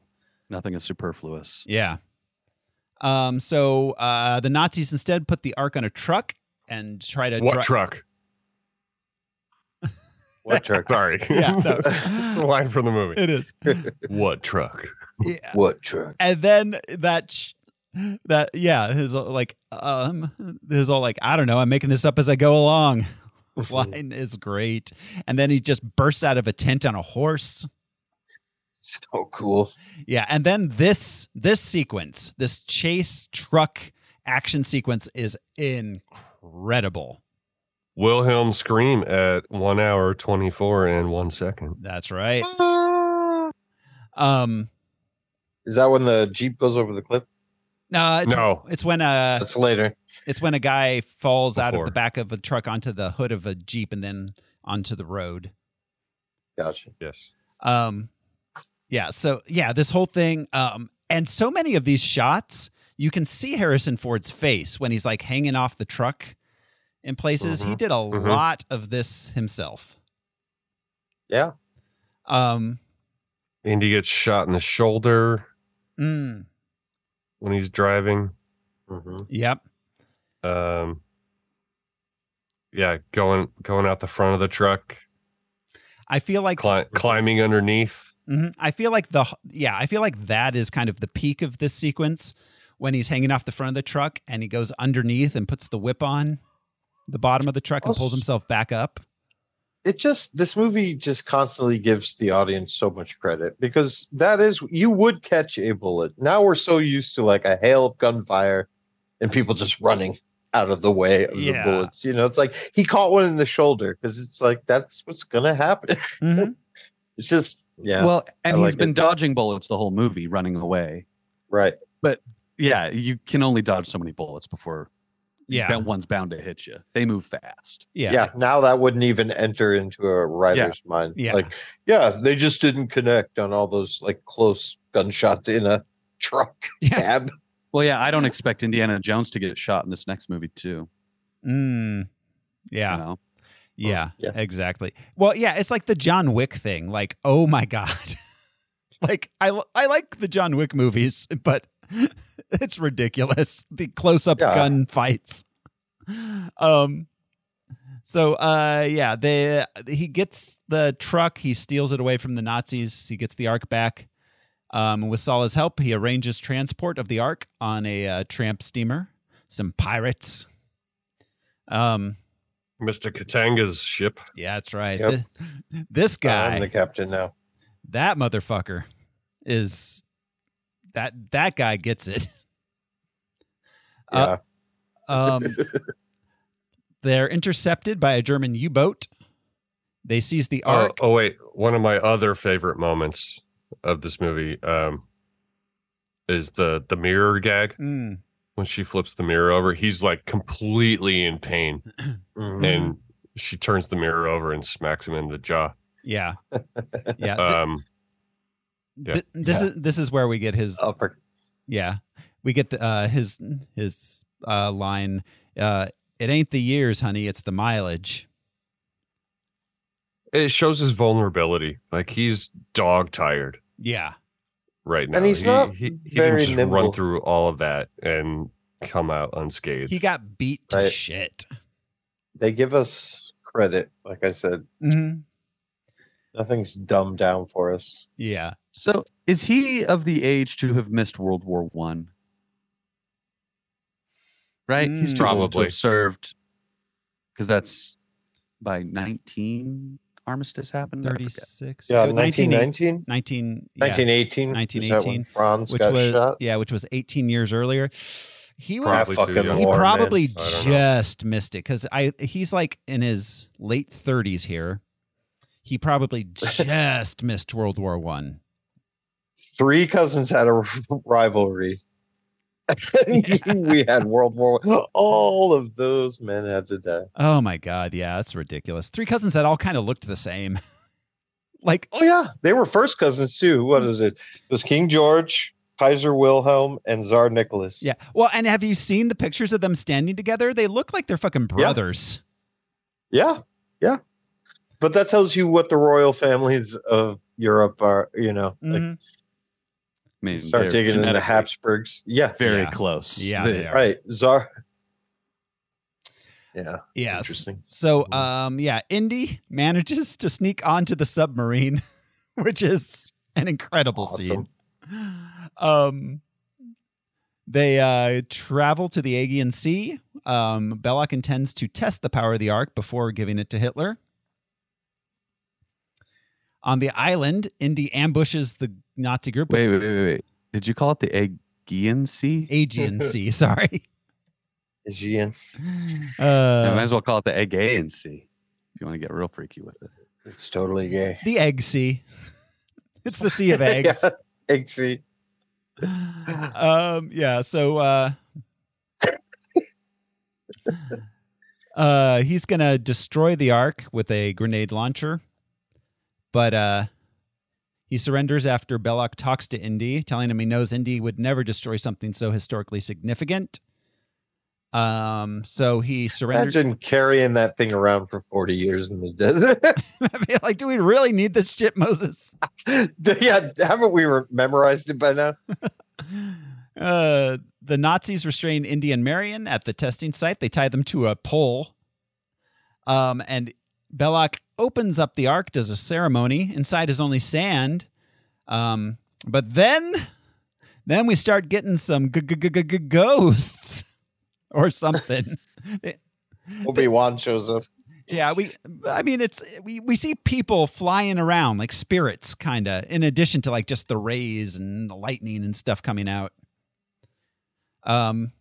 Speaker 3: Nothing is superfluous.
Speaker 1: Yeah. Um, so uh, the Nazis instead put the Ark on a truck and try to
Speaker 4: What
Speaker 1: dri-
Speaker 4: truck?
Speaker 2: what truck?
Speaker 4: Sorry,
Speaker 1: Yeah, so-
Speaker 4: it's a line from the movie.
Speaker 1: It is.
Speaker 4: What truck?
Speaker 1: Yeah.
Speaker 2: What truck?
Speaker 1: and then that sh- that yeah his uh, like um his all like i don't know i'm making this up as i go along line is great and then he just bursts out of a tent on a horse
Speaker 2: So Oh, cool.
Speaker 1: yeah and then this this sequence this chase truck action sequence is incredible
Speaker 4: Wilhelm scream at one hour twenty four and one second.
Speaker 1: that's right um
Speaker 2: Is that when the jeep goes over the cliff?
Speaker 1: no it's,
Speaker 4: No.
Speaker 1: it's when uh
Speaker 2: That's later.
Speaker 1: it's when a guy falls out of
Speaker 4: Before.
Speaker 1: the back of a truck onto the hood of a jeep and then onto the road
Speaker 2: Gotcha.
Speaker 4: Yes.
Speaker 1: Um, yeah. So yeah, this whole thing. Um, and so many of these shots, you can see Harrison Ford's face when he's like hanging off the truck in places. He
Speaker 2: Mm-hmm.
Speaker 4: Mhm.
Speaker 1: did a
Speaker 4: Mhm.
Speaker 1: lot of this himself.
Speaker 2: Yeah.
Speaker 1: Um,
Speaker 4: Indy gets shot in the shoulder
Speaker 1: mm,
Speaker 4: when he's driving.
Speaker 2: hmm
Speaker 1: yep.
Speaker 4: Um, yeah, going going out the front of the truck,
Speaker 1: I feel like
Speaker 4: cli- climbing underneath.
Speaker 1: mhm, I feel like the yeah, I feel like that is kind of the peak of this sequence when he's hanging off the front of the truck and he goes underneath and puts the whip on the bottom of the truck and pulls himself back up.
Speaker 2: It just this movie just constantly gives the audience so much credit because that is you would catch a bullet. Now we're so used to like a hail of gunfire and people just running out of the way of
Speaker 1: Yeah.
Speaker 2: the bullets. You know, it's like he caught one in the shoulder because it's like that's what's gonna happen.
Speaker 1: Mhm.
Speaker 2: It's just yeah,
Speaker 3: Well, and
Speaker 2: I
Speaker 3: he's
Speaker 2: like
Speaker 3: been
Speaker 2: it.
Speaker 3: dodging bullets the whole movie, running away.
Speaker 2: right.
Speaker 3: Yeah, you can only dodge so many bullets before
Speaker 1: Yeah.
Speaker 3: that one's bound to hit you. They move fast.
Speaker 1: Yeah.
Speaker 2: Yeah. now that wouldn't even enter into a writer's mind.
Speaker 1: Yeah.
Speaker 2: Like, yeah, they just didn't connect on all those like close gunshots in a truck
Speaker 1: Yeah.
Speaker 2: cab.
Speaker 3: Well, yeah, I don't expect Indiana Jones to get shot in this next movie too.
Speaker 1: Mm. Yeah.
Speaker 3: You know?
Speaker 1: Yeah,
Speaker 2: yeah.
Speaker 1: exactly. Well, yeah, it's like the John Wick thing. Like, oh my god, like I l- I like the John Wick movies, but it's ridiculous the close up
Speaker 2: Yeah.
Speaker 1: gun fights. Um, so uh, yeah, they he gets the truck, he steals it away from the Nazis, he gets the Ark back. Um, with Sala's help, he arranges transport of the Ark on a uh, tramp steamer. Some pirates. Um,
Speaker 4: Mr. Katanga's ship.
Speaker 1: yeah, that's right.
Speaker 2: Yep.
Speaker 1: Th- This, guy,
Speaker 2: I'm the captain now.
Speaker 1: that motherfucker, is that that guy gets it.
Speaker 2: Yeah.
Speaker 1: Uh, Um, they're intercepted by a German U-boat. They seize the
Speaker 4: Oh,
Speaker 1: ark.
Speaker 4: oh wait, one of my other favorite moments of this movie um, is the the mirror gag
Speaker 1: Mm.
Speaker 4: when she flips the mirror over. He's like completely in pain,
Speaker 1: Mm-hmm.
Speaker 2: Mhm.
Speaker 4: and she turns the mirror over and smacks him in the jaw.
Speaker 1: Yeah, yeah. Th-
Speaker 4: Um, yeah.
Speaker 1: th- this
Speaker 2: Yeah.
Speaker 1: is this is where we get his
Speaker 2: Upper.
Speaker 1: Yeah. We get the, uh, his his uh, line. Uh, it ain't the years, honey. It's the mileage.
Speaker 4: it shows his vulnerability. Like he's dog tired
Speaker 1: Yeah.
Speaker 4: right now.
Speaker 2: And he's not
Speaker 4: he, he
Speaker 2: very
Speaker 4: didn't just run
Speaker 2: nimble.
Speaker 4: through all of that and come out unscathed.
Speaker 1: He got beat to
Speaker 2: Right.
Speaker 1: shit.
Speaker 2: They give us credit. Like I said,
Speaker 1: Mm-hmm.
Speaker 2: nothing's dumbed down for us.
Speaker 1: Yeah.
Speaker 3: So, is he of the age to have missed World War One? right? He's
Speaker 2: Hmm.
Speaker 3: too old to
Speaker 4: Probably.
Speaker 3: have served because that's by 19 armistice happened. I forget.
Speaker 1: 36.
Speaker 2: Yeah,
Speaker 1: Oh, 1919?
Speaker 2: 1919?
Speaker 1: 19, yeah.
Speaker 2: 1918? Is that when
Speaker 1: 1918.
Speaker 2: Franz
Speaker 1: which
Speaker 2: got
Speaker 1: was,
Speaker 2: shot?
Speaker 1: Yeah, which was 18 years earlier. He was
Speaker 2: Probably too young.
Speaker 1: he
Speaker 2: Lord, man.
Speaker 1: probably
Speaker 2: I don't know.
Speaker 1: just missed it because I he's like in his late 30s here. He probably just missed World War One.
Speaker 2: Three cousins had a rivalry. we had World War. All of those men had to die.
Speaker 1: Oh my god, yeah, that's ridiculous. Three cousins that all kind of looked the same. like,
Speaker 2: oh yeah, they were first cousins too. What is it? It was King George, Kaiser Wilhelm, and Tsar Nicholas.
Speaker 1: Yeah. Well, and have you seen the pictures of them standing together? They look like they're fucking brothers.
Speaker 2: Yeah, yeah. But that tells you what the royal families of Europe are. You know, like,
Speaker 1: Mhm.
Speaker 3: I mean,
Speaker 2: start
Speaker 3: they're
Speaker 2: digging into the
Speaker 3: genetically
Speaker 2: Habsburgs. Yeah,
Speaker 3: Very
Speaker 1: Yeah.
Speaker 3: close.
Speaker 1: Yeah,
Speaker 3: They-
Speaker 1: they are.
Speaker 2: right. Tsar. Yeah.
Speaker 1: Yes.
Speaker 2: Interesting.
Speaker 1: So, um, yeah, Indy manages to sneak onto the submarine, which is an incredible scene. Um, they uh, travel to the Aegean Sea. Um, Belloc intends to test the power of the Ark before giving it to Hitler. On the island, Indy ambushes the Nazi group.
Speaker 3: Wait, wait, wait, wait, wait. Did you call it the Aegean Sea?
Speaker 1: Aegean Sea, sorry.
Speaker 2: Aegean.
Speaker 3: I
Speaker 1: Uh,
Speaker 3: might as well call it the Aegean Sea if you want to get real freaky with it.
Speaker 2: It's totally gay.
Speaker 1: the Egg Sea. It's the Sea of Eggs.
Speaker 2: yeah. Egg sea.
Speaker 1: um yeah so uh uh he's gonna destroy the ark with a grenade launcher but uh he surrenders after belloc talks to indy telling him he knows indy would never destroy something so historically significant um so he surrenders
Speaker 2: Imagine carrying that thing around for 40 years in the desert.
Speaker 1: I feel like do we really need this shit moses
Speaker 2: yeah, haven't we re- memorized it by now?
Speaker 1: Uh, the Nazis restrain Indy and Marion at the testing site. They tie them to a pole. Um, and Belloc opens up the ark, does a ceremony. Inside is only sand. Um, but then, then we start getting some g- g- g- g- g- ghosts or something.
Speaker 2: Obi Wan shows up.
Speaker 1: yeah, we. I mean, it's we we see people flying around like spirits, kind of. In addition to like just the rays and the lightning and stuff coming out. Um,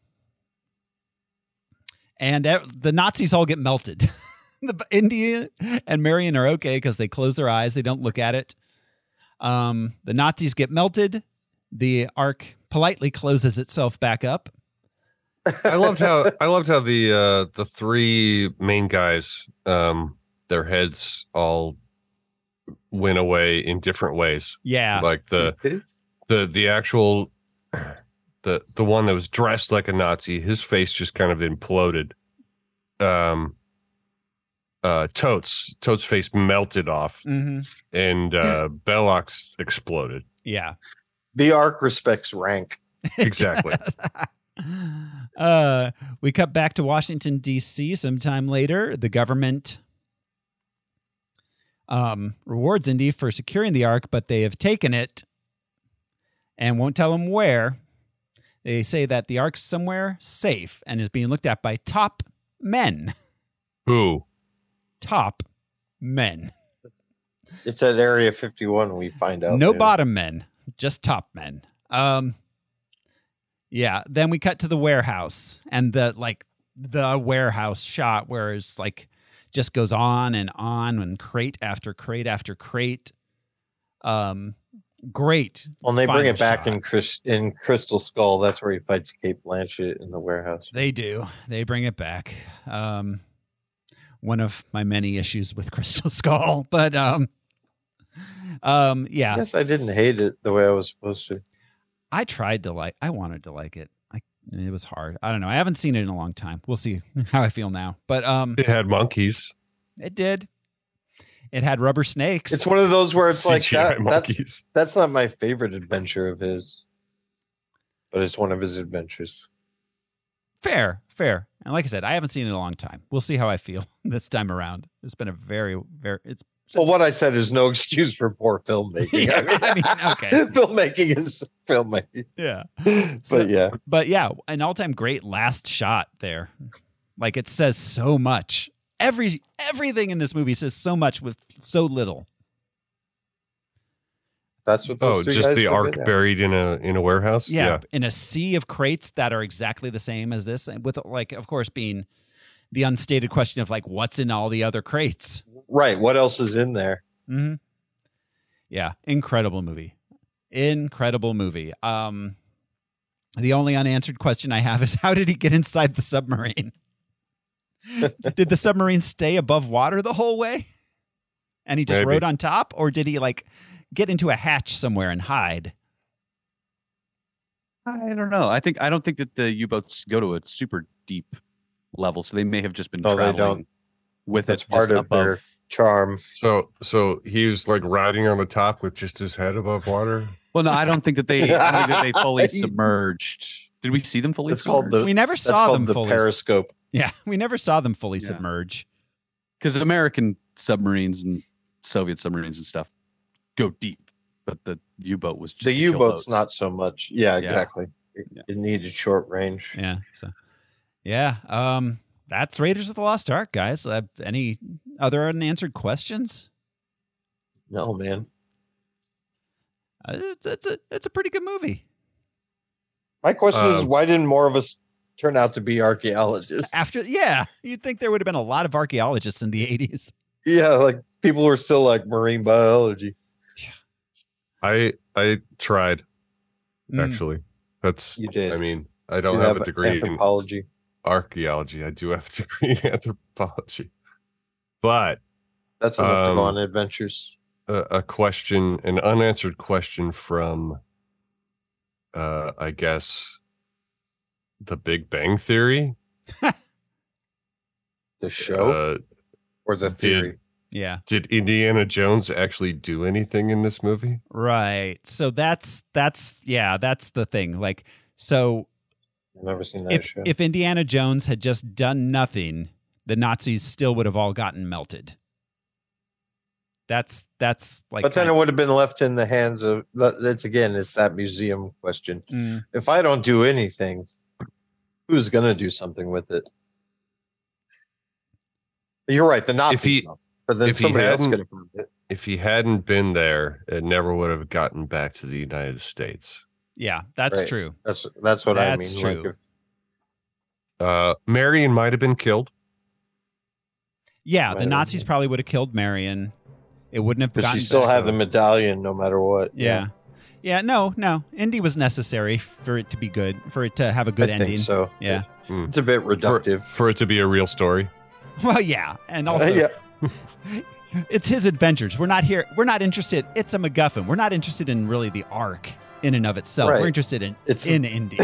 Speaker 1: and ev- the Nazis all get melted. the India and Marion are okay because they close their eyes; they don't look at it. Um, the Nazis get melted. The Ark politely closes itself back up.
Speaker 4: I loved how I loved how the uh the three main guys um their heads all went away in different ways.
Speaker 1: Yeah,
Speaker 4: Like the the the actual the the one that was dressed like a Nazi, his face just kind of imploded. Um uh Totes Totes face melted off
Speaker 1: hmm
Speaker 4: and uh Belloc's exploded.
Speaker 1: yeah.
Speaker 2: The Ark respects rank.
Speaker 4: Exactly.
Speaker 1: Uh, we cut back to Washington D.C. sometime later. The government um, rewards Indy for securing the Ark, but they have taken it and won't tell him where. They say that the Ark's somewhere safe and is being looked at by top men.
Speaker 4: Who?
Speaker 1: Top men.
Speaker 2: It's at Area 51 we find out.
Speaker 1: no
Speaker 2: later.
Speaker 1: bottom men, just top men. Um, yeah. Then we cut to the warehouse and the like the warehouse shot where it's like just goes on and on and crate after crate after crate. Um, great.
Speaker 2: Well, and they bring
Speaker 1: final
Speaker 2: it back
Speaker 1: shot.
Speaker 2: in, Chris, in Crystal Skull. That's where he fights Kate Blanchett in the warehouse.
Speaker 1: They do. They bring it back. Um, one of my many issues with Crystal Skull, but um, um, yeah.
Speaker 2: Yes, I didn't hate it the way I was supposed to.
Speaker 1: I tried to like. I wanted to like it. I it was hard. I don't know. I haven't seen it in a long time. We'll see how I feel now. But um,
Speaker 4: It had monkeys.
Speaker 1: it did. It had rubber snakes.
Speaker 2: It's one of those where it's like
Speaker 4: CGI
Speaker 2: that, that's
Speaker 4: monkeys.
Speaker 2: that's not my favorite adventure of his, but it's one of his adventures.
Speaker 1: fair, fair. And like I said, I haven't seen it in a long time. We'll see how I feel this time around. It's been a very, very. It's
Speaker 2: Well, what I said is no excuse for poor filmmaking.
Speaker 1: Yeah, I mean, okay.
Speaker 2: filmmaking is filmmaking.
Speaker 1: Yeah.
Speaker 2: But
Speaker 1: So-
Speaker 2: yeah,
Speaker 1: But yeah, an all-time great last shot there. Like it says so much. Every everything in this movie says so much with so little.
Speaker 2: that's what.
Speaker 4: Oh,
Speaker 2: Those two
Speaker 4: just
Speaker 2: guys
Speaker 4: the
Speaker 2: were
Speaker 4: ark
Speaker 2: good at.
Speaker 4: buried in a in a warehouse.
Speaker 1: Yeah, in a sea of crates that are exactly the same as this and with like of course being the unstated question of like what's in all the other crates.
Speaker 2: Right. What else is in there?
Speaker 1: hmm Yeah, incredible movie. Incredible movie. Um the only unanswered question I have is how did he get inside the submarine? did the submarine stay above water the whole way? And he just
Speaker 4: Maybe.
Speaker 1: rode on top or did he like get into a hatch somewhere and hide?
Speaker 3: I don't know. I think I don't think that the U-boats go to a super deep level, so they may have just been
Speaker 2: No, Oh, they don't.
Speaker 3: traveling with
Speaker 2: That's
Speaker 3: it
Speaker 2: part
Speaker 3: just
Speaker 2: of their-
Speaker 3: above.
Speaker 2: Charm.
Speaker 4: So so he was like riding on the top with just his head above water.
Speaker 3: Well, no, I don't think that they I don't think that they fully submerged. Did we see them fully
Speaker 2: That's called
Speaker 3: submerged?
Speaker 2: the.
Speaker 1: We never
Speaker 2: That's
Speaker 1: saw
Speaker 2: called
Speaker 1: them
Speaker 2: the
Speaker 1: fully.
Speaker 2: periscope.
Speaker 1: yeah, we never saw them fully
Speaker 3: Yeah.
Speaker 1: submerge.
Speaker 3: Because American submarines and Soviet submarines and stuff go deep, but the U-boat was just
Speaker 2: The
Speaker 3: to kill
Speaker 2: U-boat's
Speaker 3: boats.
Speaker 2: not so much. Yeah,
Speaker 3: Yeah.
Speaker 2: exactly. It,
Speaker 3: Yeah.
Speaker 2: it needed short range.
Speaker 1: Yeah. So, yeah. Um, that's Raiders of the Lost Ark, guys. Uh, any other unanswered questions?
Speaker 2: No, man.
Speaker 1: Uh, it's, it's a it's a pretty good movie.
Speaker 2: My question is,
Speaker 4: Um,
Speaker 2: why didn't more of us turn out to be archaeologists?
Speaker 1: After yeah, you'd think there would have been a lot of archaeologists in the eighties.
Speaker 2: yeah, like people were still like marine biology.
Speaker 4: I I tried actually. That's
Speaker 2: You did.
Speaker 4: I mean, I don't
Speaker 2: You
Speaker 4: have, a degree in
Speaker 2: anthropology.
Speaker 4: archaeology. I do have a degree in anthropology. But
Speaker 2: That's enough to go
Speaker 4: Um,
Speaker 2: on adventures.
Speaker 4: a, a question, an unanswered question from, uh, I guess, the Big Bang Theory.
Speaker 2: The show
Speaker 4: Uh,
Speaker 2: or the
Speaker 4: did-
Speaker 2: theory.
Speaker 1: Yeah.
Speaker 4: did Indiana Jones actually do anything in this movie?
Speaker 1: Right. So that's that's yeah, that's the thing. Like so
Speaker 2: I've never seen that
Speaker 1: if
Speaker 2: show.
Speaker 1: if Indiana Jones had just done nothing, the Nazis still would have all gotten melted. That's that's like
Speaker 2: but then
Speaker 1: kinda-
Speaker 2: it would have been left in the hands of. that- That's again, it's that museum question.
Speaker 1: Mm.
Speaker 2: If I don't do anything, who's going to do something with it? You're right. The Nazis.
Speaker 4: he-
Speaker 2: know, but then
Speaker 4: if he
Speaker 2: somebody else
Speaker 4: hadn't-
Speaker 2: could have found it.
Speaker 4: If he hadn't been there, it never would have gotten back to the United States.
Speaker 1: yeah, that's
Speaker 2: Right.
Speaker 1: true.
Speaker 2: That's that's what I
Speaker 1: That's
Speaker 2: mean.
Speaker 1: true.
Speaker 2: Like if,
Speaker 4: Uh, Marion might have been killed.
Speaker 1: Yeah, the
Speaker 2: Right.
Speaker 1: Nazis probably would have killed Marion. It wouldn't have
Speaker 2: but
Speaker 1: gotten
Speaker 2: she still
Speaker 1: back.
Speaker 2: had the medallion, no matter what.
Speaker 1: Yeah. Yeah, no, no. Indy was necessary for it to be good, for it to have a good
Speaker 2: I
Speaker 1: ending.
Speaker 2: think so.
Speaker 1: Yeah.
Speaker 4: Mm.
Speaker 2: It's a bit
Speaker 4: For,
Speaker 2: reductive.
Speaker 4: for it to be a real story.
Speaker 1: Well, yeah. And also
Speaker 2: yeah.
Speaker 1: it's his adventures. We're not here we're not interested it's a MacGuffin. We're not interested in really the arc in and of itself.
Speaker 2: Right.
Speaker 1: We're interested in
Speaker 2: It's-
Speaker 1: in Indy.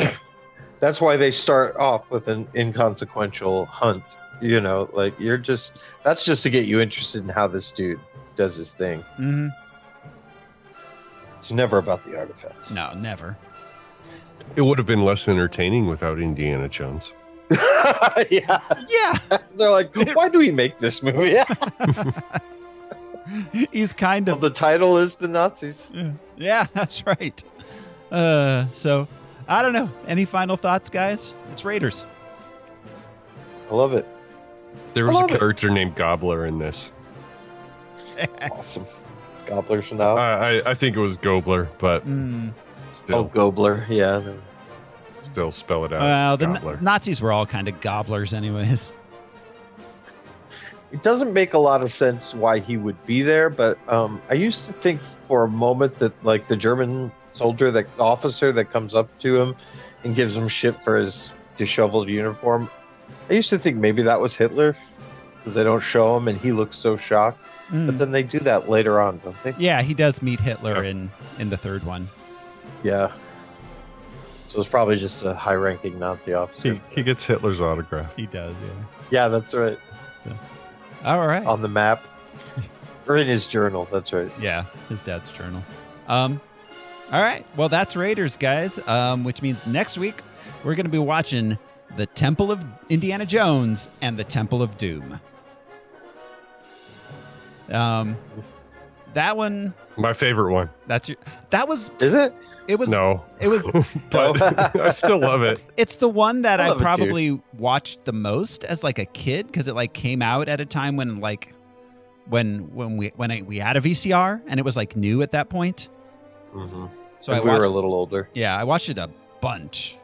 Speaker 2: That's why they start off with an inconsequential hunt. You know, like you're just that's just to get you interested in how this dude does his thing.
Speaker 1: hmm
Speaker 2: It's never about the artifacts.
Speaker 1: No, never.
Speaker 4: It would have been less entertaining without Indiana Jones.
Speaker 2: yeah.
Speaker 1: Yeah.
Speaker 2: They're like, why do we make this movie?
Speaker 1: He's kind
Speaker 2: Well,
Speaker 1: of
Speaker 2: the title is the Nazis.
Speaker 1: Yeah, that's right. Uh so I don't know. Any final thoughts, guys? It's Raiders.
Speaker 2: I love it.
Speaker 4: There
Speaker 2: I
Speaker 4: was a
Speaker 2: love it.
Speaker 4: character named Gobbler in this.
Speaker 2: Awesome. Gobbler's now.
Speaker 4: I, I, I think it was Gobler, but
Speaker 1: Mm.
Speaker 2: oh,
Speaker 4: still,
Speaker 2: Gobbler. Yeah.
Speaker 4: still spell it out.
Speaker 1: Well,
Speaker 4: It's
Speaker 1: the
Speaker 4: Gobbler.
Speaker 1: Na- Nazis were all kind of gobblers, anyways.
Speaker 2: It doesn't make a lot of sense why he would be there, but um, I used to think for a moment that like the German soldier, that the officer that comes up to him and gives him shit for his disheveled uniform. I used to think maybe that was Hitler because they don't show him and he looks so shocked. But
Speaker 1: Mm.
Speaker 2: then they do that later on, don't they?
Speaker 1: Yeah, he does meet Hitler in in the third one.
Speaker 2: Yeah. So it's probably just a high-ranking Nazi officer.
Speaker 4: he,
Speaker 1: Hmm.
Speaker 4: he gets Hitler's autograph.
Speaker 1: He does, yeah.
Speaker 2: yeah, that's right.
Speaker 1: All right.
Speaker 2: On the map, or in his journal. That's right.
Speaker 1: yeah, his dad's journal. Um, all right. Well, that's Raiders, guys. Um, which means next week we're going to be watching the Temple of Indiana Jones and the Temple of Doom. Um, that one,
Speaker 4: My favorite one.
Speaker 1: that's your, that was,
Speaker 2: Is it?
Speaker 1: it was, Oh.
Speaker 4: no,
Speaker 1: it was,
Speaker 4: but I still love it.
Speaker 1: it's the one that
Speaker 2: I
Speaker 1: I,
Speaker 2: love it too.
Speaker 1: probably watched the most as like a kid because it like came out at a time when like, when, when we, when I, we had a VCR and it was like new at that point.
Speaker 2: Mm-hmm.
Speaker 1: So I
Speaker 2: we were
Speaker 1: watched,
Speaker 2: a little older.
Speaker 1: yeah, I watched it a bunch.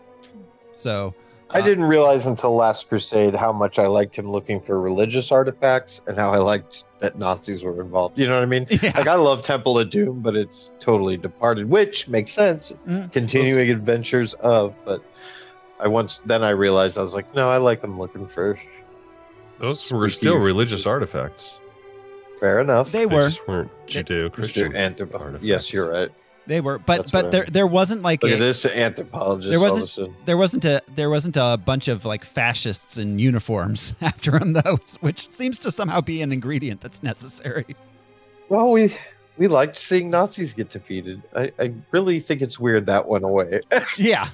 Speaker 1: So,
Speaker 2: I
Speaker 1: Uh,
Speaker 2: didn't realize until Last Crusade how much I liked him looking for religious artifacts and how I liked that Nazis were involved. You know what I mean?
Speaker 1: yeah.
Speaker 2: Like I love Temple of Doom, but it's totally departed, which makes sense.
Speaker 1: Mm.
Speaker 2: Continuing adventures of, but I once then I realized I was like, no, I like them looking for.
Speaker 4: Those were still religious artifacts.
Speaker 2: Fair enough.
Speaker 1: They were.
Speaker 4: just weren't Judeo-Christian.
Speaker 2: anthropology.
Speaker 4: artifacts.
Speaker 2: Yes, you're right.
Speaker 1: They were, but
Speaker 2: That's what
Speaker 1: but
Speaker 2: I
Speaker 1: there there wasn't like
Speaker 2: Look
Speaker 1: a,
Speaker 2: at this anthropologist.
Speaker 1: There
Speaker 2: There
Speaker 1: wasn't-
Speaker 2: wasn't. All of a sudden.
Speaker 1: there wasn't a there wasn't a bunch of like fascists in uniforms after him though, which seems to somehow be an ingredient that's necessary.
Speaker 2: Well, we we liked seeing Nazis get defeated. I, I really think it's weird that went away.
Speaker 1: Yeah,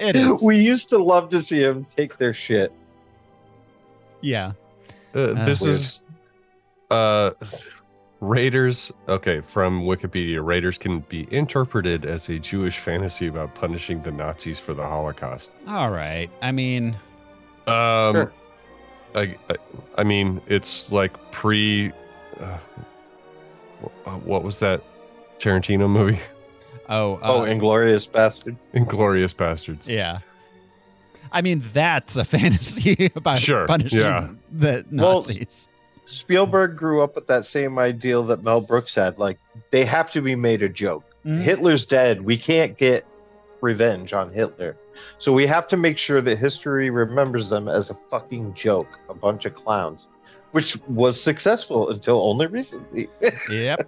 Speaker 1: it is.
Speaker 2: we used to love to see him take their shit.
Speaker 1: yeah,
Speaker 4: Uh, this
Speaker 2: weird.
Speaker 4: is uh Raiders. Okay, from Wikipedia, Raiders can be interpreted as a Jewish fantasy about punishing the Nazis for the Holocaust.
Speaker 1: all right. I mean,
Speaker 4: Um,
Speaker 2: Sure.
Speaker 4: I, I, I mean, it's like pre. Uh, wh- uh, what was that Tarantino movie?
Speaker 1: oh, uh,
Speaker 2: oh, inglorious bastards!
Speaker 4: Inglorious Bastards.
Speaker 1: yeah. I mean, that's a fantasy about
Speaker 4: Sure,
Speaker 1: punishing
Speaker 4: yeah.
Speaker 1: the
Speaker 2: Well,
Speaker 1: Nazis.
Speaker 2: Spielberg grew up with that same ideal that Mel Brooks had. Like they have to be made a joke.
Speaker 1: Mhm.
Speaker 2: Hitler's dead. We can't get revenge on Hitler. So we have to make sure that history remembers them as a fucking joke, a bunch of clowns, which was successful until only recently.
Speaker 1: yep.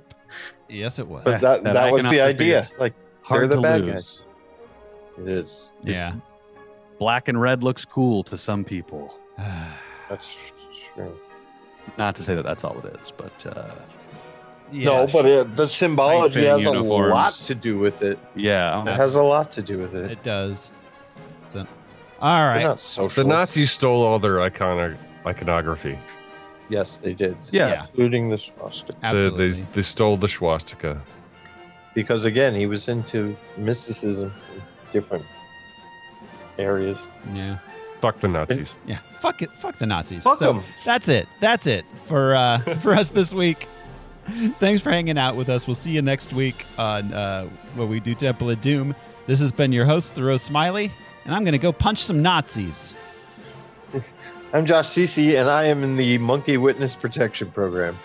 Speaker 1: Yes, it was.
Speaker 2: But that,
Speaker 3: that
Speaker 2: that, was the
Speaker 3: iconography
Speaker 2: idea.
Speaker 3: is
Speaker 2: Like
Speaker 3: Hard
Speaker 2: the
Speaker 3: to
Speaker 2: bad
Speaker 3: lose.
Speaker 2: guys. it is.
Speaker 1: yeah.
Speaker 3: Black and red looks cool to some people.
Speaker 2: That's true.
Speaker 3: Not to say that that's all it is, but uh,
Speaker 1: Yeah,
Speaker 2: no, but it, the symbology
Speaker 3: Tight-fitting
Speaker 2: has
Speaker 3: uniforms.
Speaker 2: a lot to do with it.
Speaker 3: yeah,
Speaker 2: It has a lot to do with it.
Speaker 1: it does. So, all
Speaker 2: They're
Speaker 1: right.
Speaker 2: not social.
Speaker 4: The Nazis stole all their iconic iconography.
Speaker 2: Yes, they did.
Speaker 3: Yeah.
Speaker 2: Including the swastika.
Speaker 4: The,
Speaker 1: Absolutely.
Speaker 4: they, they stole the swastika.
Speaker 2: Because again, he was into mysticism in different areas.
Speaker 1: yeah.
Speaker 4: Fuck the Nazis.
Speaker 1: Yeah. Fuck it. Fuck the Nazis.
Speaker 2: Fuck
Speaker 1: so
Speaker 2: 'em.
Speaker 1: that's it. That's it for uh, for us this week. Thanks for hanging out with us. We'll see you next week on uh, what we do Temple of Doom. This has been your host Thoreau Smiley, and I'm gonna go punch some Nazis.
Speaker 2: I'm Josh Cece, and I am in the Monkey Witness Protection Program.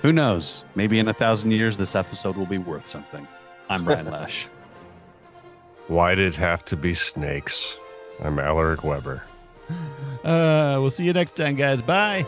Speaker 3: who knows? Maybe in a thousand years, this episode will be worth something. I'm Ryan Lash.
Speaker 4: Why did it have to be snakes? I'm Alaric Weber.
Speaker 1: Uh, we'll see you next time, guys. Bye.